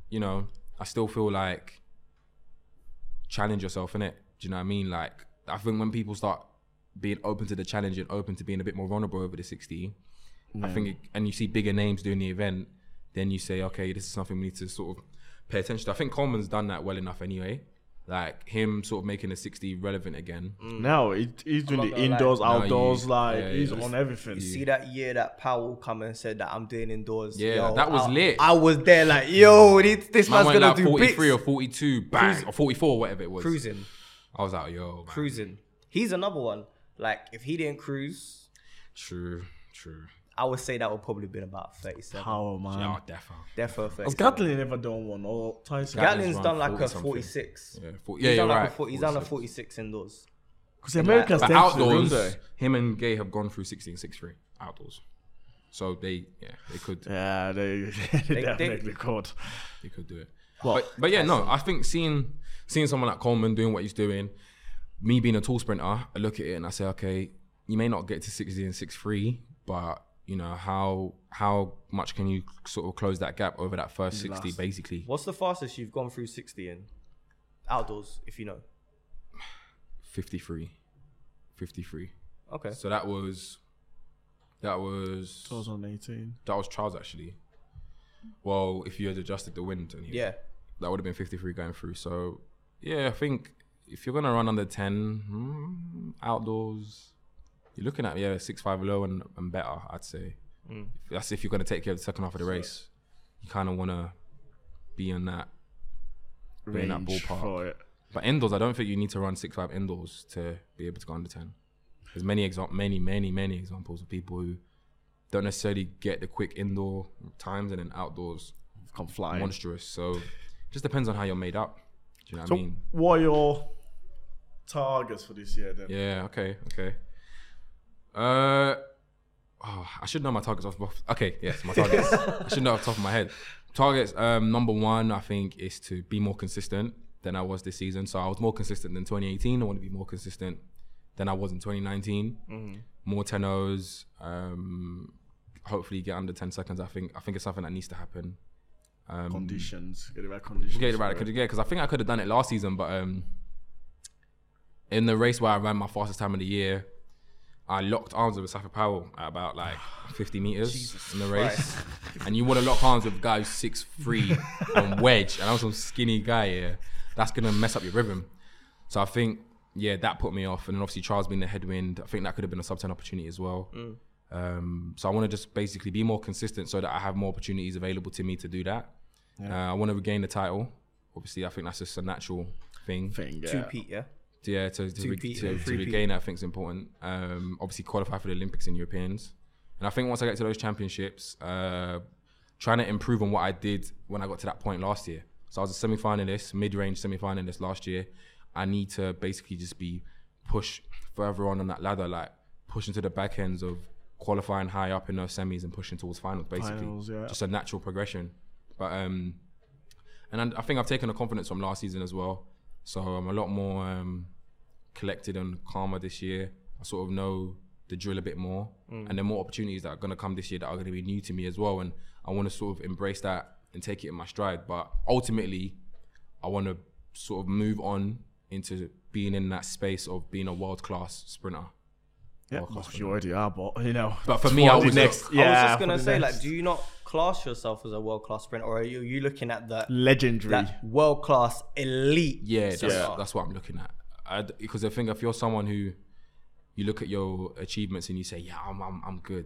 Speaker 2: you know, I still feel like challenge yourself in it. Do you know what I mean? Like I think when people start being open to the challenge and open to being a bit more vulnerable over the 60, I think, it, and you see bigger names doing the event, then you say, okay, this is something we need to sort of pay attention to. I think Coleman's done that well enough anyway. Like him sort of making the 60 relevant again.
Speaker 3: Mm.
Speaker 1: No, he, he's doing
Speaker 3: not
Speaker 1: the
Speaker 3: gonna lie.
Speaker 1: indoors,
Speaker 2: you-
Speaker 1: outdoors, like
Speaker 2: yeah,
Speaker 1: he's
Speaker 2: yeah.
Speaker 1: on everything.
Speaker 3: See that year that Powell come and said that I'm doing indoors.
Speaker 2: Yeah,
Speaker 3: yo,
Speaker 2: that was
Speaker 3: I-
Speaker 2: lit.
Speaker 3: I was there like, yo, this, this
Speaker 2: Man
Speaker 3: man's
Speaker 2: went
Speaker 3: gonna
Speaker 2: like
Speaker 3: do
Speaker 2: 43
Speaker 3: 43
Speaker 2: or 42, bang, or 44, whatever it was.
Speaker 3: cruising,
Speaker 2: I was like, yo, man.
Speaker 3: cruising. He's another one. Like if he didn't cruise,
Speaker 2: True, true.
Speaker 3: I would say that would probably been about 37.
Speaker 1: Power man.
Speaker 3: Um,
Speaker 2: Yeah, defo.
Speaker 3: Therefore, 37.
Speaker 1: Gatlin never done one or Tyson.
Speaker 2: Gatlin's
Speaker 3: Gatlin's
Speaker 2: around
Speaker 3: done like
Speaker 2: 40
Speaker 3: a
Speaker 2: something.
Speaker 3: 46.
Speaker 2: Yeah,
Speaker 3: He's
Speaker 2: yeah,
Speaker 3: done
Speaker 2: you're
Speaker 3: like
Speaker 2: right.
Speaker 3: A 40, he's done a
Speaker 2: 46.
Speaker 3: 46 indoors.
Speaker 1: Because the Americans
Speaker 2: But
Speaker 1: did
Speaker 2: outdoors, him and Gay have gone through 16 6 3 outdoors. So they, yeah, they could,
Speaker 1: Yeah, they, they definitely could.
Speaker 2: they could do it. but, but yeah, no, I think seeing seeing someone like Coleman doing what he's doing, me being a tall sprinter, I look at it and I say, okay, you may not get to 60 and 6 3, but you know how how much can you sort of close that gap over that first 60 basically
Speaker 3: What's the fastest you've gone through 60 in? Outdoors, if you know.
Speaker 2: 53 53
Speaker 3: Okay.
Speaker 2: so that was that was
Speaker 1: 2018.
Speaker 2: That was Charles actually. Well, if you had adjusted the wind, and
Speaker 3: Yeah.
Speaker 2: that would have been 53 going through. So, yeah, I think if you're gonna run under 10 hmm, outdoors, you're looking at yeah six five low and, and better. I'd say If- that's if you're gonna take care of the second half of the race. You kind of wanna be in that. in that
Speaker 1: Range
Speaker 2: ballpark.
Speaker 1: for it.
Speaker 2: But indoors, I don't think you need to run six five indoors to be able to go under 10. There's many exa- many many many examples of people who don't necessarily get the quick indoor times and then outdoors
Speaker 1: Come flying.
Speaker 2: monstrous. So it just depends on how you're made up. Do you know what
Speaker 1: So,
Speaker 2: I mean?
Speaker 1: what are your targets for this year then?
Speaker 2: Yeah, okay, okay. Uh oh, I should know my targets off off- okay, yes, my targets. I should know off the top of my head. Targets, um, number one, I think, is to be more consistent than I was this season. So I was more consistent than 2018. I want to be more consistent than I was in 2019. More 10-0s, um, hopefully get under 10 seconds. I think I think it's something that needs to happen.
Speaker 1: Conditions. Get the right conditions.
Speaker 2: um, Get it right,
Speaker 1: for
Speaker 2: could you get? Because I think I could have done it last season, but um, in the race where I ran my fastest time of the year, I locked arms with Safa Powell at about like 50 meters in the race, and you want to lock arms with a guy who's six three and wedge, and I'm some skinny guy here. That's gonna mess up your rhythm. So I think yeah, that put me off, and then obviously Charles being the headwind, I think that could have been a sub 10 opportunity as well. Um, so I want to just basically be more consistent so that I have more opportunities available to me to do that. Uh, I want to regain the title. Obviously, I think that's just a natural thing.
Speaker 1: Thing, yeah.
Speaker 3: Two Pete, yeah?
Speaker 2: To, yeah, to, to, re-
Speaker 3: Two-peat
Speaker 2: to,
Speaker 3: and
Speaker 2: to
Speaker 3: three-peat.
Speaker 2: regain, that, I think is important. Um, obviously, qualify for the Olympics and Europeans. And I think once I get to those championships, uh, trying to improve on what I did when I got to that point last year. So I was a semi-finalist, mid-range semi-finalist last year. I need to basically just be push further on on that ladder, like pushing to the back ends of qualifying high up in those semis and pushing towards finals, basically.
Speaker 1: Finals, yeah.
Speaker 2: Just a natural progression. But um, and I, I think I've taken the confidence from last season as well. So I'm a lot more um, collected and calmer this year. I sort of know the drill a bit more, and there are more opportunities that are going to come this year that are going to be new to me as well. And I want to sort of embrace that and take it in my stride. But ultimately, I want to sort of move on into being in that space of being a world class sprinter.
Speaker 1: Yeah,
Speaker 2: World class
Speaker 1: well, you already are, but you know.
Speaker 2: But for me, I
Speaker 1: for the
Speaker 2: was
Speaker 1: next.
Speaker 2: next.
Speaker 1: yeah,
Speaker 3: I was just
Speaker 1: for
Speaker 3: gonna
Speaker 1: the
Speaker 3: say,
Speaker 1: next.
Speaker 3: like, do you not class yourself as a world class sprinter, or are you, you looking at the
Speaker 1: legendary.
Speaker 3: that world class elite?
Speaker 2: Yeah, that's,
Speaker 1: Yeah.
Speaker 2: that's what I'm looking at. I'd, because I think if you're someone who you look at your achievements and you say, "Yeah, I'm, I'm, I'm good,"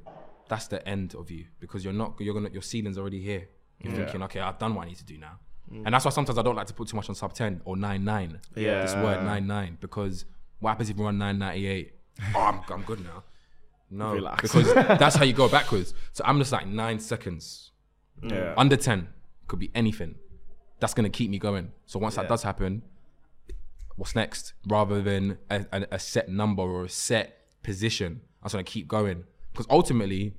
Speaker 2: that's the end of you because you're not. You're gonna. Your ceiling's already here. You're thinking, "Okay, I've done what I need to do now," and that's why sometimes I don't like to put too much on sub ten or nine nine. This
Speaker 1: Yeah.
Speaker 2: word nine nine because what happens if we run nine ninety eight? Oh, I'm, I'm good now. No,
Speaker 1: Relax.
Speaker 2: because that's how you go backwards. So I'm just like nine seconds
Speaker 1: Yeah.
Speaker 2: under ten could be anything. That's gonna keep me going. So once that does happen, what's next? Rather than a, a, a set number or a set position, I'm just gonna keep going because ultimately,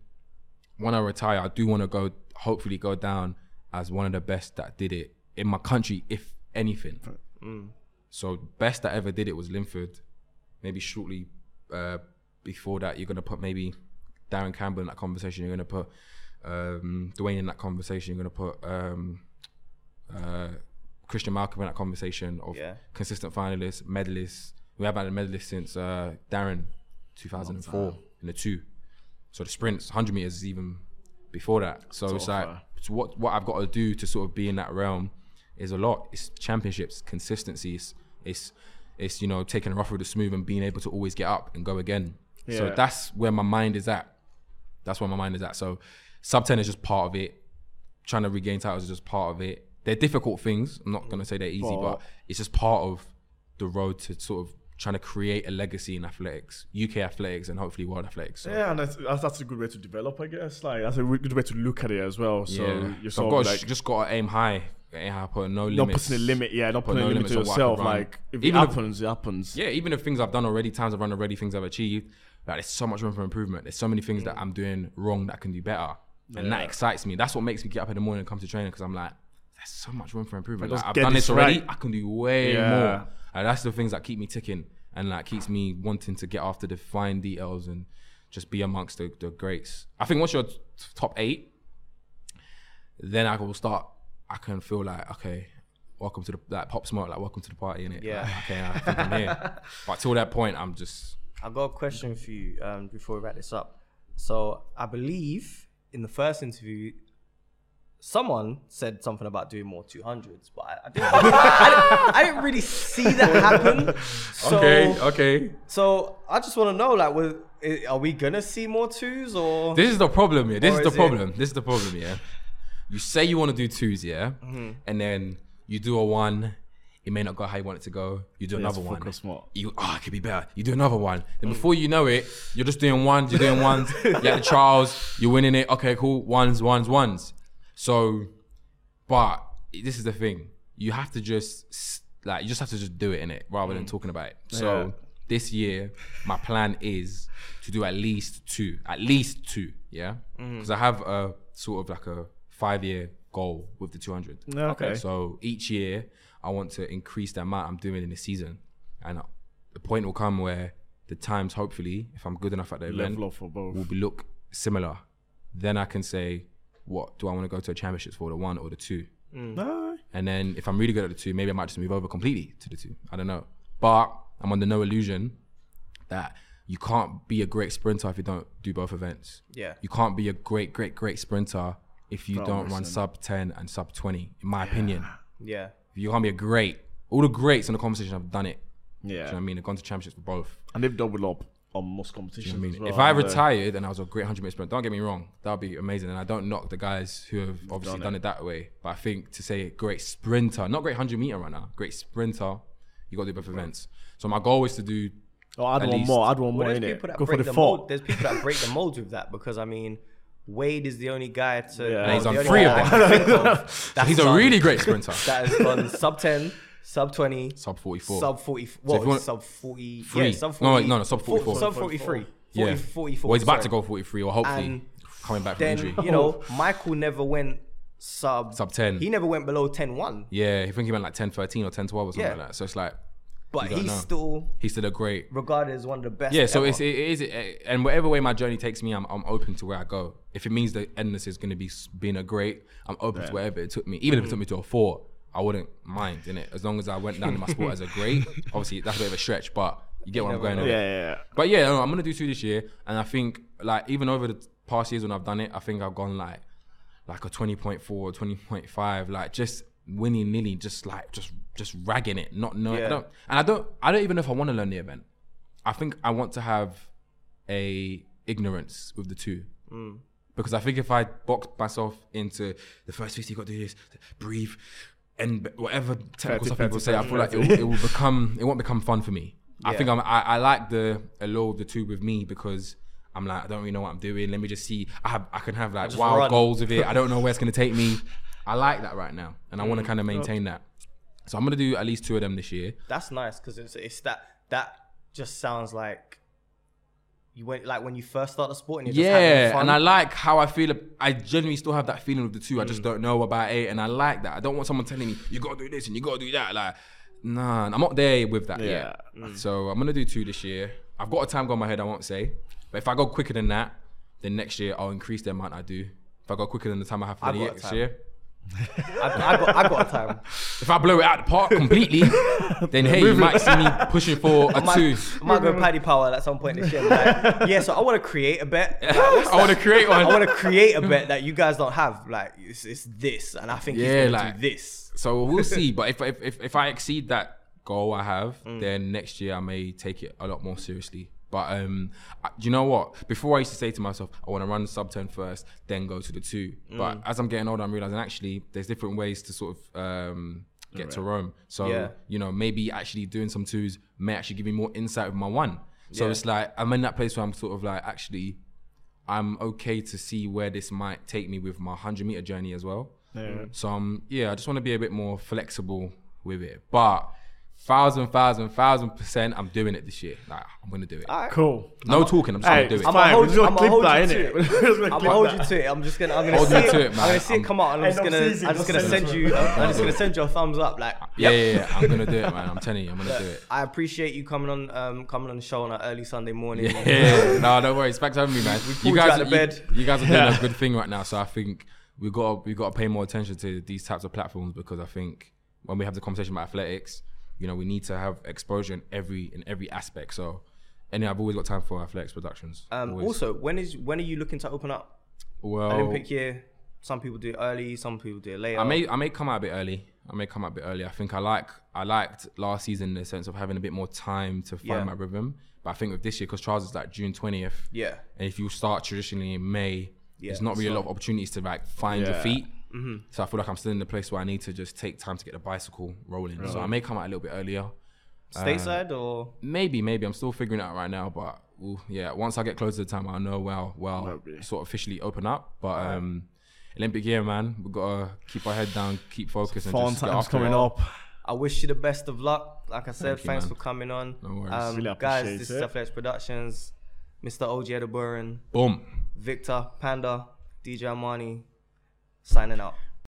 Speaker 2: when I retire, I do want to go, hopefully, go down as one of the best that did it in my country, if anything. So best that ever did it was Linford. Maybe shortly uh, before that, you're gonna put maybe Darren Campbell in that conversation. You're gonna put um, Dwayne in that conversation. You're gonna put um, uh, Christian Malcolm in that conversation of
Speaker 3: Yeah.
Speaker 2: consistent finalists, medalists. We haven't had a medalist since uh, Darren, 2004 in the two. So the sprints, 100 meters is even before that. So it's like it's what what I've got to do to sort of be in that realm is a lot. It's championships, consistency. It's it's, it's you know taking the rough with the smooth and being able to always get up and go again. So
Speaker 1: Yeah.
Speaker 2: that's where my mind is at. That's where my mind is at. So sub 10 is just part of it. Trying to regain titles is just part of it. They're difficult things. I'm not gonna say they're easy, but it's just part of the road to sort of trying to create a legacy in athletics, UK athletics, and hopefully world athletics. So.
Speaker 1: Yeah, and that's, that's that's a good way to develop, I guess. Like that's a re- good way to look at it as well. So
Speaker 2: yeah.
Speaker 1: you're
Speaker 2: so
Speaker 1: sort
Speaker 2: I've got
Speaker 1: of
Speaker 2: to,
Speaker 1: like
Speaker 2: just got to aim high, aim high, put no
Speaker 1: not
Speaker 2: limits.
Speaker 1: putting a limit. Yeah, not putting
Speaker 2: no
Speaker 1: a limit
Speaker 2: limits
Speaker 1: to
Speaker 2: on what I can
Speaker 1: yourself.
Speaker 2: run.
Speaker 1: Like if
Speaker 2: Even
Speaker 1: it
Speaker 2: if-
Speaker 1: happens, it happens.
Speaker 2: Yeah, even if things I've done already, times I've run already, things I've achieved, like there's so much room for improvement. There's so many things that I'm doing wrong that I can do better, and that excites me. That's what makes me get up in the morning and come to training because I'm like, there's so much room for improvement.
Speaker 1: But
Speaker 2: Like, I've
Speaker 1: just get
Speaker 2: done this
Speaker 1: this
Speaker 2: already.
Speaker 1: right.
Speaker 2: I can do way
Speaker 1: Yeah.
Speaker 2: more. Like, that's the things that keep me ticking and like keeps me wanting to get after the fine details and just be amongst the, the greats. I think once you're t- top eight, then I will start. I can feel like okay, welcome to the like pop smoke, like welcome to the party, innit?
Speaker 3: Yeah.
Speaker 2: Like, okay, I think I'm here. but till that point, I'm just
Speaker 3: I got a question for you um, before we wrap this up. So I believe in the first interview, someone said something about doing more 200s, but I, I, didn't, I, didn't, I didn't really see that happen. So,
Speaker 2: okay.
Speaker 3: so I just want to know, like, was, i- are we gonna see more twos or?
Speaker 2: This is the problem, yeah. This
Speaker 3: Or
Speaker 2: is the
Speaker 3: is it-
Speaker 2: problem. This is the problem, yeah. You say you want to do twos, yeah,
Speaker 3: Mm-hmm.
Speaker 2: and then you do a one. It may not go how you want it to go. You do another one.
Speaker 1: focus more.
Speaker 2: You ah, it could be better. You do another one. Then before you know it, you're just doing ones. You're doing ones. You're at the trials. You're winning it. Okay, cool. Ones, ones, ones. So, but this is the thing. You have to just s- like you just have to just do it in it rather than talking about it. So
Speaker 1: Mm. Yeah.
Speaker 2: this year, my plan is to do at least two, at least two, yeah,
Speaker 1: Mm.
Speaker 2: because I have a sort of like a five-year goal with the 200.
Speaker 1: Yeah, okay.
Speaker 2: So each year, I want to increase the amount I'm doing in the season, and the point will come where the times, hopefully, if I'm good enough at the event,
Speaker 1: Level up for both.
Speaker 2: will be look similar. Then I can say, what do I want to go to a championships for, the one or the two?
Speaker 1: No.
Speaker 2: And then if I'm really good at the two, maybe I might just move over completely to the two. I don't know. But I'm under no illusion that you can't be a great sprinter if you don't do both events.
Speaker 3: Yeah.
Speaker 2: You can't be a great, great, great sprinter if you don't run sub 10 and sub 20, in my opinion.
Speaker 3: Yeah.
Speaker 2: You can't be a great. All the greats in the conversation have done it. Do you know
Speaker 1: Yeah,
Speaker 2: what I mean? They've gone to championships for both.
Speaker 1: and they've doubled up on most competitions.
Speaker 2: I mean,
Speaker 1: as well,
Speaker 2: if I
Speaker 1: haven't they?
Speaker 2: retired and I was a great 100 meter sprinter, don't get me wrong, that would be amazing. And I don't knock the guys who have obviously done it. that way. But I think to say great sprinter, not great 100 meter runner, great sprinter, you got to do both events. So my goal is to do,
Speaker 1: oh, add
Speaker 2: at
Speaker 1: one
Speaker 2: least-
Speaker 1: more, add one more
Speaker 3: Well, there's
Speaker 1: in it.
Speaker 3: people that
Speaker 1: Go for
Speaker 3: break
Speaker 1: the
Speaker 3: the
Speaker 1: four.
Speaker 3: mold. There's people that break the molds with that because I mean, Wade is the only guy to.
Speaker 1: Yeah.
Speaker 3: well,
Speaker 1: He's
Speaker 3: the
Speaker 2: on
Speaker 3: only
Speaker 2: three
Speaker 3: guy
Speaker 2: of
Speaker 3: I can think of that's
Speaker 2: he's a
Speaker 3: done-
Speaker 2: really great sprinter.
Speaker 3: that has gone sub ten, sub twenty,
Speaker 2: Sub 44.
Speaker 3: sub forty. What
Speaker 2: if you want-
Speaker 3: sub forty?
Speaker 2: Three.
Speaker 3: Yeah, sub
Speaker 2: No,
Speaker 3: 40,
Speaker 2: wait, no, no, sub 44.
Speaker 3: Sub forty three.
Speaker 2: yeah.
Speaker 3: 44.
Speaker 2: Well, he's about
Speaker 3: sorry.
Speaker 2: to go 43 or hopefully
Speaker 3: And
Speaker 2: coming back from
Speaker 3: Then
Speaker 2: injury. Oh.
Speaker 3: you know, Michael never went sub
Speaker 2: Sub 10.
Speaker 3: He never went below 10-1,
Speaker 2: yeah, I think he went like 10 13 or 10 12 or something
Speaker 3: Yeah.
Speaker 2: like that. So it's like,
Speaker 3: but
Speaker 2: don't
Speaker 3: he's
Speaker 2: know.
Speaker 3: still
Speaker 2: he's still a great
Speaker 3: regarded as one of the best.
Speaker 2: Yeah, so
Speaker 3: ever.
Speaker 2: it's, it is, it, and whatever way my journey takes me, I'm, I'm open to where I go. If it means the endless is going to be s- being a great, I'm open to wherever it took me. Even
Speaker 1: Mm.
Speaker 2: if it took me to a four, I wouldn't mind, innit? As long as I went down in my sport as a great. Obviously, that's a bit of a stretch, but you get where I'm going.
Speaker 1: Yeah,
Speaker 2: with it.
Speaker 1: yeah,
Speaker 2: But yeah, no, I'm gonna do two this year, and I think like even over the past years when I've done it, I think I've gone like like a 20.4, 20.5, like just winny nilly, just like just just ragging it, not knowing. I
Speaker 3: Yeah.
Speaker 2: don't, and I don't, I don't even know if I want to learn the event. I think I want to have a ignorance with the two.
Speaker 1: Mm.
Speaker 2: Because I think if I box myself into the first 50, you got to do this, breathe, and whatever technical
Speaker 1: Thirty,
Speaker 2: stuff people
Speaker 1: thirty,
Speaker 2: say, I feel like it
Speaker 1: thirty.
Speaker 2: will, it will become, it won't become fun for me. I
Speaker 3: Yeah.
Speaker 2: think I'm, I, I like the allure of the two with me because I'm like, I don't really know what I'm doing. Let me just see. I have, I can have like
Speaker 3: Just
Speaker 2: wild
Speaker 3: run.
Speaker 2: goals with it. I don't know where it's gonna take me. I like that right now, and I want
Speaker 3: Mm.
Speaker 2: to kind of maintain that. So I'm gonna do at least two of them this year.
Speaker 3: That's nice because it's it's that that just sounds like you went like when you first start the sport and you're just having
Speaker 2: Yeah,
Speaker 3: fun.
Speaker 2: and I like how I feel. ab- I genuinely still have that feeling of the two. I
Speaker 3: Mm.
Speaker 2: just don't know about it, and I like that. I don't want someone telling me you gotta do this and you gotta do that. Like, nah, I'm not there with that yet.
Speaker 3: mm.
Speaker 2: So I'm gonna do two this year. I've got a time on my head. I won't say, but if I go quicker than that, then next year I'll increase the amount I do. If I go quicker than the time I have for
Speaker 3: I've
Speaker 2: the
Speaker 3: got
Speaker 2: year,
Speaker 3: a
Speaker 2: this
Speaker 3: time.
Speaker 2: year,
Speaker 3: I, I got I got a time.
Speaker 2: if I blow it out the park completely, then hey, you might see me pushing for a
Speaker 3: I
Speaker 2: two.
Speaker 3: might, I might go Paddy Power at some point this year. Like, yeah, so I want to create a bet. Like, what's
Speaker 2: I wanna
Speaker 3: that?
Speaker 2: create one.
Speaker 3: I want to create a bet that you guys don't have. Like it's, it's this, and I think
Speaker 2: Yeah,
Speaker 3: he's gonna
Speaker 2: like-
Speaker 3: do this.
Speaker 2: So we'll see. But if if, if if I exceed that goal I have,
Speaker 3: Mm.
Speaker 2: then next year I may take it a lot more seriously. But um, I- do you know what? Before I used to say to myself, I want to run the sub ten first, then go to the two.
Speaker 3: Mm.
Speaker 2: But as I'm getting older, I'm realizing actually there's different ways to sort of um get to Rome. So
Speaker 3: Yeah.
Speaker 2: you know maybe actually doing some twos may actually give me more insight of my one. So
Speaker 3: Yeah.
Speaker 2: it's like I'm in that place where I'm sort of like actually I'm okay to see where this might take me with my 100 meter journey as well.
Speaker 3: Mm.
Speaker 2: So um, yeah, I just want to be a bit more flexible with it. But thousand, thousand, thousand percent, I'm doing it this year. Like I'm gonna do it.
Speaker 3: All right.
Speaker 1: Cool.
Speaker 2: No talking, I'm just
Speaker 1: Hey,
Speaker 2: gonna do it.
Speaker 1: it's fine.
Speaker 3: hold
Speaker 1: We're just
Speaker 3: you-
Speaker 1: gonna
Speaker 3: I'ma
Speaker 1: clip
Speaker 3: hold
Speaker 1: that,
Speaker 3: you
Speaker 1: innit?
Speaker 3: to
Speaker 1: We're
Speaker 3: it.
Speaker 1: just gonna
Speaker 3: I'm
Speaker 1: clip
Speaker 3: gonna hold
Speaker 1: that.
Speaker 3: you to it. I'm just gonna, I'm gonna
Speaker 2: Hold
Speaker 3: see
Speaker 2: you
Speaker 3: it.
Speaker 2: to it,
Speaker 3: I'm
Speaker 2: man.
Speaker 3: gonna see it
Speaker 2: I'm-
Speaker 3: come out, and I'm
Speaker 1: End
Speaker 3: just
Speaker 1: of
Speaker 3: gonna,
Speaker 1: season
Speaker 3: I'm just gonna send
Speaker 1: consensus.
Speaker 3: you, I'm I'm just gonna send you a thumbs up, like,
Speaker 2: Yeah,
Speaker 3: yep.
Speaker 2: yeah, yeah, I'm gonna do it, man. I'm telling you, I'm gonna do it.
Speaker 3: I appreciate you coming on, um, coming on the show on an early Sunday morning.
Speaker 2: Yeah, no, don't worry. It's back to having me, man.
Speaker 3: pulled you out of bed.
Speaker 2: You, guys are doing a good thing right now, so I think we got we got to pay more attention to these types of platforms because I think when we have the conversation about athletics, you know, we need to have exposure in every in every aspect. So, anyway, I've always got time for athletics productions.
Speaker 3: Um,
Speaker 2: Always.
Speaker 3: also, when is when are you looking to open up
Speaker 2: well,
Speaker 3: Olympic year? Some people do it early, some people do it later.
Speaker 2: Oh. I may I may come out a bit early. I may come out a bit early. I think I like I liked last season in the sense of having a bit more time to find
Speaker 3: Yeah.
Speaker 2: my rhythm. But I think with this year, because trials is like June twentieth,
Speaker 3: yeah,
Speaker 2: and if you start traditionally in May, there's not really a lot of opportunities to like find your
Speaker 1: Yeah.
Speaker 2: feet. So I feel like I'm still in the place where I need to just take time to get the bicycle rolling. So I may come out a little bit earlier.
Speaker 3: stateside
Speaker 2: uh,
Speaker 3: or
Speaker 2: Maybe, maybe I'm still figuring it out right now, but ooh, yeah, once I get closer to the time, I'll know well, well,
Speaker 1: Maybe.
Speaker 2: sort of officially open up. But um, Olympic year, man, we gotta keep our head down, keep focused, and
Speaker 1: Fun
Speaker 2: just get
Speaker 1: times
Speaker 2: after it.
Speaker 1: coming up.
Speaker 3: I wish you the best of luck. Like I said,
Speaker 2: Thank you,
Speaker 3: thanks
Speaker 2: man.
Speaker 3: for coming on.
Speaker 2: No worries.
Speaker 3: Um,
Speaker 1: Really
Speaker 3: guys,
Speaker 1: appreciate
Speaker 3: this
Speaker 1: it.
Speaker 3: is Athletics Productions, Mr. OJ Adeburin,
Speaker 2: Boom.
Speaker 3: Victor Panda, DJ Armani, signing out.